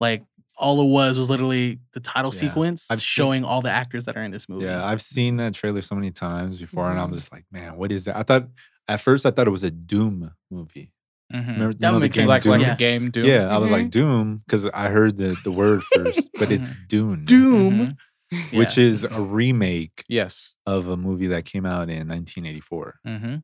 Speaker 1: like all it was was literally the title
Speaker 2: Yeah.
Speaker 1: sequence
Speaker 2: I've seen-
Speaker 1: showing all the actors that are in this movie. Mm-hmm.
Speaker 2: yeah, I've seen that trailer so many times before, and I'm
Speaker 3: Mhm.
Speaker 2: just like, man, what is that? I thought at first I thought it was a Doom movie.
Speaker 4: Mhm.
Speaker 2: Remember, you
Speaker 1: That
Speaker 2: know
Speaker 1: would
Speaker 2: the
Speaker 1: make
Speaker 2: game
Speaker 1: sense.
Speaker 4: like
Speaker 2: Doom?
Speaker 4: like
Speaker 1: Yeah.
Speaker 4: the game Doom.
Speaker 2: Yeah, I was
Speaker 1: Mm-hmm.
Speaker 2: like Doom because I heard the,
Speaker 1: (laughs)
Speaker 2: the word first, but it's
Speaker 4: Hmm.
Speaker 2: Dune,
Speaker 1: Doom,
Speaker 2: which
Speaker 1: Yeah.
Speaker 2: is a remake
Speaker 4: Mm-hmm. Yes.
Speaker 2: of a movie that came out in 1984.
Speaker 4: Mm-hmm.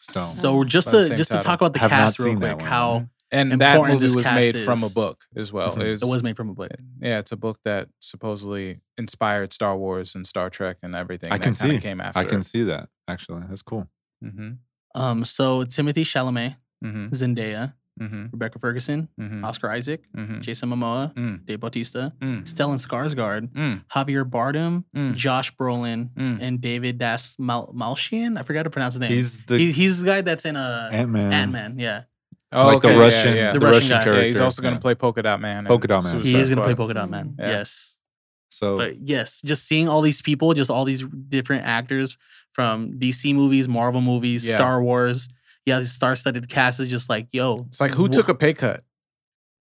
Speaker 2: So,
Speaker 1: So just
Speaker 4: By the
Speaker 1: to
Speaker 4: same
Speaker 1: just to
Speaker 4: title.
Speaker 1: talk about the
Speaker 2: Have not
Speaker 1: cast real
Speaker 2: seen that
Speaker 1: quick,
Speaker 2: one.
Speaker 1: how
Speaker 4: And that
Speaker 1: Important
Speaker 4: movie
Speaker 1: this
Speaker 4: was
Speaker 1: cast
Speaker 4: made from a
Speaker 1: is.
Speaker 4: book as well.
Speaker 1: (laughs)
Speaker 2: Mhm.
Speaker 1: it was made from a book.
Speaker 4: Yeah, it's a book that supposedly inspired Star Wars and Star Trek and everything.
Speaker 2: I
Speaker 4: that
Speaker 2: can
Speaker 4: kinda
Speaker 2: see.
Speaker 4: Came after.
Speaker 2: I can see that actually. That's cool.
Speaker 4: Mm-hmm.
Speaker 1: Um, so Timothy Chalamet,
Speaker 4: Mm-hmm.
Speaker 1: Zendaya,
Speaker 4: Mm-hmm.
Speaker 1: Rebecca Ferguson,
Speaker 2: Mm.
Speaker 4: Mm-hmm.
Speaker 1: Oscar Isaac,
Speaker 4: Mm-hmm.
Speaker 1: Jason Momoa,
Speaker 4: Mm.
Speaker 1: Dave Bautista,
Speaker 4: Mm.
Speaker 1: Stellan Skarsgård,
Speaker 4: Mm.
Speaker 1: Javier Bardem,
Speaker 4: Mm.
Speaker 1: Josh Brolin,
Speaker 4: Mm.
Speaker 1: and David Das Mal- Malshian. I forgot to pronounce his name.
Speaker 2: He's the
Speaker 1: he, he's the guy that's in uh,
Speaker 2: Ant Man.
Speaker 1: Ant Man. Yeah,
Speaker 4: Oh,
Speaker 2: like
Speaker 4: okay,
Speaker 2: the
Speaker 4: yeah,
Speaker 2: Russian,
Speaker 4: Yeah,
Speaker 2: the,
Speaker 1: The Russian
Speaker 2: Russian,
Speaker 1: guy. Yeah,
Speaker 2: character.
Speaker 4: Yeah, he's also going to
Speaker 2: yeah.
Speaker 4: play Polka Dot Man. and
Speaker 2: Polka Dot Man.
Speaker 1: he
Speaker 4: Suicide
Speaker 1: is gonna play
Speaker 4: Squad.
Speaker 1: Polka Dot Man.
Speaker 4: Yeah.
Speaker 1: Yes,
Speaker 2: So
Speaker 1: but yes, just seeing all these people, just all these different actors from DC movies, Marvel movies,
Speaker 4: Yeah.
Speaker 1: Star Wars. Yeah, these star-studded cast is just like, yo,
Speaker 4: It's like who
Speaker 1: wh-
Speaker 4: took a pay cut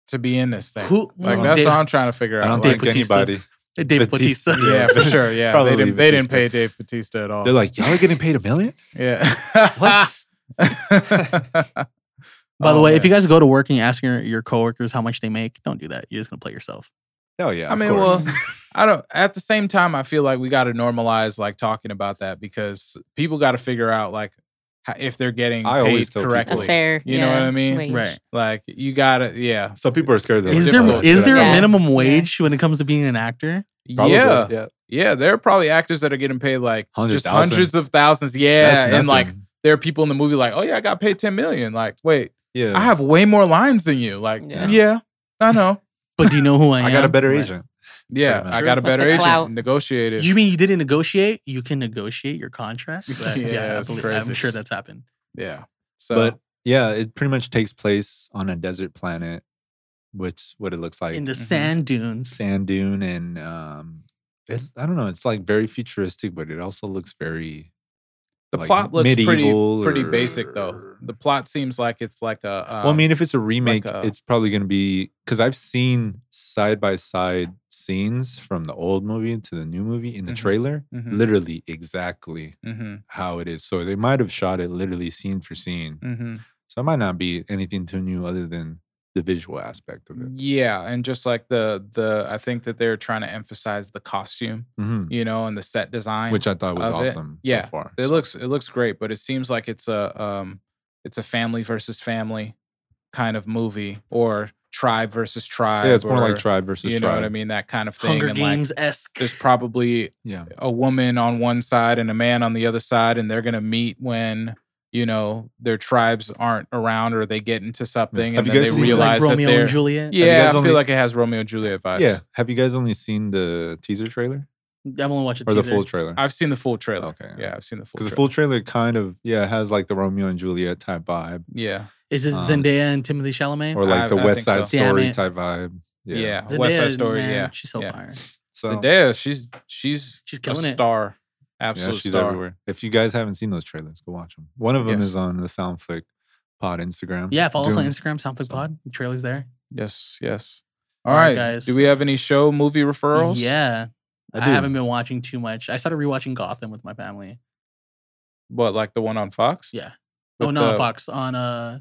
Speaker 4: to be in this thing?
Speaker 1: who?
Speaker 4: Like
Speaker 2: Mm.
Speaker 4: that's
Speaker 1: Dave,
Speaker 4: what I'm trying to figure
Speaker 2: I
Speaker 4: out.
Speaker 2: don't
Speaker 4: Like,
Speaker 2: think
Speaker 1: Dave Bautista.
Speaker 2: anybody.
Speaker 1: Dave
Speaker 2: Batista.
Speaker 1: Batista. (laughs)
Speaker 2: (laughs)
Speaker 4: yeah, for sure. Yeah, they
Speaker 2: Probably
Speaker 4: didn't. They didn't
Speaker 2: Batista.
Speaker 4: pay Dave Batista at all.
Speaker 2: They're like, y'all are getting paid a million.
Speaker 4: Yeah.
Speaker 2: (laughs)
Speaker 4: Ah.
Speaker 2: What?
Speaker 1: (laughs) By
Speaker 4: Oh,
Speaker 1: the way, if you guys go to work and you ask your, your coworkers how much they make, don't do that. You're just gonna play yourself.
Speaker 2: Oh yeah.
Speaker 4: I
Speaker 2: of
Speaker 4: mean,
Speaker 2: course.
Speaker 4: well, I don't. At the same time, I feel like we got to normalize like talking about that because people got to figure out like ho- if they're getting
Speaker 2: I always
Speaker 4: paid
Speaker 2: tell people-
Speaker 3: A
Speaker 4: correctly.
Speaker 3: fair.
Speaker 4: You know what
Speaker 3: yeah,
Speaker 4: I mean?
Speaker 3: wage.
Speaker 4: Like you gotta, yeah,
Speaker 2: so people are scared. They're
Speaker 1: Is
Speaker 2: like,
Speaker 1: there
Speaker 2: "Oh,
Speaker 1: is
Speaker 2: should I
Speaker 1: there
Speaker 2: do
Speaker 1: a
Speaker 2: it?"
Speaker 3: Yeah.
Speaker 1: minimum wage when it comes to being an actor?
Speaker 2: Probably,
Speaker 4: yeah, yeah. There are probably actors that are getting paid like
Speaker 2: Hundred
Speaker 4: just
Speaker 2: thousand.
Speaker 4: hundreds of thousands. Yeah,
Speaker 2: That's
Speaker 4: and like
Speaker 2: nothing.
Speaker 4: there are people in the movie like, oh yeah, I got paid ten million. Like, wait,
Speaker 2: yeah,
Speaker 4: I have way more lines than you. Like, yeah,
Speaker 3: Yeah.
Speaker 4: I know.
Speaker 1: But do you know who
Speaker 4: (laughs)
Speaker 1: I am?
Speaker 2: I got a better
Speaker 4: Right.
Speaker 2: agent.
Speaker 4: Yeah,
Speaker 2: Pretty much.
Speaker 4: I got a
Speaker 3: With
Speaker 4: better
Speaker 3: the
Speaker 4: agent.
Speaker 3: clout.
Speaker 4: Negotiated.
Speaker 1: You mean you didn't negotiate? You can negotiate your contract. But yeah,
Speaker 4: (laughs) Yeah,
Speaker 1: I
Speaker 4: that's
Speaker 1: believe-
Speaker 4: crazy.
Speaker 1: I'm sure that's happened.
Speaker 4: yeah. So,
Speaker 2: But yeah, it pretty much takes place on a desert planet, which is what it looks like.
Speaker 1: In the
Speaker 4: Mhm.
Speaker 1: sand dunes.
Speaker 2: sand dune and um it, I don't know, it's like very futuristic, but it also looks very
Speaker 4: The
Speaker 2: like,
Speaker 4: plot looks pretty
Speaker 2: medieval
Speaker 4: pretty
Speaker 2: or-
Speaker 4: basic though. The plot seems like it's like uh a um,
Speaker 2: well, I mean, if it's a remake,
Speaker 4: a-
Speaker 2: it's probably gonna be because I've seen side by side scenes from the old movie to the new movie in the
Speaker 4: Mhm.
Speaker 2: trailer,
Speaker 4: mhm,
Speaker 2: literally exactly
Speaker 4: mhm,
Speaker 2: how it is. So they might have shot it literally scene for scene.
Speaker 4: mhm.
Speaker 2: So it might not be anything too new other than the visual aspect of it.
Speaker 4: yeah, and just like the the I think that they're trying to emphasize the costume,
Speaker 2: Mhm.
Speaker 4: you know, and the set design.
Speaker 2: Which I thought was
Speaker 4: of it.
Speaker 2: awesome
Speaker 4: Yeah,
Speaker 2: so far.
Speaker 4: it
Speaker 2: So-
Speaker 4: looks it looks great, but it seems like it's a um it's a family versus family kind of movie or tribe versus tribe.
Speaker 2: yeah, it's more like
Speaker 4: or,
Speaker 2: tribe versus
Speaker 4: You know
Speaker 2: tribe.
Speaker 4: what I mean? That kind of thing.
Speaker 1: Hunger
Speaker 4: and like
Speaker 1: Games esque.
Speaker 4: there's probably
Speaker 2: Yeah.
Speaker 4: a woman on one side and a man on the other side and they're going to meet when you know their tribes aren't around or they get into something
Speaker 2: Have
Speaker 4: and
Speaker 2: you
Speaker 4: then
Speaker 2: guys
Speaker 4: they
Speaker 2: seen, like,
Speaker 4: realize
Speaker 1: like
Speaker 4: that
Speaker 1: Romeo
Speaker 4: they're
Speaker 1: and Juliet.
Speaker 2: guys
Speaker 4: yeah i
Speaker 2: only-
Speaker 4: feel like it has romeo and juliet vibes
Speaker 2: Yeah. Have you guys only seen the teaser trailer
Speaker 1: I've only watched
Speaker 2: or
Speaker 1: the
Speaker 2: the full trailer?
Speaker 4: i've seen the full trailer
Speaker 2: Okay,
Speaker 4: yeah i've seen the full
Speaker 2: Because
Speaker 4: trailer
Speaker 2: the full trailer kind of yeah has like the Romeo and Juliet type vibe
Speaker 4: yeah
Speaker 1: Is it
Speaker 2: um,
Speaker 1: Zendaya and Timothy Chalamet?
Speaker 2: or like
Speaker 4: I-
Speaker 2: the
Speaker 4: I
Speaker 2: West
Speaker 4: think
Speaker 2: Side
Speaker 1: so. Damn
Speaker 2: Story
Speaker 1: it.
Speaker 2: type vibe.
Speaker 4: yeah,
Speaker 2: Yeah.
Speaker 4: west side
Speaker 1: Zendaya,
Speaker 4: story
Speaker 1: man,
Speaker 4: yeah
Speaker 1: she's so
Speaker 4: yeah.
Speaker 1: fire.
Speaker 2: So
Speaker 4: zendaya she's she's
Speaker 1: She's
Speaker 4: a
Speaker 1: killing it.
Speaker 4: star
Speaker 2: yeah,
Speaker 4: absolute
Speaker 2: she's
Speaker 4: star
Speaker 2: everywhere. If you guys haven't seen those trailers, go watch them. One of them
Speaker 4: Yes.
Speaker 2: is on the Soundflick Pod Instagram.
Speaker 1: Yeah, follow us on
Speaker 2: Doing-
Speaker 1: Instagram, Soundflick
Speaker 2: So-
Speaker 1: Pod. The trailer's there.
Speaker 4: yes yes all
Speaker 1: All right,
Speaker 4: right
Speaker 1: guys.
Speaker 4: do we have any show movie referrals
Speaker 1: Yeah.
Speaker 2: I
Speaker 1: I,
Speaker 2: do.
Speaker 1: haven't been watching too much. I started rewatching Gotham with my family.
Speaker 4: what like the one on fox
Speaker 1: Yeah.
Speaker 4: With
Speaker 1: oh no,
Speaker 4: the-
Speaker 1: Fox on uh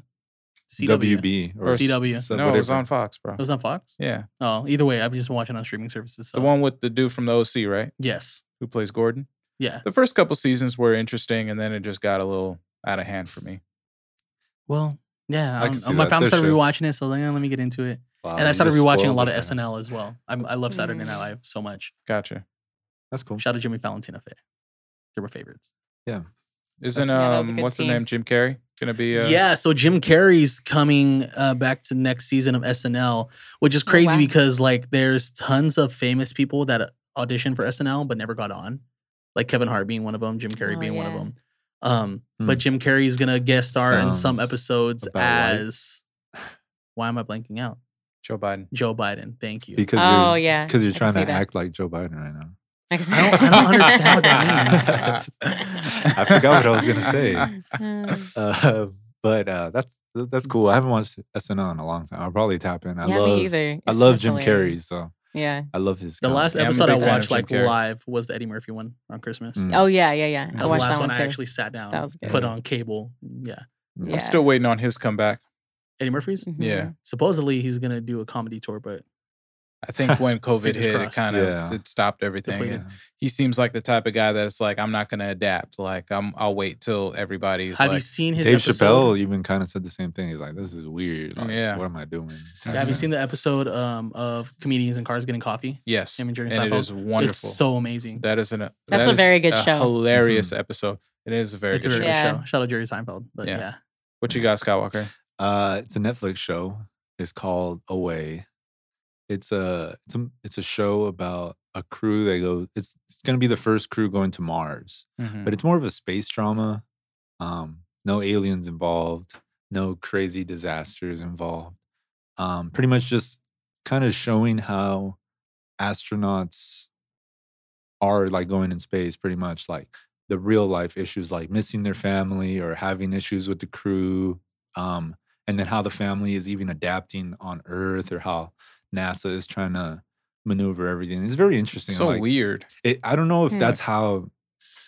Speaker 1: CW.
Speaker 2: WB
Speaker 1: Or
Speaker 2: or s-
Speaker 1: CW.
Speaker 2: so
Speaker 4: no it was
Speaker 2: whatever.
Speaker 4: on fox bro
Speaker 1: It was on Fox.
Speaker 4: yeah
Speaker 1: Oh, either way, I've been just watching on streaming services. So
Speaker 4: The one with the dude from the OC, right?
Speaker 1: yes,
Speaker 4: Who plays Gordon?
Speaker 1: Yeah.
Speaker 4: The first couple seasons were interesting, and then it just got a little out of hand for me.
Speaker 1: Well, yeah.
Speaker 2: I
Speaker 1: I
Speaker 2: can
Speaker 1: don't-
Speaker 2: see
Speaker 1: my
Speaker 2: that.
Speaker 1: I'm
Speaker 2: There's
Speaker 1: started
Speaker 2: shows.
Speaker 1: rewatching it, so then let me get into it.
Speaker 2: Wow,
Speaker 1: and I
Speaker 2: you
Speaker 1: started
Speaker 2: just
Speaker 1: rewatching a
Speaker 2: Um, spoiled
Speaker 1: lot of
Speaker 2: it for me.
Speaker 1: SNL as well. I, I love Saturday Night
Speaker 3: Mm.
Speaker 1: Live so much.
Speaker 4: Gotcha.
Speaker 2: That's cool.
Speaker 1: Shout out to Jimmy Valentino Fair. They're my favorites.
Speaker 4: Isn't
Speaker 3: Yeah, that was a
Speaker 4: um
Speaker 3: good
Speaker 4: what's
Speaker 3: team.
Speaker 4: his name Jim Carrey gonna be?
Speaker 1: Yeah.
Speaker 4: Uh,
Speaker 1: so Jim Carrey's coming uh, back to next season of SNL, which is
Speaker 3: Oh,
Speaker 1: crazy
Speaker 3: wow.
Speaker 1: because like there's tons of famous people that auditioned for SNL but never got on, like Kevin Hart being one of them, Jim Carrey
Speaker 3: Oh,
Speaker 1: being one of
Speaker 3: yeah.
Speaker 1: them. Um,
Speaker 2: Hmm.
Speaker 1: But Jim Carrey's gonna guest star in some
Speaker 2: Sounds
Speaker 1: episodes
Speaker 2: about right.
Speaker 1: as why am I blanking out? (laughs)
Speaker 4: Joe Biden.
Speaker 1: Joe Biden. Thank you.
Speaker 2: Because
Speaker 3: Oh
Speaker 2: you're,
Speaker 3: yeah,
Speaker 2: Because you're
Speaker 3: I can
Speaker 2: trying
Speaker 3: see
Speaker 2: to
Speaker 3: that.
Speaker 2: act like Joe Biden right now. (laughs)
Speaker 3: I, can
Speaker 1: I don't-
Speaker 3: see-
Speaker 1: I don't understand what
Speaker 3: (laughs)
Speaker 1: (laughs) that
Speaker 4: (laughs)
Speaker 2: I forgot what I was gonna say.
Speaker 3: Mm.
Speaker 2: Uh, but uh, that's that's cool. I haven't watched SNL in a long time. I'll probably tap in. I
Speaker 3: yeah,
Speaker 2: love
Speaker 3: me either.
Speaker 2: I
Speaker 3: It's-
Speaker 2: love
Speaker 3: it's
Speaker 2: Jim Carrey,
Speaker 3: hilarious.
Speaker 2: so
Speaker 3: Yeah.
Speaker 2: I love his.
Speaker 1: the
Speaker 2: comedy.
Speaker 1: last
Speaker 4: Yeah, I'm a
Speaker 1: episode I
Speaker 4: big fan of
Speaker 1: watched
Speaker 4: Jim
Speaker 1: like
Speaker 4: Carrey.
Speaker 1: live was the Eddie Murphy one on Christmas.
Speaker 2: Mm.
Speaker 3: Oh yeah, yeah, yeah.
Speaker 1: That was
Speaker 3: I
Speaker 1: the
Speaker 3: watched
Speaker 1: last
Speaker 3: that one
Speaker 1: I
Speaker 3: too.
Speaker 1: actually sat down,
Speaker 3: That was good.
Speaker 1: put on cable. Yeah,
Speaker 2: Mm.
Speaker 4: I'm
Speaker 3: Yeah.
Speaker 4: still waiting on his comeback.
Speaker 1: Eddie Murphy's.
Speaker 3: Mm-hmm.
Speaker 4: Yeah.
Speaker 1: Supposedly he's gonna do a comedy tour, but
Speaker 4: I
Speaker 2: (laughs)
Speaker 4: think when COVID
Speaker 1: Fingers
Speaker 4: hit, it
Speaker 1: crossed.
Speaker 4: kind of
Speaker 2: Yeah.
Speaker 4: it stopped everything.
Speaker 1: Depleted.
Speaker 4: And he seems like the type of guy that's like, I'm not gonna adapt. Like I'm, I'll wait till everybody's
Speaker 1: have you
Speaker 4: like,
Speaker 1: seen his
Speaker 2: Dave
Speaker 1: episode?
Speaker 2: Chappelle even kind of said the same thing. He's like, "This is weird. Like,
Speaker 4: Yeah.
Speaker 2: what am I doing?"
Speaker 1: Yeah, have you seen the episode um, of comedians and cars getting coffee?
Speaker 4: yes,
Speaker 1: Him and Jerry
Speaker 4: and it
Speaker 1: Seinfeld?
Speaker 4: is wonderful.
Speaker 1: It's so amazing.
Speaker 4: that is an that's
Speaker 3: a very good show.
Speaker 4: hilarious
Speaker 2: Mm-hmm.
Speaker 4: episode. It is a very
Speaker 1: it's a
Speaker 4: good
Speaker 1: very
Speaker 4: show.
Speaker 1: good
Speaker 3: Yeah.
Speaker 1: show. Shout out Jerry Seinfeld. But yeah,
Speaker 4: Yeah. What you got, Skywalker?
Speaker 2: (laughs) Uh, it's a Netflix show. It's called Away. It's a it's a it's a show about a crew that goes. It's it's gonna be the first crew going to Mars,
Speaker 4: Mm-hmm.
Speaker 2: but it's more of a space drama. Um, no aliens involved, no crazy disasters involved. Um, pretty much just kind of showing how astronauts are like going in space, pretty much like the real life issues, like missing their family or having issues with the crew. Um, and then how the family is even adapting on Earth or how NASA is trying to maneuver everything. It's very interesting.
Speaker 4: so
Speaker 2: like,
Speaker 4: weird.
Speaker 2: it, I don't know if
Speaker 3: Hmm.
Speaker 2: that's how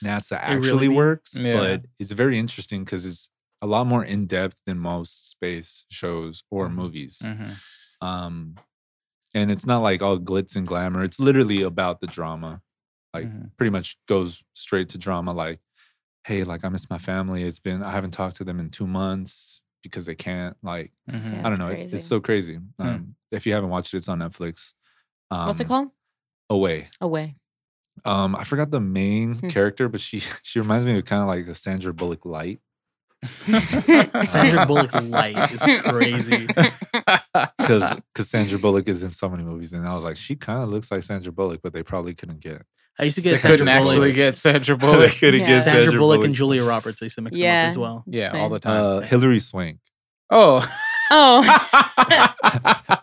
Speaker 2: NASA
Speaker 1: really
Speaker 2: actually
Speaker 1: be?
Speaker 2: works,
Speaker 4: Yeah.
Speaker 2: but it's very interesting because it's a lot more in depth than most space shows or
Speaker 3: Mm-hmm.
Speaker 4: Mhm.
Speaker 2: movies.
Speaker 3: Mm.
Speaker 4: Mhm.
Speaker 2: Um, and it's not like all glitz and glamour. It's literally about the drama. Like
Speaker 3: Mm-hmm.
Speaker 4: Mhm.
Speaker 2: pretty much goes straight to drama. Like, hey, like I miss my family. It's been I haven't talked to them in two months because they can't. Like
Speaker 4: Mhm.
Speaker 3: Yeah.
Speaker 2: I
Speaker 3: That's
Speaker 2: don't know. It's
Speaker 3: crazy. Hmm.
Speaker 2: it's so crazy. Um, if you haven't watched it, it's on Netflix. Um,
Speaker 3: What's it called?
Speaker 2: Away.
Speaker 3: Away.
Speaker 2: Um, I forgot the main
Speaker 3: Hmm.
Speaker 2: character, but she (laughs) she reminds me of kind of like a Sandra Bullock light.
Speaker 1: (laughs) Sandra Bullock light
Speaker 3: (laughs)
Speaker 1: is crazy.
Speaker 2: Because Sandra Bullock is in so many movies, and I was like, she kind of looks like Sandra Bullock, but they probably couldn't
Speaker 3: (laughs)
Speaker 2: get.
Speaker 1: I
Speaker 4: (laughs)
Speaker 1: used to
Speaker 4: they
Speaker 1: get
Speaker 4: couldn't
Speaker 1: Sandra Bullock,
Speaker 4: actually get
Speaker 2: (laughs)
Speaker 4: Sandra
Speaker 2: they
Speaker 4: Bullock.
Speaker 2: couldn't
Speaker 3: Yeah.
Speaker 2: get
Speaker 1: Sandra,
Speaker 2: Sandra,
Speaker 1: Bullock, and Julia Roberts. I used to mix them
Speaker 3: Yeah.
Speaker 1: up as well.
Speaker 4: yeah,
Speaker 3: Same.
Speaker 4: all the time.
Speaker 2: Uh, Hillary Swank.
Speaker 4: oh.
Speaker 3: (laughs)
Speaker 4: (laughs)
Speaker 2: (laughs)
Speaker 3: Oh.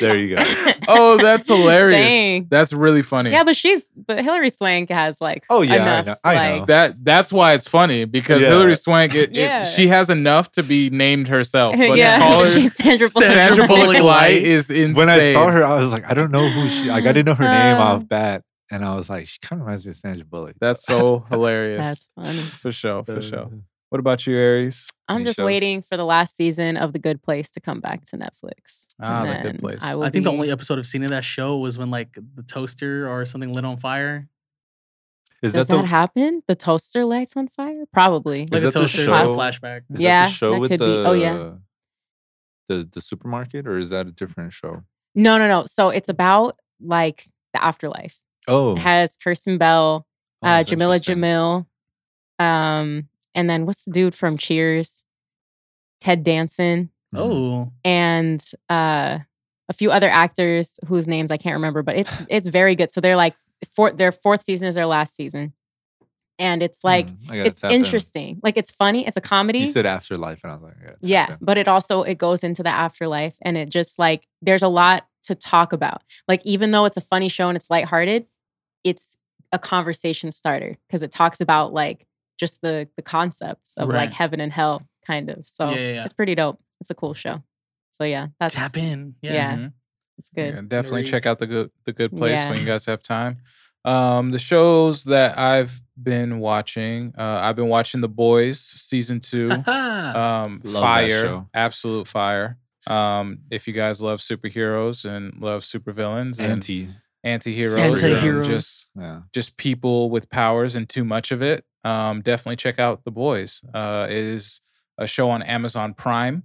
Speaker 2: There you go.
Speaker 4: oh, that's hilarious.
Speaker 3: Dang.
Speaker 4: That's really funny.
Speaker 3: Yeah, but she's but Hillary Swank has like
Speaker 2: Oh, yeah, I
Speaker 3: enough,
Speaker 2: know- I know.
Speaker 3: like
Speaker 4: that that's why it's funny because
Speaker 2: Yeah.
Speaker 4: Hillary Swank, it, it-
Speaker 3: Yeah.
Speaker 4: she has enough to be named
Speaker 3: (laughs)
Speaker 4: herself. But
Speaker 3: yeah,
Speaker 4: to call her
Speaker 3: she's Sandra Bullock.
Speaker 4: Sandra Bullock
Speaker 1: Bullock
Speaker 4: Light
Speaker 1: Light.
Speaker 4: is insane.
Speaker 2: When I saw her, I was like, I don't know who she.
Speaker 3: (gasps)
Speaker 2: Like, I didn't know her name
Speaker 3: Uh.
Speaker 2: off bat, and I was like, she kind of reminds me of Sandra Bullock.
Speaker 4: that's so hilarious.
Speaker 3: That's funny.
Speaker 4: for sure, for sure.
Speaker 2: Uh,
Speaker 4: What about you, Aries?
Speaker 3: I'm
Speaker 2: Any
Speaker 3: just
Speaker 2: shows?
Speaker 3: waiting for the last season of The Good Place to come back to Netflix.
Speaker 4: Ah,
Speaker 3: and
Speaker 4: The Good
Speaker 3: then
Speaker 4: Place.
Speaker 3: I, will
Speaker 1: I think the
Speaker 3: be-
Speaker 1: only episode I've seen of that show was when like the toaster or something lit on fire.
Speaker 2: Is
Speaker 3: does
Speaker 2: that
Speaker 3: that,
Speaker 2: the
Speaker 3: happen? The toaster lights on fire? Probably.
Speaker 1: Like
Speaker 2: that the
Speaker 1: toaster is like a
Speaker 2: show?
Speaker 1: flashback.
Speaker 2: is that
Speaker 3: Yeah,
Speaker 2: the show
Speaker 3: that
Speaker 2: with
Speaker 3: could
Speaker 2: the
Speaker 3: be- oh, yeah.
Speaker 2: the the supermarket, or is that a different show?
Speaker 3: No, no, no. So it's about like the afterlife.
Speaker 2: Oh,
Speaker 3: It has Kirsten Bell,
Speaker 2: Oh,
Speaker 3: uh,
Speaker 2: that's
Speaker 3: Jamila
Speaker 2: interesting.
Speaker 3: Jamil, um, and then what's the dude from Cheers? Ted Danson
Speaker 2: Mm-hmm.
Speaker 1: Oh,
Speaker 3: and uh, a few other actors whose names I can't remember, but it's it's very good. So they're like four, their fourth season is their last season, and it's like
Speaker 2: Mm, I gotta
Speaker 3: it's
Speaker 2: tap in.
Speaker 3: interesting. Like it's funny. It's a comedy.
Speaker 2: You said afterlife, and I was like, I gotta tap
Speaker 3: Yeah,
Speaker 2: in.
Speaker 3: but it also it goes into the afterlife and it just like there's a lot to talk about. Like even though it's a funny show and it's lighthearted, it's a conversation starter because it talks about like just the the concepts of
Speaker 1: Right.
Speaker 3: like heaven and hell kind of. So
Speaker 1: Yeah, yeah, yeah.
Speaker 3: it's pretty dope. It's a cool show. So yeah, that's
Speaker 1: tap in. Yeah. Mm-hmm.
Speaker 3: yeah.
Speaker 4: Mhm.
Speaker 3: it's good.
Speaker 4: Yeah,
Speaker 3: (sighs)
Speaker 4: definitely
Speaker 1: Agreed.
Speaker 4: check out the good the good place
Speaker 3: Yeah.
Speaker 4: when you guys have time. Um, the shows that I've been watching, uh, I've been watching The Boys season
Speaker 3: (laughs)
Speaker 4: two.
Speaker 1: (laughs) Uh,
Speaker 4: um
Speaker 2: Love that
Speaker 4: fire
Speaker 2: show.
Speaker 4: absolute fire um if you guys love superheroes and love supervillains and
Speaker 2: Anti.
Speaker 4: anti-heroes,
Speaker 1: Anti-heroes.
Speaker 4: and just
Speaker 2: Yeah.
Speaker 4: just people with powers and too much of it. Um, definitely check out The Boys. Uh, it is a show on Amazon Prime,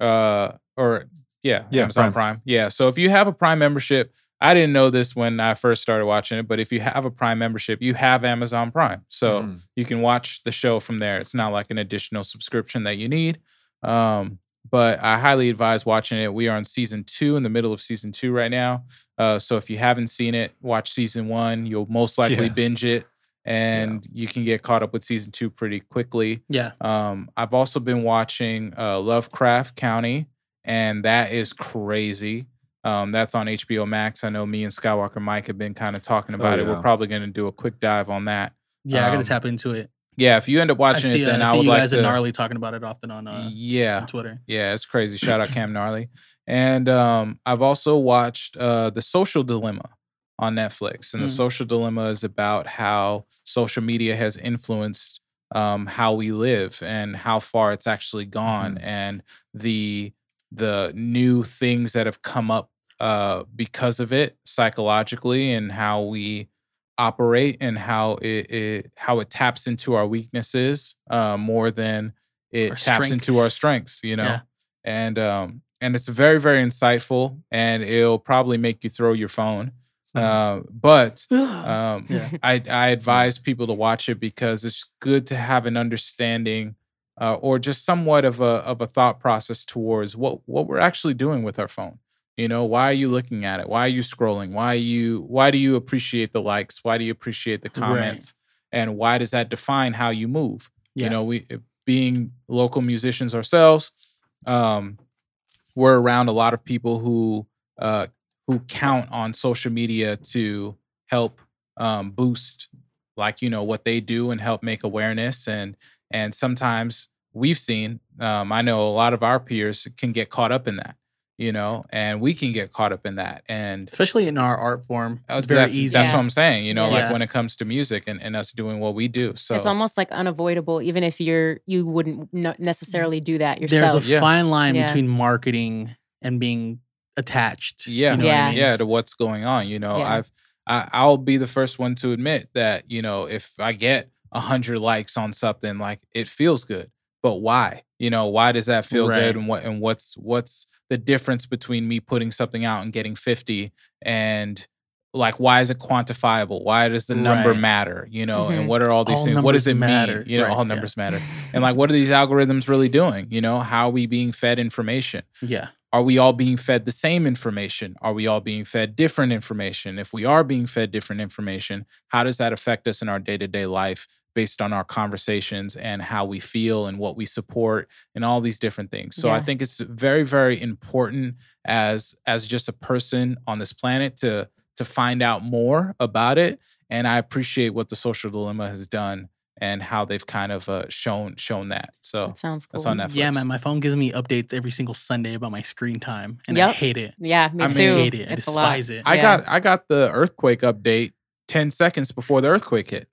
Speaker 4: uh, or yeah,
Speaker 2: Yeah,
Speaker 4: Amazon Prime. Yeah. So if you have a Prime membership, I didn't know this when I first started watching it, but if you have a Prime membership, you have Amazon Prime, so
Speaker 2: Mm.
Speaker 4: you can watch the show from there. It's not like an additional subscription that you need. Um, but I highly advise watching it. We are on season two, in the middle of season two right now. Uh, so if you haven't seen it, watch season one. You'll most likely
Speaker 2: Yeah.
Speaker 4: binge it, and you can get caught up with season two pretty quickly.
Speaker 1: Yeah.
Speaker 4: Um, I've also been watching uh, Lovecraft County, and that is crazy. Um, that's on HBO Max. I know me and Skywalker Mike have been kind of talking about it. We're
Speaker 2: Oh, yeah.
Speaker 4: probably going to do a quick dive on that.
Speaker 1: Yeah, I gotta
Speaker 4: Um,
Speaker 1: tap into it.
Speaker 4: Yeah, if you end up
Speaker 1: I
Speaker 4: watching
Speaker 1: see,
Speaker 4: it,
Speaker 1: uh,
Speaker 4: then
Speaker 1: I
Speaker 4: I,
Speaker 1: see
Speaker 4: would
Speaker 1: you
Speaker 4: like
Speaker 1: guys
Speaker 4: to.
Speaker 1: and gnarly talking about it often on uh,
Speaker 4: yeah,
Speaker 1: on Twitter.
Speaker 4: yeah, it's crazy. Shout out Cam Gnarly. And um, I've also watched uh, The Social Dilemma on Netflix. And The
Speaker 1: Mm.
Speaker 4: Social Dilemma is about how social media has influenced um, how we live and how far it's actually gone
Speaker 1: Mm-hmm.
Speaker 4: and the the new things that have come up uh, because of it psychologically and how we operate and how it, it how it taps into our weaknesses uh, more than it
Speaker 1: Our
Speaker 4: taps into our
Speaker 1: strengths.
Speaker 4: strengths you know
Speaker 1: Yeah.
Speaker 4: and um and it's very very insightful and it'll probably make you throw your phone uh, but um,
Speaker 1: Yeah.
Speaker 4: I, I advise people to watch it because it's good to have an understanding uh, or just somewhat of a of a thought process towards what what we're actually doing with our phone. You know, why are you looking at it? Why are you scrolling? Why you why do you appreciate the likes? Why do you appreciate the
Speaker 1: Right.
Speaker 4: comments? And why does that define how you move?
Speaker 1: Yeah.
Speaker 4: You know, we uh, being local musicians ourselves, um, we're around a lot of people who uh, who count on social media to help um, boost like you know what they do and help make awareness and and sometimes we've seen um, i know a lot of our peers can get caught up in that you know and we can get caught up in that and
Speaker 1: Especially in our art form,
Speaker 4: that's-
Speaker 1: it's very
Speaker 4: that's,
Speaker 1: easy.
Speaker 4: that's
Speaker 3: Yeah.
Speaker 4: what i'm saying you know
Speaker 1: Yeah.
Speaker 4: like when it comes to music and, and us doing what we do so
Speaker 3: it's almost like unavoidable, even if you're you wouldn't no- necessarily do that
Speaker 1: There's
Speaker 3: yourself.
Speaker 1: a
Speaker 4: Yeah.
Speaker 1: fine line
Speaker 3: Yeah.
Speaker 1: between marketing and being attached.
Speaker 4: Yeah.
Speaker 1: you know what I
Speaker 3: Yeah.
Speaker 1: mean?
Speaker 4: yeah to what's going on you know
Speaker 3: Yeah.
Speaker 4: i've I, i'll be the first one to admit that you know if i get 100 likes on something like it feels good but why you know why does that feel
Speaker 1: Right.
Speaker 4: good and what and what's what's the difference between me putting something out and getting 50 and like why is it quantifiable why does the number
Speaker 1: Right.
Speaker 4: matter you know
Speaker 3: Mhm.
Speaker 4: and what are all these
Speaker 1: All
Speaker 4: things what does
Speaker 1: numbers
Speaker 4: it
Speaker 1: matter.
Speaker 4: mean you know
Speaker 1: Right,
Speaker 4: all
Speaker 1: yeah.
Speaker 4: numbers matter
Speaker 1: (laughs)
Speaker 4: and like what are these algorithms really doing you know how are we being fed information
Speaker 1: yeah.
Speaker 4: are we all being fed the same information? Are we all being fed different information? If we are being fed different information, how does that affect us in our day to day life based on our conversations and how we feel and what we support and all these different things? So I
Speaker 3: Yeah.
Speaker 4: think it's very, very important as as just a person on this planet to to find out more about it. And I appreciate what the social dilemma has done and how they've kind of uh, shown shown that. So
Speaker 3: that sounds cool.
Speaker 4: that's on Netflix.
Speaker 1: Yeah, man. My phone gives me updates every single Sunday about my screen time, and I
Speaker 3: Yep.
Speaker 1: hate
Speaker 3: (laughs)
Speaker 1: it.
Speaker 3: Yeah, me
Speaker 4: I
Speaker 3: too.
Speaker 4: mean-
Speaker 1: I hate it. I
Speaker 3: It's a lot.
Speaker 1: despise it.
Speaker 4: I
Speaker 3: Yeah.
Speaker 4: got I got the earthquake update 10 seconds before the earthquake hit.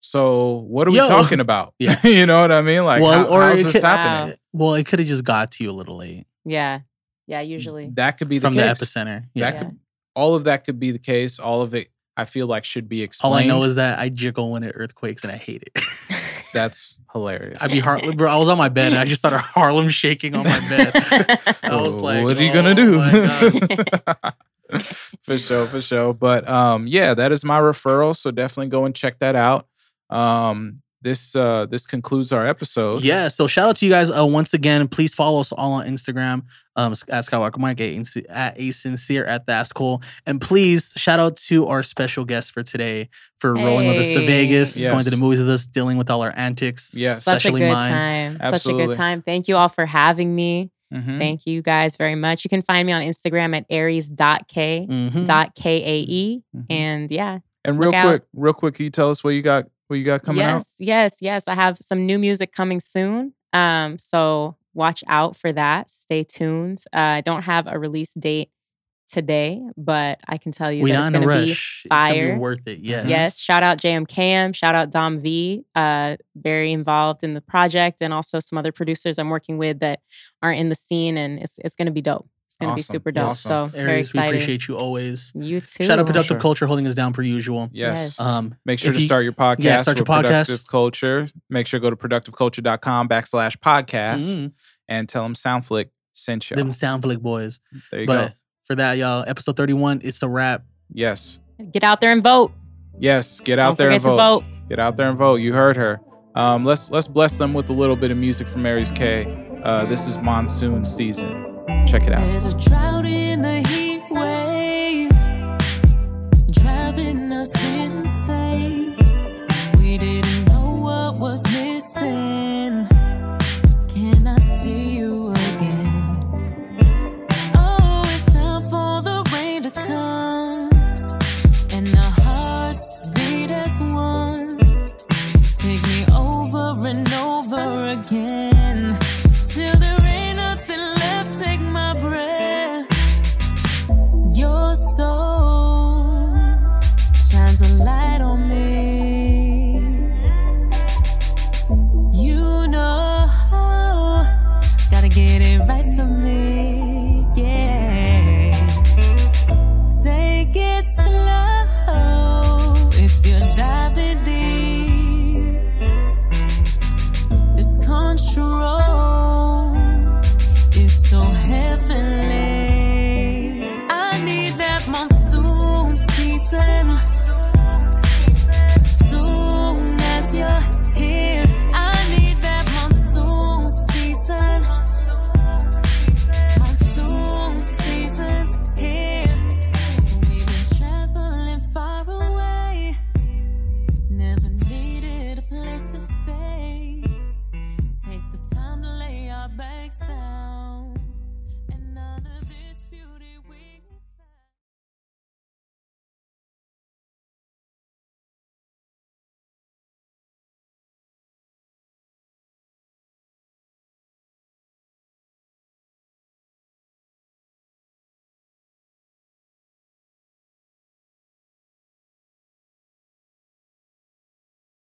Speaker 4: So what are we
Speaker 1: Yo.
Speaker 4: talking about? (laughs)
Speaker 1: Yeah.
Speaker 4: you know what I mean? Like
Speaker 1: Well,
Speaker 4: how-
Speaker 1: or
Speaker 4: how's
Speaker 1: it
Speaker 4: this
Speaker 1: could- Ah,
Speaker 4: happening?
Speaker 1: Well, it could have just got to you a little late
Speaker 3: Yeah, yeah. Usually,
Speaker 4: That could be the
Speaker 1: from the
Speaker 4: case.
Speaker 1: epicenter. Yeah.
Speaker 4: That could all of that could be the case. All of it I feel like should be
Speaker 1: All I
Speaker 4: explained.
Speaker 1: know is that I jiggle when it earthquakes, and I hate it. (laughs)
Speaker 4: that's hilarious.
Speaker 1: I'd be Harlem, bro. I was on my bed, and I just started (laughs) Harlem shaking on my
Speaker 3: (laughs)
Speaker 1: bed. (laughs) (laughs)
Speaker 4: (laughs)
Speaker 1: I was like,
Speaker 4: what are you
Speaker 1: "Oh
Speaker 4: gonna do?
Speaker 1: my God." (laughs)
Speaker 4: (laughs) for sure, for sure. But um, yeah, that is my referral. So definitely go and check that out. Um, this uh, this concludes our episode.
Speaker 1: Yeah. So shout out to you guys uh, once again. Please follow us all on Instagram um, at Skywalker Mike at, Insi- at a sincere at that's cool. And please shout out to our special guest for today for rolling with us to
Speaker 3: Hey.
Speaker 1: Vegas, going to the
Speaker 4: Yes.
Speaker 1: movies with us, dealing with all our antics.
Speaker 4: Yes.
Speaker 3: Such a
Speaker 1: especially
Speaker 3: good
Speaker 1: mine.
Speaker 3: time. Such a
Speaker 4: Absolutely.
Speaker 3: good time. Thank you all for having me.
Speaker 1: Mm-hmm.
Speaker 4: Mhm.
Speaker 3: Thank you guys very much. You can find me on Instagram at aries.k.
Speaker 1: Mhm.
Speaker 3: Dot K A E.
Speaker 4: Mhm.
Speaker 1: Mm-hmm.
Speaker 3: And yeah.
Speaker 4: And real
Speaker 3: Look out.
Speaker 4: quick, real quick, can you tell us what you got what you got coming
Speaker 3: yes, yes, yes. I have some new music coming soon. Um, so watch out for that. Stay tuned. Uh, I don't have a release date today, but I can tell you
Speaker 1: We're
Speaker 3: that
Speaker 1: not
Speaker 3: it's
Speaker 1: in a
Speaker 3: gonna be
Speaker 1: rush. It's gonna
Speaker 3: fire.
Speaker 1: be worth it. Yes.
Speaker 4: Mm-hmm.
Speaker 3: Yes. Shout out JM Cam. Shout out Dom V. Uh, very involved in the project and also some other producers I'm working with that aren't in the scene. And it's, it's going to be dope. It's gonna be
Speaker 4: Awesome.
Speaker 3: super dope.
Speaker 4: Awesome.
Speaker 3: So very
Speaker 1: Aries, we
Speaker 3: excited.
Speaker 1: appreciate you always.
Speaker 3: you too.
Speaker 1: Shout out Productive
Speaker 4: Sure.
Speaker 1: Culture holding us down per usual.
Speaker 4: Yes.
Speaker 3: Yes.
Speaker 1: Um,
Speaker 4: Make sure
Speaker 1: If
Speaker 4: to
Speaker 1: you-
Speaker 4: start your podcast.
Speaker 1: yeah, start your
Speaker 4: with Productive
Speaker 1: podcast.
Speaker 4: Culture. Make sure to go to productiveculture.com backslash podcast
Speaker 1: mm,
Speaker 4: and tell them Soundflick sent you.
Speaker 1: them sound flick boys.
Speaker 4: There you
Speaker 1: But
Speaker 4: go.
Speaker 1: for that, y'all, episode 31, it's a wrap.
Speaker 4: Yes.
Speaker 3: Get out there and vote.
Speaker 4: Yes. Get out
Speaker 3: Don't
Speaker 4: there
Speaker 3: forget
Speaker 4: and vote.
Speaker 3: to vote.
Speaker 4: Get out there and vote. You heard her. Um, let's let's bless them with a little bit of music from Aries K. Uh, this is monsoon season. Check it out.
Speaker 5: There's a drought in the heat. Oh,